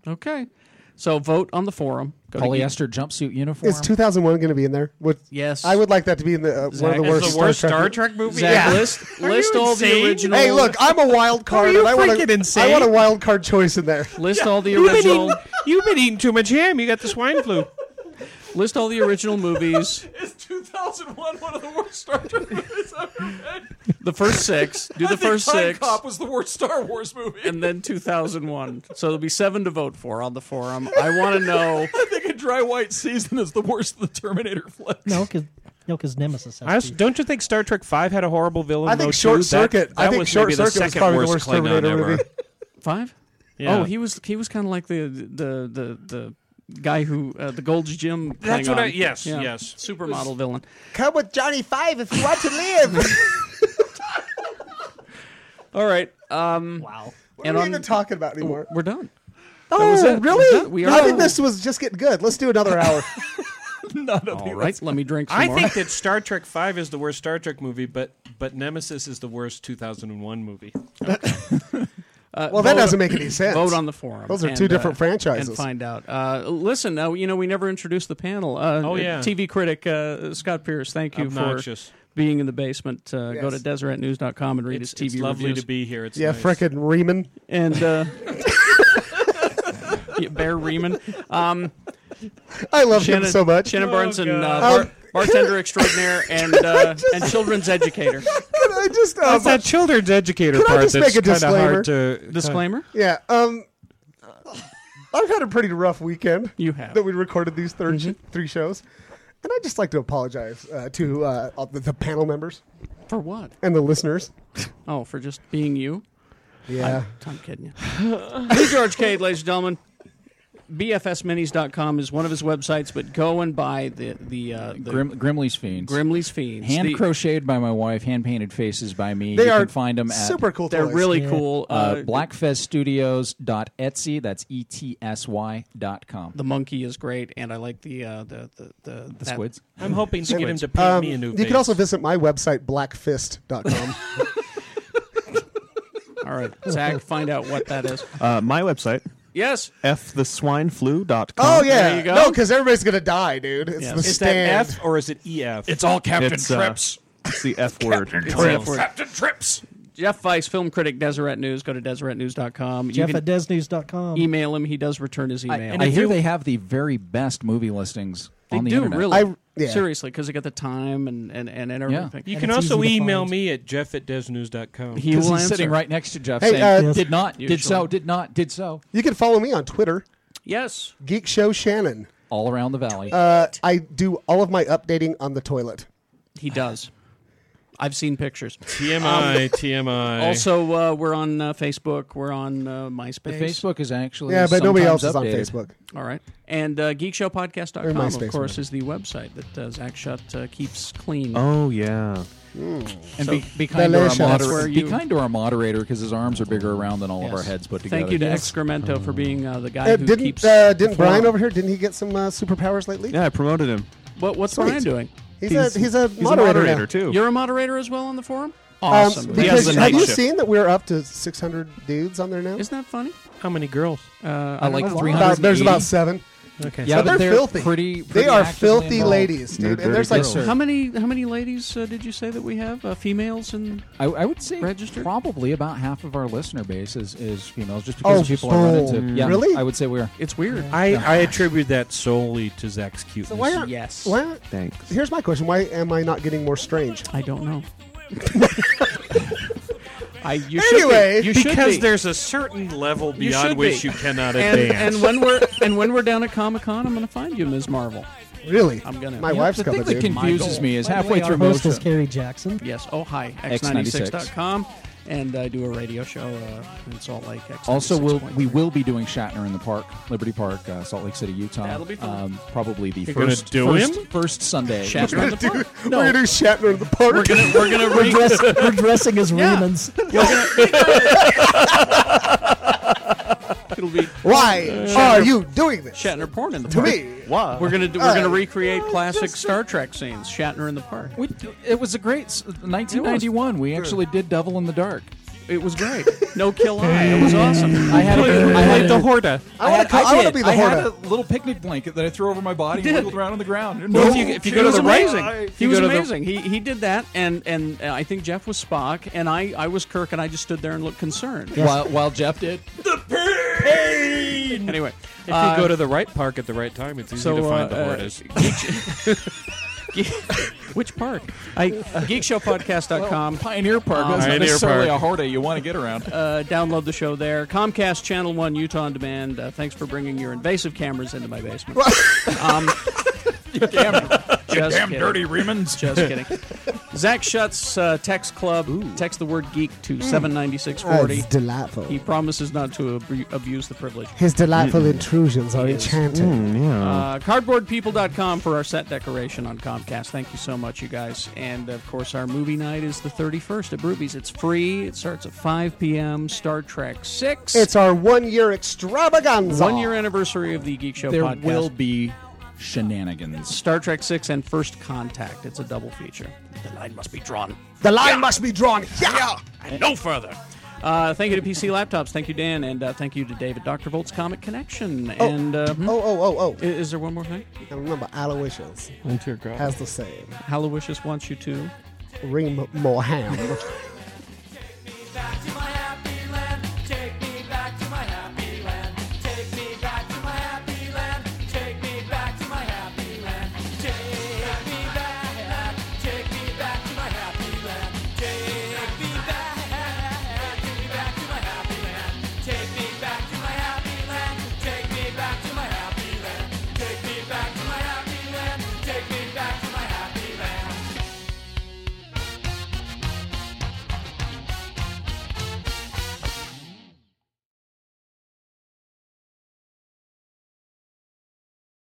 Speaker 4: Okay, so vote on the forum. Go to
Speaker 10: E-
Speaker 7: polyester jumpsuit uniform.
Speaker 8: Is 2001 going to be in there? Would,
Speaker 4: Yes.
Speaker 8: I would like that to be in the uh, one of the worst,
Speaker 4: Zach,
Speaker 8: Yeah.
Speaker 4: list list all the original.
Speaker 8: Hey, look, I'm
Speaker 4: [laughs]
Speaker 8: a wild card.
Speaker 4: you
Speaker 8: and I want
Speaker 4: freaking
Speaker 8: a,
Speaker 4: insane?
Speaker 8: I want a wild card choice in there.
Speaker 4: List all the
Speaker 10: [laughs] You've been,
Speaker 4: original.
Speaker 10: eating, you've been eating too much ham. You got the swine [laughs] flu.
Speaker 4: List all the original movies.
Speaker 27: Is 2001 one of the worst Star Trek movies I've ever read? [laughs]
Speaker 4: The first six. Do
Speaker 27: I
Speaker 4: the
Speaker 27: think
Speaker 4: first
Speaker 27: Time
Speaker 4: six.
Speaker 27: Cop was the worst Star Wars movie.
Speaker 4: and then 2001. So there'll be seven to vote for on the forum. I want to know.
Speaker 27: [laughs] I think a dry white season is the worst of the Terminator flicks.
Speaker 3: No, because no, because Nemesis.
Speaker 10: I also, don't you think Star Trek Five had a horrible villain?
Speaker 3: I think
Speaker 10: though,
Speaker 3: Short
Speaker 10: too?
Speaker 3: Circuit-
Speaker 10: That,
Speaker 3: I
Speaker 10: that
Speaker 3: think
Speaker 10: was
Speaker 3: Short
Speaker 10: maybe the
Speaker 3: Circuit was
Speaker 10: second
Speaker 3: probably the worst
Speaker 10: worst, Klingon
Speaker 3: Terminator
Speaker 10: ever.
Speaker 3: movie.
Speaker 4: Five.
Speaker 10: Yeah.
Speaker 4: Oh, he was he was kind of like the the the the guy who uh, the Gold's Gym.
Speaker 10: That's what
Speaker 4: Klingon.
Speaker 10: I- yes,
Speaker 4: Yeah.
Speaker 10: yes.
Speaker 4: Supermodel villain.
Speaker 8: [laughs] Come with Johnny Five if you want to [laughs] live.
Speaker 4: All right. Um,
Speaker 3: wow.
Speaker 8: What are we even talking about
Speaker 4: [laughs]
Speaker 8: anymore?
Speaker 4: We're done.
Speaker 8: Oh,
Speaker 4: That was it. We're
Speaker 8: really?
Speaker 4: done. Uh, We
Speaker 8: I
Speaker 4: are-
Speaker 8: think this was just getting good. Let's
Speaker 4: [laughs]
Speaker 8: do another hour.
Speaker 4: All right. Let me drink. Some
Speaker 10: I
Speaker 4: more.
Speaker 10: think that Star Trek Five is the worst Star Trek movie, but but Nemesis is the worst 2001 movie.
Speaker 4: Uh,
Speaker 8: Well, that
Speaker 4: [clears throat]
Speaker 8: doesn't make any sense.
Speaker 4: Vote on the forum.
Speaker 8: Those are two different
Speaker 4: And
Speaker 8: franchises.
Speaker 4: find out. Uh, listen, uh, you know, we never introduced the panel. Uh,
Speaker 10: Oh, yeah.
Speaker 4: TV critic uh, Scott Pierce, thank you
Speaker 10: Obnoxious.
Speaker 4: for being in the basement. Uh, Go to
Speaker 10: Yes.
Speaker 4: DeseretNews.com and read
Speaker 10: It's-
Speaker 4: his TV
Speaker 10: it's lovely
Speaker 4: reviews.
Speaker 10: to be here. It's
Speaker 8: yeah, frickin' Reeman.
Speaker 4: And
Speaker 10: [laughs]
Speaker 4: uh, yeah, Bear Reeman. Um,
Speaker 8: I love him
Speaker 4: Shannon-
Speaker 8: so much.
Speaker 4: Shannon
Speaker 8: Oh,
Speaker 4: Barnes and uh,
Speaker 8: God.
Speaker 4: bar-
Speaker 8: Um, [laughs]
Speaker 4: bartender extraordinaire and uh, and children's
Speaker 8: [laughs]
Speaker 4: educator.
Speaker 8: Can [laughs] I just um,
Speaker 10: That's that children's educator
Speaker 8: Could I
Speaker 10: part
Speaker 8: just
Speaker 10: that's
Speaker 8: make a
Speaker 10: kinda
Speaker 8: disclaimer?
Speaker 10: hard to
Speaker 4: Disclaimer?
Speaker 8: Yeah. Um, I've had a pretty rough weekend.
Speaker 4: You have.
Speaker 8: That we recorded these 3 three shows. And I'd just like to apologize uh, to uh, all the, the panel members
Speaker 4: For what?
Speaker 8: and the listeners.
Speaker 4: Oh, for just being you.
Speaker 8: Yeah.
Speaker 4: I'm, I'm kidding you. New George Cade, ladies and gentlemen. BFSminis.com is one of his websites, but go and buy the the, uh, the
Speaker 7: Grim, Grimley's Fiends.
Speaker 4: Grimley's Fiends.
Speaker 7: Hand
Speaker 4: The-
Speaker 7: crocheted by my wife, hand painted faces by me.
Speaker 4: They
Speaker 7: you
Speaker 4: are
Speaker 7: can find them at
Speaker 4: super cool They're toys. really cool.
Speaker 7: Uh,
Speaker 4: Uh,
Speaker 7: blackfeststudios.etsy. That's e t s y dot com.
Speaker 4: the monkey is great, and I like the uh, the the the, that-
Speaker 7: squids?
Speaker 10: I'm hoping to get him to paint
Speaker 8: Um,
Speaker 10: me a new
Speaker 8: you
Speaker 10: face.
Speaker 8: can also visit my website, blackfist.com.
Speaker 4: All right, Zach, find out what that is.
Speaker 11: Uh, my website.
Speaker 4: Yes.
Speaker 11: Ftheswineflu.com.
Speaker 8: oh, yeah. No, because everybody's going to die, dude. It's
Speaker 11: Yeah.
Speaker 8: the
Speaker 11: Is that
Speaker 8: stand.
Speaker 10: F or is it EF?
Speaker 11: It's
Speaker 8: all
Speaker 11: Captain It's, uh, Trips. it's the F word. Trips.
Speaker 4: It's the F word.
Speaker 10: Trips.
Speaker 4: Jeff Weiss, film critic, Deseret News. Go to deseretnews.com.
Speaker 3: Jeff
Speaker 4: you
Speaker 3: at
Speaker 4: can
Speaker 3: desnews.com.
Speaker 4: email him. He does return his email.
Speaker 7: E I hear they have the very best movie listings
Speaker 4: They
Speaker 7: on the
Speaker 4: do
Speaker 7: internet.
Speaker 4: really seriously because they got the time and and and, and
Speaker 7: Yeah.
Speaker 4: everything.
Speaker 10: You can also email me at jeff at desnews.com.
Speaker 4: He will
Speaker 7: He's
Speaker 4: answer.
Speaker 7: sitting right next to Jeff
Speaker 8: Hey,
Speaker 7: saying,
Speaker 8: uh,
Speaker 7: did not, did so,
Speaker 8: Usually.
Speaker 7: did not, did so.
Speaker 8: You can follow me on Twitter,
Speaker 4: Yes.
Speaker 8: Geek Show Shannon.
Speaker 7: All around the valley.
Speaker 8: Uh, I do all of my updating on the toilet.
Speaker 4: He does. I've seen pictures.
Speaker 10: TMI,
Speaker 4: Um,
Speaker 10: TMI.
Speaker 4: Also, uh, we're on uh, Facebook. We're on uh, MySpace.
Speaker 7: Facebook is actually
Speaker 8: Yeah, but nobody
Speaker 7: sometimes
Speaker 8: else is on
Speaker 7: updated.
Speaker 8: Facebook.
Speaker 4: All right. And uh,
Speaker 8: Or
Speaker 4: geekshowpodcast.com,
Speaker 8: MySpace,
Speaker 4: of course, is the website that uh, Zach Shutt uh, keeps clean.
Speaker 11: Oh, yeah.
Speaker 7: And
Speaker 4: So-
Speaker 7: be, be kind to our
Speaker 4: Delicious. That's where
Speaker 7: moderator. Be
Speaker 4: you-
Speaker 7: kind to our moderator because his arms are bigger around than all of
Speaker 4: Yes.
Speaker 7: our heads put together.
Speaker 4: Thank you to Excremento for being uh, the guy
Speaker 8: Uh,
Speaker 4: who
Speaker 8: didn't
Speaker 4: keeps.
Speaker 8: uh, didn't
Speaker 4: the
Speaker 8: Brian
Speaker 4: forum.
Speaker 8: over here? Didn't he get some uh, superpowers lately?
Speaker 11: Yeah, I promoted him.
Speaker 4: What, what's
Speaker 8: Sweet.
Speaker 4: Brian doing?
Speaker 8: He's, a he's a moderator, now.
Speaker 11: too.
Speaker 4: You're a moderator as well on the forum.
Speaker 8: Um,
Speaker 4: Awesome.
Speaker 8: because have you seen that we're up to 600 dudes on there now?
Speaker 4: Isn't that funny?
Speaker 10: How many girls?
Speaker 4: Uh,
Speaker 7: I like
Speaker 8: About-
Speaker 7: 380.
Speaker 8: there's about seven.
Speaker 10: Okay.
Speaker 7: Yeah, but
Speaker 8: so they're,
Speaker 7: they're
Speaker 8: filthy.
Speaker 7: pretty-
Speaker 8: they
Speaker 7: pretty
Speaker 8: are
Speaker 7: actively
Speaker 8: filthy
Speaker 7: involved.
Speaker 8: ladies,
Speaker 7: They're
Speaker 8: dude.
Speaker 7: dirty
Speaker 8: and there's like
Speaker 7: girls. Sir.
Speaker 4: How many how many ladies uh, did you say that we have uh, females and
Speaker 7: I, I would say
Speaker 4: registered?
Speaker 7: probably about half of our listener base is, is females, just because
Speaker 8: Oh,
Speaker 7: of people I run
Speaker 8: so-
Speaker 7: into. Yeah,
Speaker 8: really?
Speaker 7: I would say we are.
Speaker 4: It's weird.
Speaker 10: I, I attribute that solely to Zach's cuteness.
Speaker 8: So why aren't,
Speaker 4: Yes.
Speaker 8: Why aren't,
Speaker 11: Thanks.
Speaker 8: Here's my question: Why am I not getting more strange?
Speaker 4: I don't know. [laughs] I you
Speaker 8: Anyway,
Speaker 4: should be. You should
Speaker 10: because
Speaker 4: be.
Speaker 10: there's a certain level
Speaker 4: You
Speaker 10: beyond
Speaker 4: should
Speaker 10: which
Speaker 4: be.
Speaker 10: you cannot
Speaker 4: and,
Speaker 10: advance.
Speaker 4: And when we're and when we're down at Comic Con, I'm going to find you, Ms. Marvel.
Speaker 8: Really?
Speaker 4: I'm gonna.
Speaker 8: My
Speaker 4: Yep,
Speaker 8: wife's
Speaker 4: the
Speaker 8: coming.
Speaker 4: thing that
Speaker 8: dude.
Speaker 7: Confuses me is
Speaker 3: By the
Speaker 7: halfway
Speaker 3: way, our
Speaker 7: through
Speaker 3: host
Speaker 7: Militia.
Speaker 3: is Carrie Jackson.
Speaker 4: Yes. Oh hi.
Speaker 7: X96.
Speaker 4: X96.com, and I do a radio show uh, in Salt Lake. X96.
Speaker 7: Also, we'll, we will be doing Shatner in the Park, Liberty Park, uh, Salt Lake City, Utah.
Speaker 4: That'll be fun.
Speaker 7: Um, probably the
Speaker 10: You're gonna
Speaker 7: first,
Speaker 10: do
Speaker 7: first,
Speaker 10: him?
Speaker 7: first Sunday.
Speaker 4: Shatner
Speaker 7: [laughs]
Speaker 4: in the park.
Speaker 8: We're gonna do Shatner in the park.
Speaker 4: We're gonna we're gonna
Speaker 3: We're,
Speaker 4: ring.
Speaker 7: [laughs]
Speaker 3: dress, we're dressing as
Speaker 4: Yeah.
Speaker 3: Raymond's.
Speaker 4: It'll be
Speaker 8: Why are you doing this
Speaker 4: Shatner porn in the
Speaker 8: to
Speaker 4: park.
Speaker 8: me?
Speaker 11: Why?
Speaker 4: We're gonna do, we're gonna
Speaker 8: Uh,
Speaker 4: recreate
Speaker 7: Oh,
Speaker 4: classic Star Trek scenes. Shatner in the park.
Speaker 7: We, it was a great s- 1991. We actually did Devil in the Dark.
Speaker 4: It was great. No
Speaker 7: [laughs]
Speaker 4: kill eye. It was awesome.
Speaker 7: I had, a, I had
Speaker 10: the Horta.
Speaker 8: I wanna
Speaker 7: had-
Speaker 8: co- I wanna
Speaker 7: did.
Speaker 8: be the
Speaker 7: I had a
Speaker 8: Horta.
Speaker 7: little picnic blanket that I threw over my body and
Speaker 4: did.
Speaker 7: wiggled around on the ground.
Speaker 10: Well, if you- if you go
Speaker 4: He
Speaker 10: to
Speaker 4: was
Speaker 10: the
Speaker 4: amazing.
Speaker 10: Rising, if
Speaker 4: He
Speaker 10: you
Speaker 4: was
Speaker 10: go to the-
Speaker 4: amazing. He he did that, and and uh, I think Jeff was Spock, and I I was Kirk, and I just stood there and looked concerned.
Speaker 7: while, while Jeff did,
Speaker 4: Anyway,
Speaker 10: If you go to the right park at the right time, it's easy
Speaker 4: Uh, so,
Speaker 10: to find
Speaker 4: uh,
Speaker 10: the
Speaker 4: uh, [laughs]
Speaker 10: Hortas.
Speaker 4: which park? [laughs] I geekshowpodcast.com.
Speaker 7: Pioneer Park.
Speaker 4: Um,
Speaker 7: That's
Speaker 10: Pioneer
Speaker 7: not necessarily
Speaker 10: Park.
Speaker 7: a Horta you want to get around.
Speaker 4: Uh, download the show there. Comcast Channel 1 Utah on Demand. Uh, thanks for bringing your invasive cameras into my basement. [laughs]
Speaker 10: [laughs]
Speaker 4: um, just
Speaker 7: Damn
Speaker 4: kidding.
Speaker 7: dirty Remans.
Speaker 4: Just kidding. Zach Shutt's uh, text club. Text the word geek to
Speaker 10: Hmm.
Speaker 4: 79640.
Speaker 8: That's delightful.
Speaker 4: He promises not to ab- abuse the privilege.
Speaker 8: His delightful intrusions are enchanting.
Speaker 4: Uh, cardboardpeople.com for our set decoration on Comcast. Thank you so much, you guys. And of course, our movie night is the 31st at Broovies. It's free. It starts at 5 p.m. Star Trek 6.
Speaker 8: It's our one-year extravaganza.
Speaker 4: one year anniversary of the Geek Show
Speaker 7: there
Speaker 4: podcast.
Speaker 7: will be shenanigans.
Speaker 4: Star Trek 6 and First Contact. It's a double feature. The line must be drawn.
Speaker 8: The line must be drawn. Yeah.
Speaker 4: No further. Uh, thank you to PC Laptops. Thank you, Dan. And uh, thank you to David. Dr. Volt's Comic Connection. And uh, hmm?
Speaker 8: Oh, oh, oh,
Speaker 4: I- is there one more thing?
Speaker 8: oh. And remember, Aloysius
Speaker 10: Oh, dear God.
Speaker 8: has the same.
Speaker 4: Hallowishes wants you to.
Speaker 8: [laughs] Ring more ham.